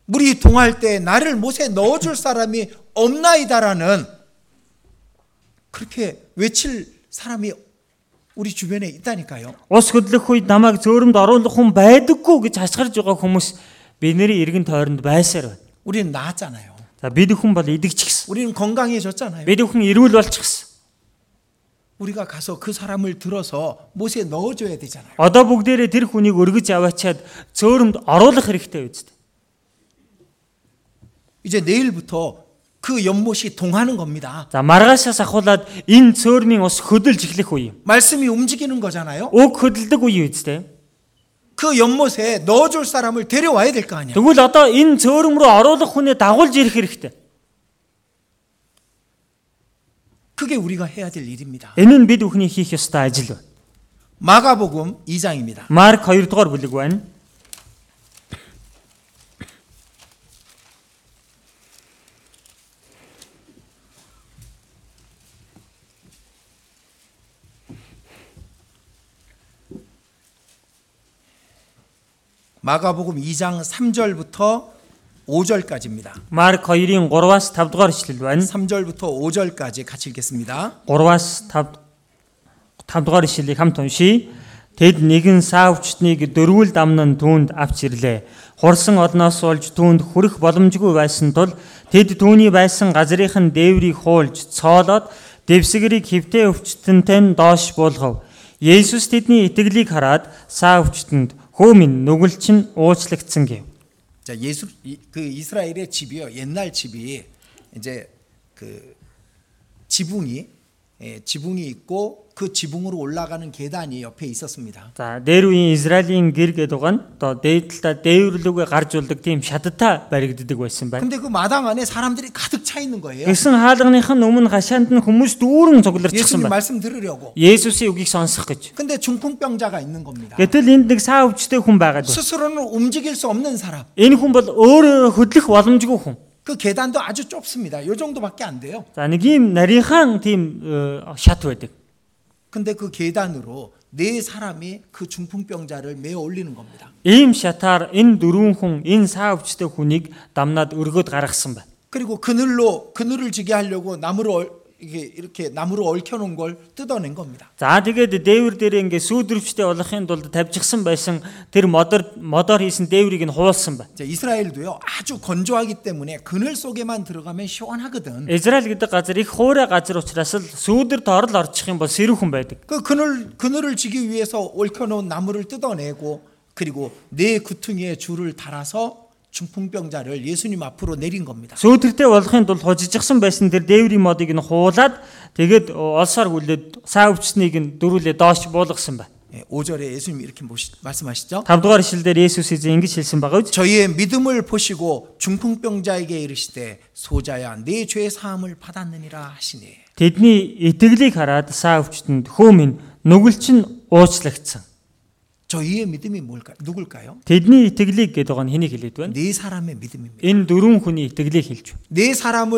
Speaker 1: 물이 동할 때 나를 못에 넣어줄 사람이 없나이다라는 그렇게 외칠 사람이 우리 주변에 있다니까요.
Speaker 2: Ус хөдлөх үед намайг цөөрөмд оруулах хүн байдаггүй гэж хашгирж байгаа хүмүүс бид нэрийн иргэн тойронд байсаар байна.
Speaker 1: 우리는 나았잖아요.
Speaker 2: За бид өхөн бол идэгчихсэн.
Speaker 1: 우리는 건강해졌잖아요.
Speaker 2: Бид өхөн эрүүл болчихсон.
Speaker 1: 우리가 가서 그 사람을 들어서 못에 넣어줘야 되잖아요.
Speaker 2: Одоо бүгдээрээ тэр хүнийг өргөж аваачаад цөөрөмд оруулах хэрэгтэй үст.
Speaker 1: 이제 내일부터 그 연못이 동하는 겁니다.
Speaker 2: За маргаашаас ахуулаад энэ цөөрмийн ус хөдөлж эхлэх үе юм.
Speaker 1: 말씀이 움직이는 거잖아요.
Speaker 2: Уг хөдөлдөг үе үсттэй.
Speaker 1: 그 연못에 넣어줄 사람을 데려와야 될 거 아니야.
Speaker 2: Тэгвэл одоо энэ цөөрөм рүү оруулах хүнээ дагуулж ирэх хэрэгтэй.
Speaker 1: 그게 우리가 해야 될 일입니다.
Speaker 2: Энэ нь бид бүхний хийх ёстой ажил байна.
Speaker 1: 마가복음 2장입니다.
Speaker 2: Марк 2 дугаар бүлэг байна.
Speaker 1: 마가복음 2장 3절부터 5절까지입니다.
Speaker 2: Марк 2-ын 3-аас 5 дугаар ишлэл байна.
Speaker 1: 3절부터 5절까지 같이 읽겠습니다.
Speaker 2: 3-аас 5 5 дугаар ишлэлийг хамт уншийе. Тэд нэгэн саавчтныг дөрвөл дамнан түүнд авч ирлээ. Хурсан олноос олж түүнд хүрэх боломжгүй байсан тул тэд түүний байсан газрынх нь дээврийг хуулж цоолоод дэвсгэрийг хөвтэй өвчтөнтэй нь доош буулгав. Есүс тэдний итгэлийг хараад саавчтанд "Хөө минь нүгэл чинь уучлагдсан" гэв.
Speaker 1: 자, 예수 이- 그 이스라엘의 집이요. 옛날 집이 이제 그 지붕이 예, 지붕이 있고 그 지붕으로 올라가는 계단이 옆에 있었습니다.
Speaker 2: За, дээр үеийн Израилийн гэр гэдэг уг нь одоо дээд талдаа дээврлүүгээ гарч болдог тийм шаттай баригддаг байсан байна.
Speaker 1: 근데 그 마당 안에 사람들이 가득 차 있는 거예요.
Speaker 2: Гэсэн хаалганых нь өмнө гашаанд нь хүмүүс дүүрэн цугларчсан
Speaker 1: 예수님
Speaker 2: байна.
Speaker 1: 말씀 들으려고.
Speaker 2: Есүсийн үгийг сонсох гэж.
Speaker 1: 근데 중풍병자가 있는 겁니다.
Speaker 2: Гэтэл энд нэг саа өвчтэй хүн байгаад байна.
Speaker 1: 스스로는 움직일 수 없는 사람.
Speaker 2: Энэ хүн бол өөрөө хөдлөх боломжгүй хүн.
Speaker 1: 그 계단도 아주 좁습니다. 요 정도밖에 안 돼요.
Speaker 2: За, нэг юм нарийнхан тийм э, шат байдаг.
Speaker 1: 근데 그 계단으로 네 사람이 그 중풍병자를 메어 올리는 겁니다.
Speaker 2: Ийм шатаар энэ дөрвөн хүн энэ саа өвчтэй хүнийг дамнаад өргөд гаргасан байна.
Speaker 1: 그리고 그늘로 그늘을 지게 하려고 나무로 얼- 이게 이렇게 나무로 얽혀 놓은 걸 뜯어낸 겁니다.
Speaker 2: За тэгээд дээвэр дээр ингээ сүйдрвчтэй болохын тулд тавьчихсан байсан тэр модор модор хийсэн дээврийг нь хуулсан байна.
Speaker 1: 자, 이스라엘도요. 아주 건조하기 때문에 그늘 속에만 들어가면 시원하거든.
Speaker 2: Израиль гэдэг газар их хуурай газар учраас л сүүдэр дорл орчих юм бол сэрүүхэн байдаг.
Speaker 1: 그 그늘 그늘을 지기 위해서 얽혀 놓은 나무를 뜯어내고 그리고 네 구퉁이에 줄을 달아서 중풍병자를 예수님 앞으로 내린 겁니다.
Speaker 2: Сүүдэртэй болохын тулд хужижсан байсан тэр дээврийн модыг нь хуулаад тэгээд олсоор хүлээд цаа өвчснийг нь дөрүүлээ доош буулгасан байна.
Speaker 1: 5절에 예수님 이렇게 모시- 말씀하시죠.
Speaker 2: 5 дугаар ишлэл дээр Есүс эзэн ингэж хэлсэн байгаа биз?
Speaker 1: 저희의 믿음을 보시고 중풍병자에게 이르시되 소자야 네 죄 사함을 받았느니라 하시니
Speaker 2: Тэдний итгэлийг хараад саа өвчтөнд хөө минь нүгэл чинь уучлагцсан.
Speaker 1: 저희의 믿음이 뭘까 누굴까요?
Speaker 2: Тэдний итгэлийг гэдэг нь хэнийг хэлээд байна?
Speaker 1: 네 사람의 믿음입니다.
Speaker 2: Энэ дөрвөн хүний итгэлийг хэлж байна.
Speaker 1: 네 사람을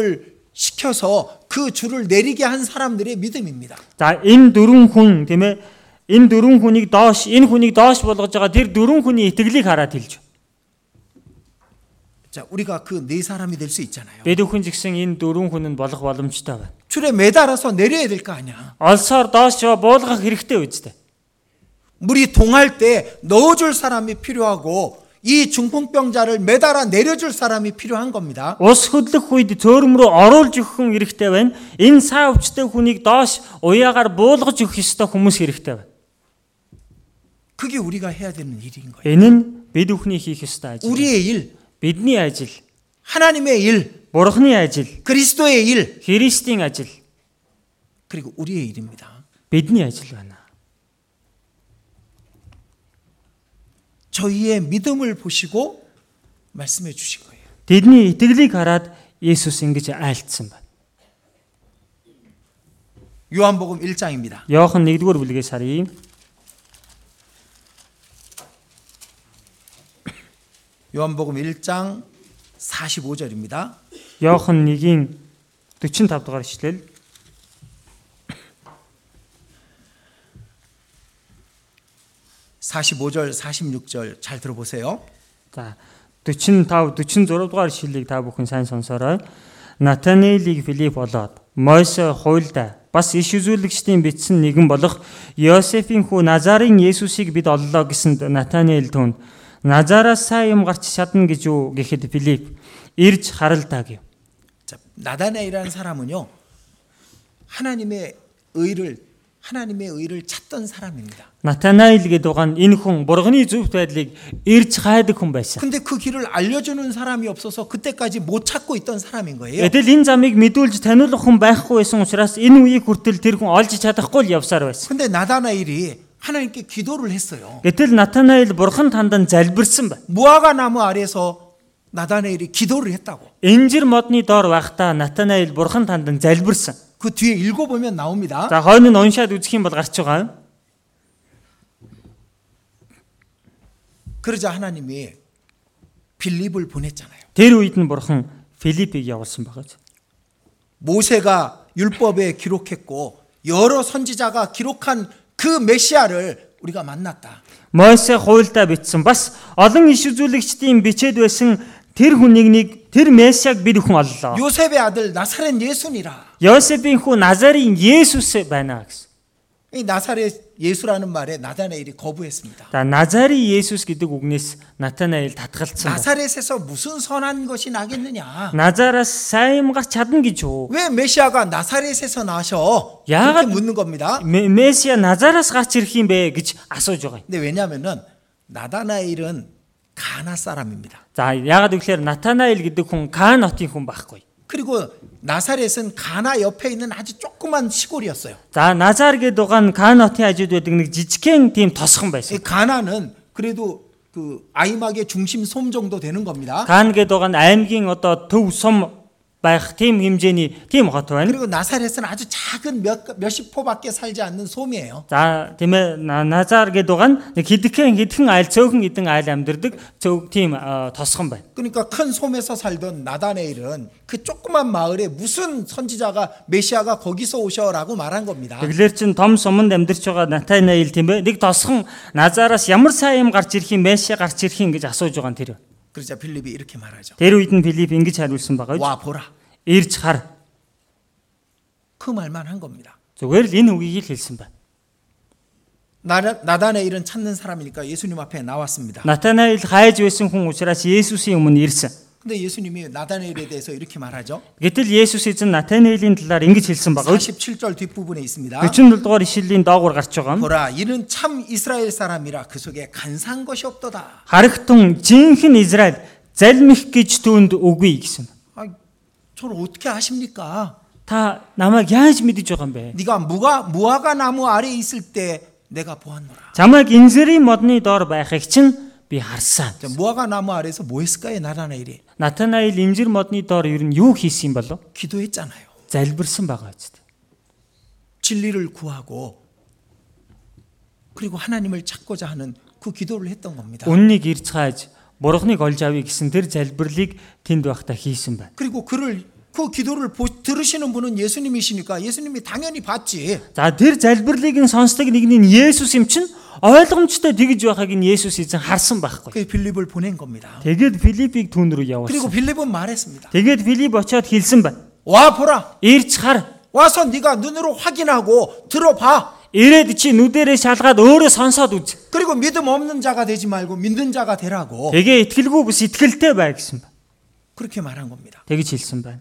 Speaker 1: 시켜서 그 줄을 내리게 한 사람들의 믿음입니다.
Speaker 2: За энэ дөрвөн хүн тийм ээ энэ дөрвөн хүнийг доош энэ хүнийг доош болгож байгаа тэр дөрвөн хүний итгэлийг хараад хэлж байна.
Speaker 1: 자, 우리가 그 네 사람이 될 수 있잖아요.
Speaker 2: бид бүхэн згсэн энэ дөрвөн хүн нь болох боломжтой байна.
Speaker 1: 줄에 매달아서 내려야 될 거 아니야.
Speaker 2: Олсоор доош яваа буулгах хэрэгтэй үстэй.
Speaker 1: 물이 동할 때 넣어줄 사람이 필요하고 이 중풍병자를 매달아 내려줄 사람이 필요한 겁니다.
Speaker 2: Ус хөдлөх үед цөөрм рүү оруулж өгөх хүн хэрэгтэй байна. Энэ саа өвчтэй хүнийг доош уяагаар буулгаж өгөх ёстой хүмүүс хэрэгтэй байна.
Speaker 1: 그게 우리가 해야 되는 일인 거예요.
Speaker 2: Энэ нь бид бүхний хийх ёстой ажил.
Speaker 1: 우리의 일,
Speaker 2: Бидний ажил,
Speaker 1: 하나님의 일,
Speaker 2: Бурхны ажил,
Speaker 1: 그리스도의 일
Speaker 2: Христийн ажил,
Speaker 1: 그리고 우리의 일입니다.
Speaker 2: бидний ажил байна.
Speaker 1: 저희의 믿음을 보시고 말씀해 주신 거예요.
Speaker 2: Тэдний итгэлийг хараад
Speaker 3: Есүс ингэж айлцсан байна.
Speaker 1: 요한복음 1장입니다.
Speaker 2: Йохан 1-р бүлгийн сарын
Speaker 1: 요한복음 1장 45절입니다.
Speaker 2: Йохан 1-ийн 45 дугаар ишлэл
Speaker 1: 사십오 절 사십육 절 잘 들어보세요.
Speaker 2: За 45 46 дугаар шүлгийг та бүхэн сайн сонсорой. Натанаэлийг Филипп болоод Мойсе хуйлда бас иш үзүүлэгчдийн бичсэн нэгэн болох Йосефийн хүү Назарын Есүсийг бид оллоо гэсэнд Натанаэл түүнд Назараас сайн юм гарч чадна гэж юу гэхэд Филипп ирж харалтаа гэв.
Speaker 1: 자, 나다나이라는 사람은요. 하나님의 의를 하나님의 의를 찾던 사람입니다.
Speaker 2: Натанаэл гэдэг байгаа нь энэ хүн бурганы зөвхт байдлыг ирж хайдаг хүн байсан.
Speaker 1: 근데 그 길을 알려 주는 사람이 없어서 그때까지 못 찾고 있던 사람인 거예요.
Speaker 2: Эдэл энэ замыг мэдүүлж таниулах хүн байхгүй байсан учраас энэ үеийг хүртэл тэр хүн олж чадахгүй л явсаар байсан.
Speaker 1: 근데 나다나일이 하나님께 기도를 했어요.
Speaker 2: Гэтэл Натанаэл бурхан тандан залбирсан байна.
Speaker 1: 무화과 나무 아래서 나다나일이 기도를 했다고.
Speaker 2: Инжир модны доор багтаа Натанаэл бурхан тандан залбирсан.
Speaker 1: 그 뒤에 읽어 보면 나옵니다.
Speaker 2: За хойно нь уншаад үзэх юм бол гарч байгаа. юм.
Speaker 1: 그러자 하나님이 빌립을 보냈잖아요.
Speaker 2: Тэр үед нь бурхан Филиппийг явуулсан байгаа. биз.
Speaker 1: 모세가 율법에 기록했고 여러 선지자가 기록한 그 메시아를 우리가 만났다.
Speaker 2: Мойсе хуйлдаа бичсэн бас олон иш үзүүлэгчдийн бичээд байсан тэр хүнийг нэг тэр мессаг бид хүн оллоо.
Speaker 1: 요셉의 아들 나사렛 예수니라.
Speaker 2: Йосепийн хүү Назарын Есүс байна гэсэн.
Speaker 1: 이 나사렛 예수라는 말에 나다네일이 거부했습니다.
Speaker 2: За Назарын Есүс гэдэг үгнээс Натанаэл татгалцсан. байна.
Speaker 1: 나사렛에서 무슨 선한 것이 나겠느냐?
Speaker 2: Назараас сайн юм гарч чадна гэж юу?
Speaker 1: 왜 메시아가 나사렛에서 나셔?
Speaker 2: 야.
Speaker 1: 이렇게 묻는 겁니다.
Speaker 2: Ме- Месиа Назараас гарч ирэх юм бэ гэж асууж байгаа юм.
Speaker 1: 근데 왜냐하면은 나다나엘은 가나 사람입니다.
Speaker 2: За яагаад гэвэл Натанаэл гэдэг хүн Каан хотын хүн байхгүй.
Speaker 1: 그리고 나사렛은 가나 옆에 있는 아주 조그만 시골이었어요.
Speaker 2: За Назар гэдэг байгаа нь Каан хотын хажууд байдаг нэг жижигхэн тийм тосхон
Speaker 1: 이
Speaker 2: байсан.
Speaker 1: 가나는 그래도 그 아이막의 중심 솜 정도 되는 겁니다.
Speaker 2: Каан гэдэг байгаа нь аймгийн одоо төв сум байх тийм хэмжээний тийм хот байна.
Speaker 1: 그리고 나사렛은 아주 작은 몇, 몇십 포밖에 살지 않는 솜이에요.
Speaker 2: За тийм ээ На- Назар гэдэг байгаа нь нэг хидэгхэн хидэгхэн айл цөөхөн хідэн айл амьдэрдэг цөөх тийм аа, тосхон байна.
Speaker 1: 그러니까 큰 솜에서 살던 나다네일은 그 조그만 마을에 무슨 선지자가 메시아가 거기서 오셔라고 말한 겁니다.
Speaker 2: Тэглэр чин том суманд амьдарч байгаа Натанаил тийм ээ нэг тосхон Назараас ямар сайн юм гарч ирэх юм Месиа гарч ирэх юм гэж асууж байгаа нь тэр. байна.
Speaker 1: 그러자 빌립이 이렇게 말하죠.
Speaker 2: Тэр үед нь Филипп ингэж хариулсан байгаа.
Speaker 1: 와 보라.
Speaker 2: Ирж хар.
Speaker 1: 그 말만 한 겁니다.
Speaker 2: Зүгээр л энэ үгийг л хэлсэн байна.
Speaker 1: 나, 나다네일은 찾는 사람이니까 예수님 앞에 나왔습니다.
Speaker 2: Натанаил хайж байсан хүн учраас Есүсийн өмнө ирсэн.
Speaker 1: 근데 예수님이 나다네일에 대해서 이렇게 말하죠.
Speaker 2: Гэтэл Есүс эзэн Натанаилийн талаар ингэж хэлсэн байгаа.
Speaker 1: 47절 뒷부분에 있습니다.
Speaker 2: 47 дугаар ишлэлийн доогуур гарч байгаа. юм.
Speaker 1: 보라 이는 참 이스라엘 사람이라 그 속에 간산 것이 없도다.
Speaker 2: Харагтун жинхэнэ Израиль залмих гэж түүнд үгүй гэсэн.
Speaker 1: 아, 저를 어떻게 아십니까?
Speaker 2: Та намайг яаж мэдэж байгаа юм бэ?
Speaker 1: 네가 무가 무화과 나무 아래에 있을 때 내가 보았노라.
Speaker 2: Чамайг инзэрийн модны доор байхыг чинь би харсан.
Speaker 1: 자, 무화과 나무 아래에서 뭐 했을까요? 나다나엘이
Speaker 2: Натанаил инзэр модны доор ер нь юу хийсэн юм болов?
Speaker 1: 기도했잖아요.
Speaker 2: Залбирсан байгаа үст.
Speaker 1: 진리를 구하고 그리고 하나님을 찾고자 하는 그 기도를 했던 겁니다.
Speaker 2: Үннийг ирж хааж бурхныг олж авъя гэсэн тэр залбирлыг тэнд байхдаа хийсэн байна.
Speaker 1: 그리고 그를 그 기도를 보, 들으시는 분은 예수님이시니까 예수님이 당연히 봤지.
Speaker 2: За тэр залбирлыг нь сонсдог нэгний нь Есүс юм чинь ойлгомжтой тэгж байхыг нь Есүс эзэн харсан байхгүй.
Speaker 1: 그 빌립을 보낸 겁니다.
Speaker 2: Тэгээд Филиппийг түүн рүү
Speaker 1: 그리고
Speaker 2: явуулсан.
Speaker 1: 빌립은 말했습니다.
Speaker 2: Тэгээд Филипп очиод хэлсэн байна.
Speaker 1: 와 보라
Speaker 2: Ирж хар.
Speaker 1: 와서 네가 눈으로 확인하고 들어봐.
Speaker 2: Ирээд чи нүдэрээ шалгаад өөрөө сонсоод үз.
Speaker 1: 그리고 믿음 없는 자가 되지 말고 믿는 자가 되라고
Speaker 2: Тэгээ итгэлгүй бас итгэлтэй бай гэсэн байна.
Speaker 1: 그렇게 말한 겁니다.
Speaker 2: Тэгж хэлсэн байна.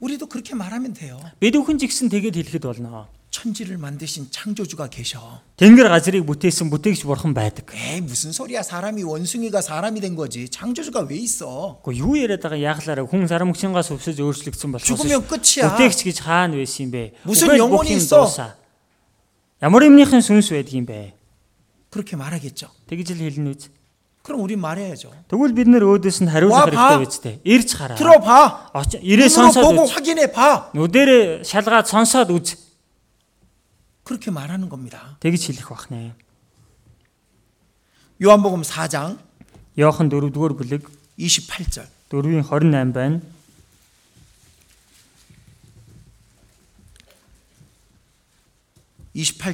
Speaker 1: 우리도 그렇게 말하면 돼요.
Speaker 2: Бид бүхэн ч гэсэн тэгээд хэлэхэд болно.
Speaker 1: 천지를 만드신 창조주가 계셔.
Speaker 2: Тэнгэр газрыг бүтээсэн бүтээгч бурхан байдаг.
Speaker 1: 에이 무슨 소리야 사람이 원숭이가 사람이 된 거지 창조주가 왜 있어?
Speaker 2: Гэхдээ юу яриад байгаа яглаараа хүн зарамгчингаас өвсөж өөрчлөгдсөн болчихсон.
Speaker 1: 죽으면 끝이야.
Speaker 2: Бүтээгч гэж хаана байсан юм бэ?
Speaker 1: Мөсөн
Speaker 2: Үгүй л
Speaker 1: 영혼이
Speaker 2: бүхэн
Speaker 1: 있어.
Speaker 2: дуусаа. Ямар юмныхын сүнс байдаг юм бэ?
Speaker 1: 그렇게 말하겠죠.
Speaker 2: Тэгж л хэлнэ үз.
Speaker 1: 그럼 우리 말해야죠.
Speaker 2: Тэгвэл бид нэр өөдөөс нь
Speaker 1: Ва, ба.
Speaker 2: хариулах хэрэгтэй биз дээ. Ирж гараа.
Speaker 1: 들어봐.
Speaker 2: Очи- Ирээ
Speaker 1: 눈으로
Speaker 2: сонсоод
Speaker 1: 보고
Speaker 2: үз.
Speaker 1: 확인해 봐.
Speaker 2: Нүдэрээ шалгаад сонсоод үз.
Speaker 1: 그렇게 말하는 겁니다.
Speaker 2: Тэгж хэлэх бах нэ.
Speaker 1: 요한복음 4장
Speaker 2: Йохан 4-р бүлэг
Speaker 1: 28절.
Speaker 2: 4-ийн 28 байна.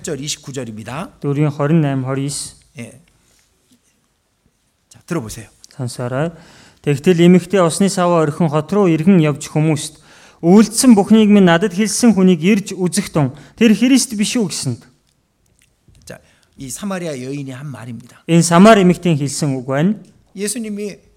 Speaker 1: 절 29절입니다.
Speaker 2: 4-ийн 28 29
Speaker 1: 예. 자, 들어보세요.
Speaker 2: сонсорой. Тэгтэл эмэгтэй усны саваа орхин хот руу иргэн явж хүмүүст үйлдсэн бүхнийг минь надад хэлсэн хүнийг ирж үзэх тун тэр Христ биш үү гэсэнд.
Speaker 1: 자, 이 사마리아 여인이 한 말입니다.
Speaker 2: Энэ самар эмэгтэй хэлсэн үг байна.
Speaker 1: 예수님이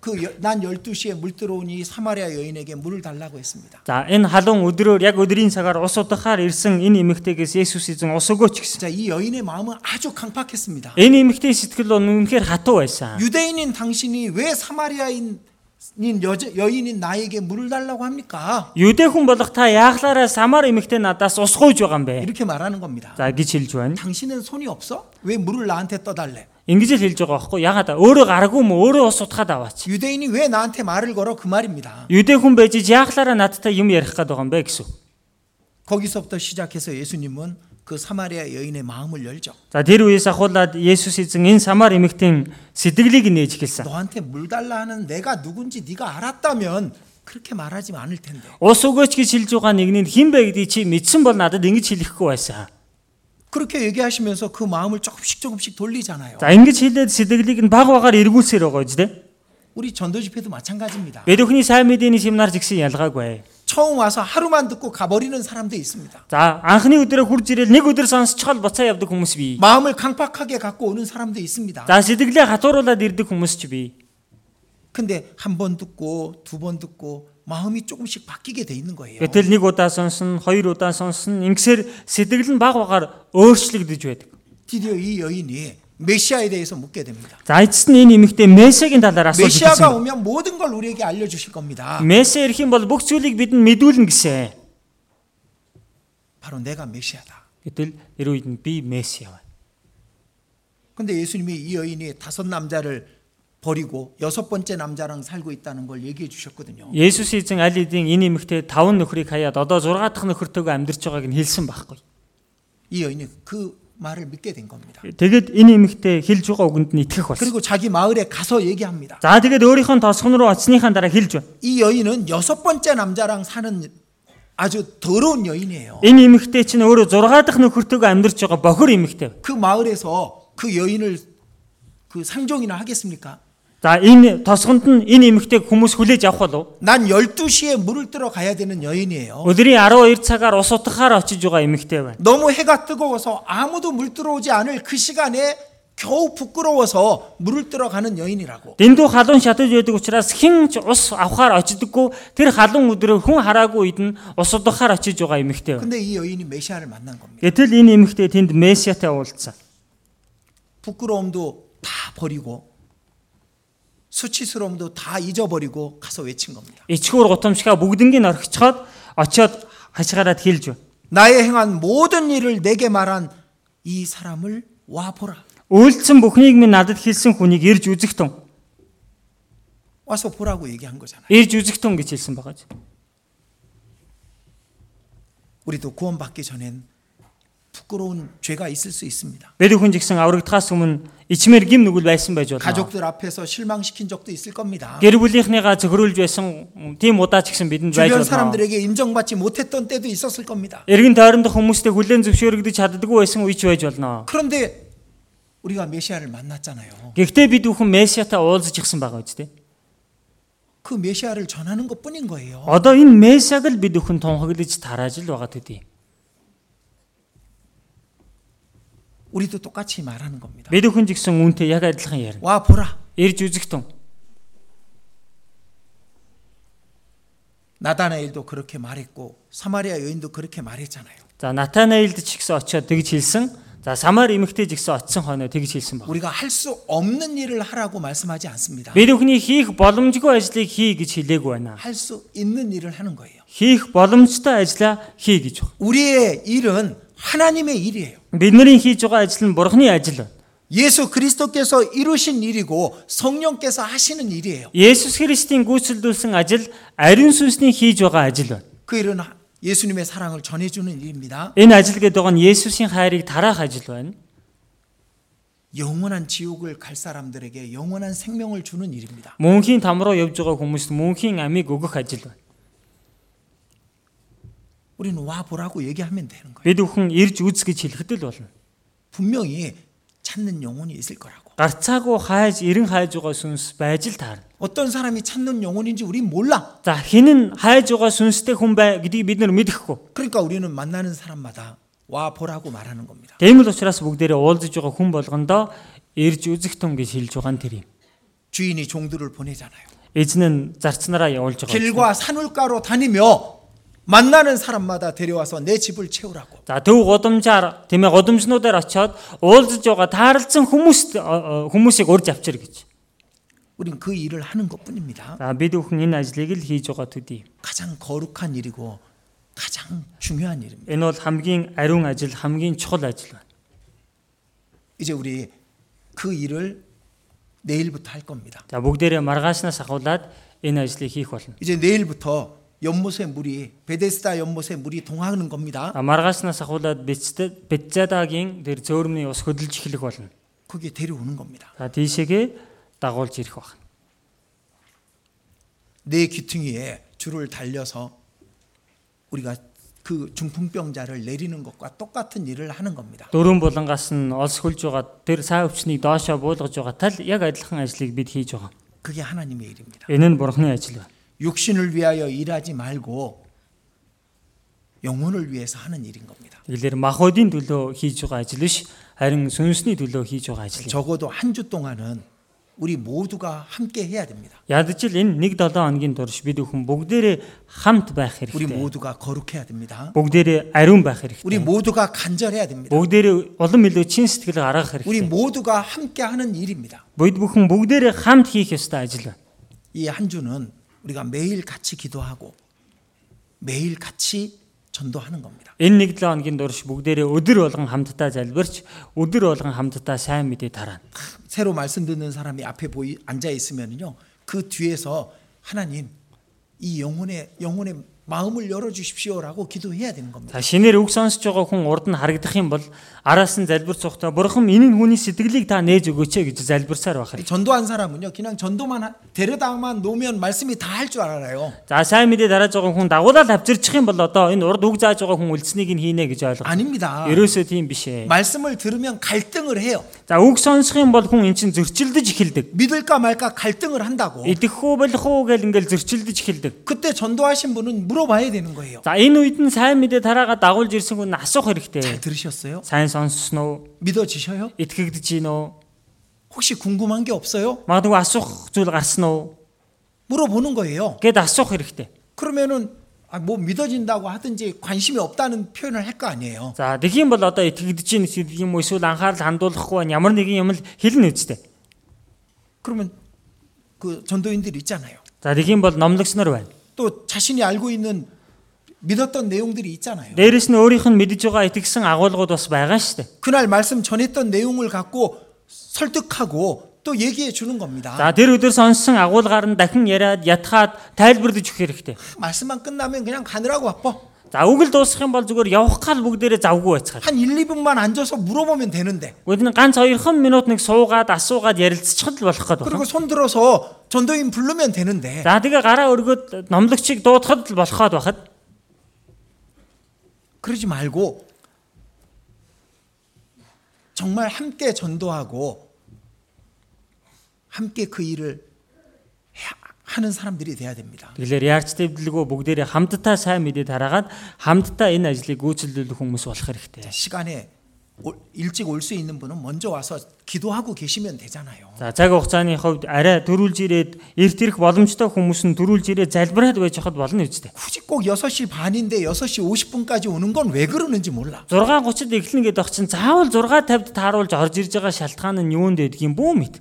Speaker 1: 그난 12시에 물 들어오니 사마리아 여인에게 물을 달라고 했습니다.
Speaker 2: За энэ халуун өдрөөр яг өдрийн цагаар ус удахаар ирсэн энэ эмэгтэйгээс Есүс эзэн ус өгөөч гэсэн.
Speaker 1: 자, 이 여인의 마음은 아주 강팍했습니다.
Speaker 2: Энэ эмэгтэй сэтгэл нь үнэхээр хатуу байсан.
Speaker 1: 유대인인 당신이 왜 사마리아인 여자, 여인인 나에게 물을 달라고 합니까?
Speaker 2: Юдэ хүн болох та яаглаараа самар эмэгтэй надаас ус гуйж байгаа юм бэ?
Speaker 1: 이렇게 말하는 겁니다.
Speaker 2: За гэж хэлж байна.
Speaker 1: 당신은 손이 없어? 왜 물을 나한테 떠달래?
Speaker 2: Ингэж л хэлж байгаа байхгүй ягаад өөрөө гаргүй юм уу? өөрөө ус удахад аваач.
Speaker 1: 유대인이 왜 나한테 말을 걸어 그 말입니다.
Speaker 2: Юдэ хүн байж иж яахлаараа надтай юм ярих гээд байгаа юм бэ гэсэн.
Speaker 1: 거기서부터 시작해서 예수님은 그 사마리아 여인의 마음을 열죠.
Speaker 2: За тэр үеэс ахуулаад Есүс эзэн энэ самар эмэгтэйн сэтгэлийг нээж эхэлсэн.
Speaker 1: 너한테 물 달라 하는 내가 누군지 네가 알았다면 그렇게 말하지 않을 텐데.
Speaker 2: Ус өгөөч гэж хэлж байгаа нэгний хин бэ гэдгийг чи мэдсэн бол надад ингэж хэлэхгүй байсан.
Speaker 1: 그렇게 얘기하시면서 그 마음을 조금씩 조금씩 돌리잖아요.
Speaker 2: За ингэж хэлээд сэтгэлийг нь баг багаар эргүүлсээр байгаа биз дээ.
Speaker 1: 우리 전도 집회도 마찬가지입니다.
Speaker 2: Бид өхний сайн мэдээний семинар згсэн ялгаагүй.
Speaker 1: 처음 와서 하루만 듣고 가버리는 사람도 있습니다.
Speaker 2: За анхны өдрөө хурж ирээл нэг өдөр сонсчхал буцаа явдаг хүмүүс бий.
Speaker 1: 마음을 강팍하게 갖고 오는 사람도 있습니다.
Speaker 2: За сэтгэлээ хатууруулад ирдэг хүмүүс ч бий.
Speaker 1: 근데 한 번 듣고 두 번 듣고 마음이 조금씩 바뀌게 돼 있는 거예요.
Speaker 2: Гэтэл нэг удаа сонсон, хоёр удаа сонсон, ингэсээр сэтгэл нь баг багаар өөрчлөгдөж байдаг.
Speaker 1: 드디어 이 여인이 메시아에 대해서 묻게 됩니다.
Speaker 2: За эцэст нь энэ эмэгтэй мессегийн талаар асууж
Speaker 1: 메시아가
Speaker 2: ирсэн.
Speaker 1: 오면 모든 걸 우리에게 알려주실 겁니다.
Speaker 2: Мессе ирэх юм бол бүх зүйлийг бидэнд мэдүүлнэ гэсэн.
Speaker 1: 바로 내가 메시아다.
Speaker 2: Гэтэл тэр үед нь би мессе яваа.
Speaker 1: 근데 예수님이 이 여인이 다섯 남자를 버리고 여섯 번째 남자랑 살고 있다는 걸 얘기해 주셨거든요.
Speaker 2: Есүс эзэн аль эдийн энэ эмэгтэй 5 нөхрийг хаяад одоо 6 дахь нөхөртөөгөө амьдарч байгааг нь хэлсэн байхгүй.
Speaker 1: 이 여인이 그 말을 믿게 된 겁니다.
Speaker 2: Тэгэд энэ эмэгтэй хэлж байгаа үгэнд нь итгэх болсон.
Speaker 1: 그리고 자기 마을에 가서 얘기합니다.
Speaker 2: За тэгэд өөрийнхөө тосгон руу оцсныхаа дараа хэлж байна.
Speaker 1: 이 여인은 여섯 번째 남자랑 사는 아주 더러운 여인이에요.
Speaker 2: Энэ эмэгтэй чинь өөрөө 6 дахь нөхөртөөгөө амьдарч байгаа бохор эмэгтэй.
Speaker 1: 그 마을에서 그 여인을 그 상종이나 하겠습니까?
Speaker 2: За энэ тосгонд нь энэ эмэгтэйг хүмүүс хүлээж авах болов.
Speaker 1: 난 12시에 물을 뜨러 가야 되는 여인이에요.
Speaker 2: Өдрийн 12 цагаар ус утгахаар очиж байгаа эмэгтэй байна.
Speaker 1: 너무 해가 뜨거워서 아무도 물 들어오지 않을 그 시간에 겨우 부끄러워서 물을 뜨러 가는 여인이라고.
Speaker 2: Дэндүү халуун шатаж байдаг учраас хинч ус авахаар очидггүй тэр халуун өдрөө хүн хараагүй үед нь ус удахаар очиж байгаа эмэгтэй байна.
Speaker 1: 근데 이 여인이 메시아를 만난 겁니다.
Speaker 2: Гэтэл энэ эмэгтэй тэнд месиатай уулзсан.
Speaker 1: 부끄러움도 다 버리고 수치스러움도 다 잊어버리고 가서 외친 겁니다.
Speaker 2: Ичхүүр гутамшгаа бүгднийг орхичоод очиод хашгираад хэлж байна.
Speaker 1: 나의 행한 모든 일을 내게 말한 이 사람을 와 보라.
Speaker 2: Үйлдсэн бүхнийг минь надад хэлсэн хүнийг ирж үзэгтэн.
Speaker 1: 와서 보라고 얘기한 거잖아요.
Speaker 2: Ирж үзэгтэн гэж хэлсэн байгаа ч.
Speaker 1: 우리도 구원받기 전엔 부끄러운 죄가 있을 수 있습니다.
Speaker 2: Бид хүн жигсэн аврагдахаас өмнө ичмэр гим нүгэл байсан байж болно.
Speaker 1: 가족들 앞에서 실망시킨 적도 있을 겁니다.
Speaker 2: Гэр бүлийнхнийгаа зөхрүүлж байсан тийм удаа ч гэсэн бидэнд байж
Speaker 1: 주변
Speaker 2: болно.
Speaker 1: 사람들에게 인정받지 못했던 때도 있었을 겁니다.
Speaker 2: Эргэн тойрондох хүмүүстэй хүлэн зөвшөөрөгдөж чаддгүй байсан үеч байж болно.
Speaker 1: 그런데 우리가 메시아를 만났잖아요.
Speaker 2: Гэхдээ бид бүхэн месиатай уулзж ихсэн байгаа биз дээ.
Speaker 1: 그 메시아를 전하는 것 뿐인 거예요.
Speaker 2: Одоо энэ месиаг л бид бүхэн тунхаглаж тарааж л байгаа төдий.
Speaker 1: 우리도 똑같이 말하는 겁니다.
Speaker 2: Бид бүхэн ч гэсэн үүнтэй яг адилхан ярина.
Speaker 1: 와 보라.
Speaker 2: Ирж үзэгтэн.
Speaker 1: 나다나엘도 그렇게 말했고 사마리아 여인도 그렇게 말했잖아요.
Speaker 2: За Натанаилд ч гэсэн очиод тэгж хэлсэн. За Самар эмэгтэй ч гэсэн очисон хойно тэгж хэлсэн баг.
Speaker 1: 우리가 할 수 없는 일을 하라고 말씀하지 않습니다.
Speaker 2: Бид бүхний хийх боломжгүй ажлыг хий гэж хэлээгүй байна.
Speaker 1: 할 수 있는 일을 하는 거예요.
Speaker 2: Хийх боломжтой ажлаа хий гэж байна.
Speaker 1: 우리의 일은 하나님의 일이에요.
Speaker 2: Бидний хийж байгаа ажил нь Бурхны ажил байна.
Speaker 1: 예수 그리스도께서 이루신 일이고 성령께서 하시는 일이에요.
Speaker 2: Есүс Христийн гүйцэлдүүлсэн ажил ариун сүнсний хийж байгаа ажил байна.
Speaker 1: 그 일은 하- 예수님의 사랑을 전해주는 일입니다.
Speaker 2: Энэ ажил гэдэг байгаа нь Есүсийн хайрыг тараах ажил байна.
Speaker 1: 영원한 지옥을 갈 사람들에게 영원한 생명을 주는 일입니다.
Speaker 2: Мөнхийн там руу явж байгаа хүмүүст мөнхийн амийг өгөх ажил байна.
Speaker 1: 우리는 와 보라고 얘기하면 되는 거예요.
Speaker 2: Бид бүхэн ирж үз гэж хэлэхэд л болно.
Speaker 1: 분명히 찾는 영혼이 있을 거라고.
Speaker 2: Гарцаагүй хайж, эрен хайж байгаа сүнс байж л таарна.
Speaker 1: 어떤 사람이 찾는 영혼인지 우린 몰라.
Speaker 2: За хин нь хайж байгаа сүнстэй хүн бай гэдгийг бид нар мэдэхгүй.
Speaker 1: 그러니까 우리는 만나는 사람마다 와 보라고 말하는 겁니다.
Speaker 2: Тэмэл учраас бүгдээрээ уулзж байгаа хүн болгондоо ирж үзэх тун гэж хэлж байгаа нь тэр юм.
Speaker 1: 주인이 종들을 보내잖아요.
Speaker 2: 그렇죠. Эзэн нь зарцнараа явуулж байгаа.
Speaker 1: 길과 산울가로 다니며 만나는 사람마다 데려와서 내 집을 채우라고.
Speaker 2: За төв гудамжаар тийм ээ гудамжнуудаар очиод уулзж байгаа таарлцсан хүмүүст о, о, хүмүүсийг урьж авчир гэж.
Speaker 1: 우린 그 일을 하는 것뿐입니다.
Speaker 2: За бид бүхэн энэ ажлыг л хийж байгаа төдий.
Speaker 1: 가장 거룩한 일이고 가장 중요한 일입니다.
Speaker 2: Энэ бол хамгийн ариун ажил, хамгийн чухал ажил байна.
Speaker 1: 이제 우리 그 일을 내일부터 할 겁니다.
Speaker 2: За бүгдээрээ маргааснаас ахуулаад энэ ажлыг хийх болно.
Speaker 1: 이제 내일부터 연못의 물이 베데스다 연못의 물이 동하는 겁니다.
Speaker 2: За маргааснаас ахуулаад бицдэд бицадагийн тэр зөөрмний ус хөдөлж эхлэх болно.
Speaker 1: 그게 데려오는 겁니다.
Speaker 2: За тийшээгээ дагуулж ирэх байна.
Speaker 1: 내 귀퉁이에 줄을 달려서 우리가 그 중풍병자를 내리는 것과 똑같은 일을 하는 겁니다.
Speaker 2: Дөрөн булангаас нь олс хөлж байгаа тэр сайн өвчнийг доошоо буулгаж байгаа тал яг адилхан ажлыг бид хийж байгаа.
Speaker 1: 그게 하나님의 일입니다.
Speaker 2: Энэ нь бурхны ажил байна.
Speaker 1: 육신을 위하여 일하지 말고 영혼을 위해서 하는 일인 겁니다.
Speaker 2: Тэгэлэр махуудын төлөө хийж байгаа ажил биш, харин сүнсний төлөө хийж байгаа ажил.
Speaker 1: 적어도 한 주 동안은 우리 모두가 함께 해야 됩니다.
Speaker 2: Ядаж л энэ 1-7 хоногийн турш бид бүхэн бүгдээрээ хамт байх
Speaker 1: 우리
Speaker 2: хэрэгтэй.
Speaker 1: 모두가 거룩해야 됩니다.
Speaker 2: Бүгдээрээ ариун байх
Speaker 1: 우리
Speaker 2: хэрэгтэй.
Speaker 1: 모두가 간절해야 됩니다.
Speaker 2: Бүгдээрээ улам илүү чин сэтгэл гаргах
Speaker 1: 우리
Speaker 2: хэрэгтэй.
Speaker 1: 모두가 함께 하는 일입니다.
Speaker 2: Бид бүхэн бүгдээрээ хамт хийх ёстой ажил байна.
Speaker 1: 이 한 주는 우리가 매일 같이 기도하고 매일 같이 전도하는 겁니다.
Speaker 2: Энэ 1-7 хоногийн турш бүгдээрээ өдөр болгон хамтдаа залбирч, өдөр болгон хамтдаа сайн мэдээ тараана.
Speaker 1: 새로 말씀 듣는 사람이 앞에 보이 앉아 있으면요. 그 뒤에서 하나님 이 영혼의 영혼의 마음을 열어 주십시오라고 기도해야 되는 겁니다.
Speaker 2: За шинээр үг сонсож байгаа хүн урд нь харагдах юм бол араас нь залбир цухтаа бурхан энэ нь хүний сэтгэлийг та нээж өгөөч ээ" гэж залбирсаар байх
Speaker 1: 이
Speaker 2: хэрэг.
Speaker 1: 전도한 사람은요. 그냥 전도만 하- 데려다만 놓으면 말씀이 다 할 줄 알아요.
Speaker 2: За сайн мэдээ дарааж байгаа хүн дагуулаад авчирчих юм бол одоо энэ урд үг зааж байгаа хүн үлдснийг нь хийнэ гэж ойлгох.
Speaker 1: 아닙니다.
Speaker 2: Ерөөсөө тийм биш ээ.
Speaker 1: 말씀을 들으면 갈등을 해요.
Speaker 2: За үг сонсох юм бол хүн эн чинь зөрчилдөж эхэлдэг.
Speaker 1: 믿을까 말까 갈등을 한다고.
Speaker 2: Идэх үү болох уу гэл ингээл зөрчилдөж эхэлдэг.
Speaker 1: 그때 전도하신 분은 물어봐야 되는 거예요.
Speaker 2: За энэ үед нь сайн мэдээ тараагаа дагуулж ирсэн хүн нь асуух
Speaker 1: 잘
Speaker 2: хэрэгтэй.
Speaker 1: 들으셨어요?
Speaker 2: Сайн сонссон уу?
Speaker 1: 믿어지셔요?
Speaker 2: Итгэгдэж гин үү?
Speaker 1: 혹시 궁금한 게 없어요?
Speaker 2: Магадгүй асуух зүйл гарсан уу?
Speaker 1: 물어보는 거예요.
Speaker 2: Гэт асуух хэрэгтэй.
Speaker 1: 그러면은 아, 뭐 믿어진다고 하든지 관심이 없다는 표현을 할 거 아니에요.
Speaker 2: За тэгэх юм бол одоо итгэгдэж гин гэдэг юм уу эсвэл анхаарал хандуулахгүй байна. Ямар нэгэн юм л хэлнэ үсттэй.
Speaker 1: 그러면 그 전도인들 있잖아요.
Speaker 2: За тэгэх юм бол номлогснор байна.
Speaker 1: 또 자신이 알고 있는 믿었던 내용들이 있잖아요.
Speaker 2: Дээрэс нь өөрийнх нь мэдж байгаа итгэсэн агуулгууд бас байгаа шүү дээ.
Speaker 1: 그날 말씀 전했던 내용을 갖고 설득하고 또 얘기해 주는 겁니다.
Speaker 2: За тэр өдөр сонссон агуулгаар нь дахин яриад ятгаад тайлбарлаж өгөх хэрэгтэй.
Speaker 1: 말씀만 끝나면 그냥 가느라고 바빠.
Speaker 2: За үг л дуусах юм бол зүгээр явах гал бүгдээрээ завгүй байцгаа.
Speaker 1: 한 1, 2분만 앉아서 물어보면 되는데.
Speaker 2: Гэвч нэг ганц 2хан минут нэг суугаад асуугаад ярилцчихад л болох гээд
Speaker 1: 그리고
Speaker 2: байна.
Speaker 1: 손 들어서 전도인 부르면 되는데.
Speaker 2: За тэгээ гараа өргөд номлогчийг дуудахад л болох гээд байхад
Speaker 1: 그러지 말고 정말 함께 전도하고 함께 그 일을 해- 하는 사람들이 돼야 됩니다.
Speaker 2: тэгэлэр яарч төвдлгөө бүгдээрээ хамтдаа сайн мэдээ тараагаад хамтдаа энэ ажлыг гүйцэлдүүлэх хүмүүс болох хэрэгтэй.
Speaker 1: 시간에 올- 일찍 올 수 있는 분은 먼저 와서 기도하고 계시면 되잖아요.
Speaker 2: За цаг хугацааны хувьд арай төрүүлж ирээд эрт ирэх боломжтой хүмүүс нь төрүүлж ирээд залбираад байж хад болно үсттэй.
Speaker 1: 굳이 꼭 6시 반인데 6시 50분까지 오는 건 왜 그러는지 몰라.
Speaker 2: 6:30-д эхлэн гэдэг ах чинь заавал 6:50-д тааруулж орж ирж байгаа шалтгаан нь юунд байдаг юм бүү мэд.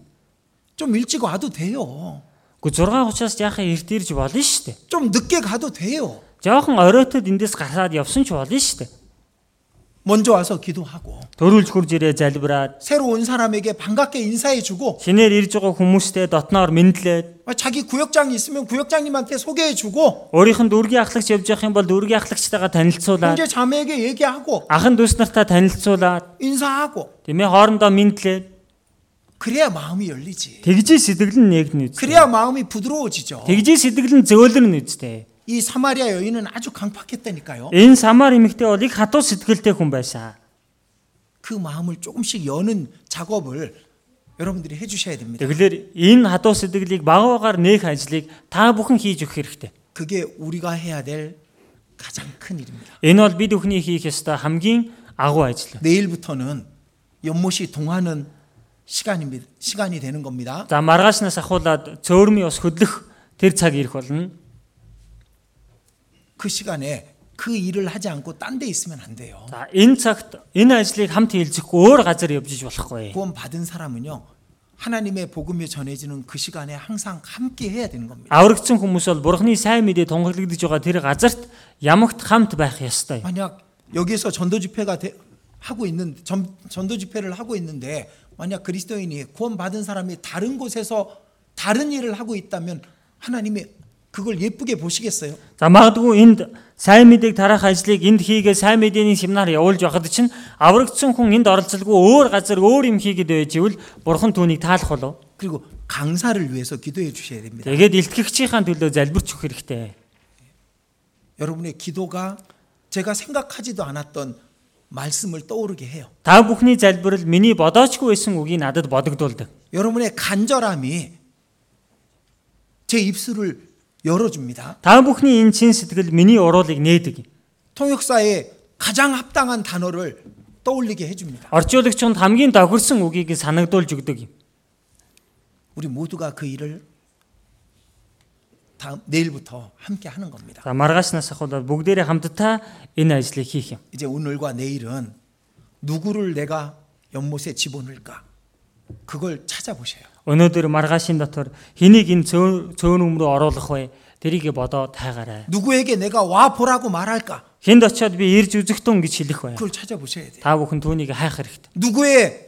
Speaker 1: 좀 일찍 와도 돼요.
Speaker 2: Гэхдээ 6:30-аас яхаа эрт ирж болно шүү дээ.
Speaker 1: 좀 늦게 가도 돼요.
Speaker 2: Жохон оройтод эндээс гараад явсан ч болно шүү дээ.
Speaker 1: 먼저 와서 기도하고
Speaker 2: төрүүлж хурж ирээ залбираад
Speaker 1: 새로 온 사람에게 반갑게 인사해 주고
Speaker 2: шинээр ирж байгаа хүмүүстэй дотноор мэдлээд
Speaker 1: 어, 자기 구역장이 있으면 구역장님한테 소개해 주고
Speaker 2: өөрийнх нь дүүргийн ахлагч явж явах юм бол дүүргийн ахлагчтайгаа танилцуулаад
Speaker 1: 형제 자매에게 얘기하고
Speaker 2: ахын дүүс нартаа танилцуулаад
Speaker 1: 인사하고
Speaker 2: тийм ээ хоорондоо мэдлээд
Speaker 1: 그래야 마음이 열리지.
Speaker 2: тэгжээ сэтгэл нь нэгнэ үст.
Speaker 1: 그래야 마음이 부드러워지죠.
Speaker 2: Тэгжээ сэтгэл нь зөөлрөн үстэй.
Speaker 1: 이 사마리아 여인은 아주 강팍했다니까요.
Speaker 2: Энэ самар эмэгтэй бол их хатуу сэтгэлтэй хүн байсан.
Speaker 1: 그 마음을 조금씩 여는 작업을 여러분들이 해주셔야 됩니다.
Speaker 2: Тэгэлэр энэ хатуу сэтгэлийг багаагаар нээх ажлыг та бүхэн хийж өгөх хэрэгтэй.
Speaker 1: 그게 우리가 해야 될 가장 큰 일입니다.
Speaker 2: Энэ бол бид бүхний хийх ёстой хамгийн агуу ажил.
Speaker 1: 내일부터는 연못이 동하는 시간입니다. 시간이 되는 겁니다.
Speaker 2: За маргаашнаас ахуулаад цөөрмийн ус хөдлөх тэр цаг ирэх болно.
Speaker 1: 그 시간에 그 일을 하지 않고 딴 데 있으면 안 돼요.
Speaker 2: За энэ цагт энэ ажлыг хамт хийлцэхгүй өөр газар явж иж болохгүй.
Speaker 1: 구원 받은 사람은요. 하나님의 복음이 전해지는 그 시간에 항상 함께 해야 되는 겁니다.
Speaker 2: Аврагдсан хүмүүс бол Бурхны сайн мэдээ тунхаглагдж байгаа тэр газарт ямагт хамт байх ёстой.
Speaker 1: 만약 여기에서 전도 집회가 돼- 하고 있는 전, 전도 집회를 하고 있는데 만약 그리스도인이 구원 받은 사람이 다른 곳에서 다른 일을 하고 있다면 하나님이 그걸 예쁘게 보시겠어요?
Speaker 2: За магадгүй энд сайн мэдээг тараах ажлыг энд хийгээ сайн мэдээний семинар явуулж байхад чинь аврагдсан хүн энд оролцолгүй өөр газар өөр юм хийгээд байж ивэл Бурхан түүнийг таалах болов.
Speaker 1: 그리고 강사를 위해서 기도해 주셔야 됩니다.
Speaker 2: Тэгээд илтгэгчийн төлөө залбирч өгөх хэрэгтэй.
Speaker 1: 여러분의 기도가 제가 생각하지도 않았던 말씀을 떠오르게 해요.
Speaker 2: Та бүхний залбирал миний бодоочгүй байсан үгийг надад бодогдуулдаг.
Speaker 1: 여러분의 간절함이 제 입술을 열어줍니다.
Speaker 2: Та бүхний энэ чин сэтгэл миний уруулыг нээдэг.
Speaker 1: 통역사의 가장 합당한 단어를 떠올리게 해줍니다.
Speaker 2: Орчуулагч хүнд хамгийн тохирсон үгийг санагдуулж өгдөг юм.
Speaker 1: 우리 모두가 그 일을 다음 내일부터 함께 하는 겁니다.
Speaker 2: За маргаашнаас ахвал бүгдээрээ хамтдаа энэ ажлыг хийх юм.
Speaker 1: 이제 오늘과 내일은 누구를 내가 연못에 집어넣을까 그걸 찾아보세요.
Speaker 2: Өнөөдөр маргаашийн дотор хэнийг энэ цөөн цөөн өмрөө оруулах вэ? Тэрийг бодоо тайгаарай.
Speaker 1: 누구에게 내가 와 보라고 말할까
Speaker 2: Хэнд очиод би ирж үзэгтэн гэж хэлэх вэ?
Speaker 1: 그걸 찾아보셔야 돼요.
Speaker 2: Та бүхэн түүнийг хайх хэрэгтэй.
Speaker 1: 누구의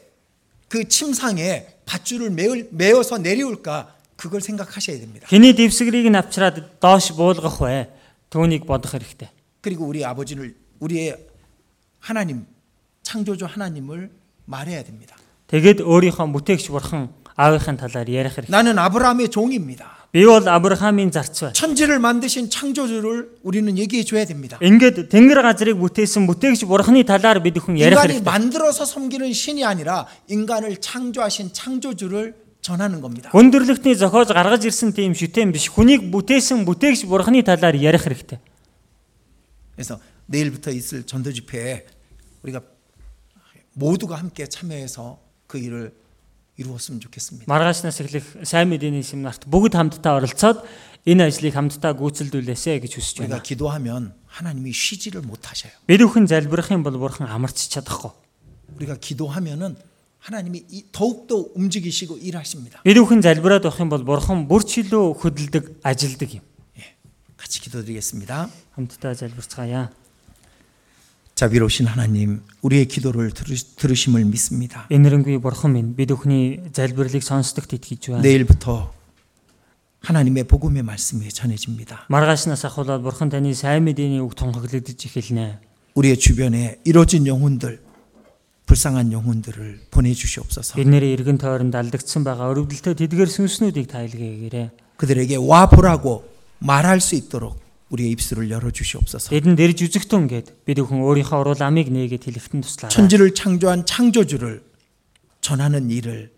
Speaker 1: 그 침상에 밧줄을 매을, 매어서 내려올까 그걸 생각하셔야 됩니다.
Speaker 2: Хэний дэвсгэрийг нь авчраад доош буулгах вэ? Түүнийг бодох хэрэгтэй.
Speaker 1: 그리고 우리 아버지를 우리의 하나님 창조주 하나님을 말해야 됩니다.
Speaker 2: Тэгэд өөрийнхөө бүтээгч бурхан аавынхын талаар ярих хэрэгтэй.
Speaker 1: 나는 아브라함의 종입니다.
Speaker 2: Би бол Авраамийн зарц бай.
Speaker 1: 천지를 만드신 창조주를 우리는 얘기해 줘야 됩니다.
Speaker 2: Ингээд тэнгэр газрыг бүтээсэн бүтээгч бурханы талаар бид хүн ярих
Speaker 1: 인간이
Speaker 2: хэрэгтэй.
Speaker 1: 만들어서 섬기는 신이 아니라 인간을 창조하신 창조주를 전하는 겁니다.
Speaker 2: Хүндрэлтний зохиож гаргаж ирсэн тийм шүтэн биш. Хүнийг бүтээсэн бүтээгч бурханы талаар ярих хэрэгтэй.
Speaker 1: 그래서 내일부터 있을 전도 집회에 우리가 모두가 함께 참여해서 그 일을 이루었으면 좋겠습니다.
Speaker 2: Маргаашнаас эхлэх сайн мэдээний семинарт бүгд хамтдаа оролцоод энэ ажлыг хамтдаа гүйцэлдүүлээсэ гэж хүсэж
Speaker 1: 우리가
Speaker 2: байна.
Speaker 1: 기도하면 하나님이 쉬지를 못하셔요.
Speaker 2: Бид бүхэн залбирах юм бол бурхан амарч чадахгүй.
Speaker 1: 우리가 기도하면은 하나님이 이- 더욱더 움직이시고 일하십니다.
Speaker 2: Бид бүхэн залбираад байх юм бол бурхан бүр ч илүү хөдөлдөг, ажилдаг юм.
Speaker 1: 같이 기도드리겠습니다.
Speaker 2: Хамтдаа залбирцгаая.
Speaker 1: 자비로우신 하나님, 우리의 기도를 들으- 들으심을 믿습니다.
Speaker 2: Энэрэнгүй бурхан минь бид өхний залбирлыг сонсдогт итгэж байна.
Speaker 1: 내일부터 하나님의 복음의 말씀이 전해집니다.
Speaker 2: Маргаашнаас ахуулаад бурхан таны сайн мэдээний үг тунхаглагдж эхэлнэ.
Speaker 1: 우리의 주변에 이뤄진 영혼들, 불쌍한 영혼들을 보내주시옵소서.
Speaker 2: Биднэрийн эргэн тойронд алдагдсан байгаа өрөвдөлтөд тэдгэр сүнснүүдийг тайлгээгээрэй.
Speaker 1: 그들에게 와 보라고 말할 수 있도록 우리의 입술을 열어주시옵소서.
Speaker 2: Эдэнд дэрж үзэгтэн гээд бид өхөн өөрийнхөө уруул амийг нээгээд хэлэхтэн туслаарай.
Speaker 1: 천지를 창조한 창조주를 전하는 일을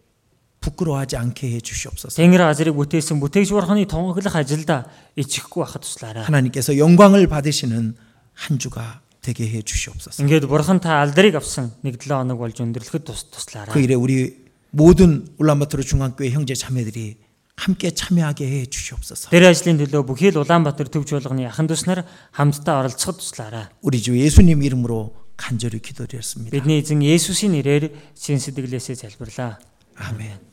Speaker 1: 부끄러워하지 않게 해주시옵소서.
Speaker 2: Тэнгэр газрыг бүтээсэн бүтээгч бурханы тунхаглах ажилда ичихгүй байхад туслаарай.
Speaker 1: 하나님께서 영광을 받으시는 한 주가 되게 해주시옵소서.
Speaker 2: Ингээд бурхан та алдрыг авсан 1-7 хоног болж өндөрлөхөд тус
Speaker 1: 그
Speaker 2: туслаарай.
Speaker 1: 일에 우리 모든 울란바토르 중앙교회 형제 자매들이 함께 참여하게 해주시옵소서.
Speaker 2: Тэр ажлын төлөө бүхий л Улаанбаатар төвч болгоны ахын тус нар хамтдаа оролцоход туслаарай.
Speaker 1: 우리 주 예수님 이름으로 간절히 기도드렸습니다.
Speaker 2: Бидний эзэн Есүсийн нэрээр чин сэтгэлээсээ залбирлаа.
Speaker 1: 아멘.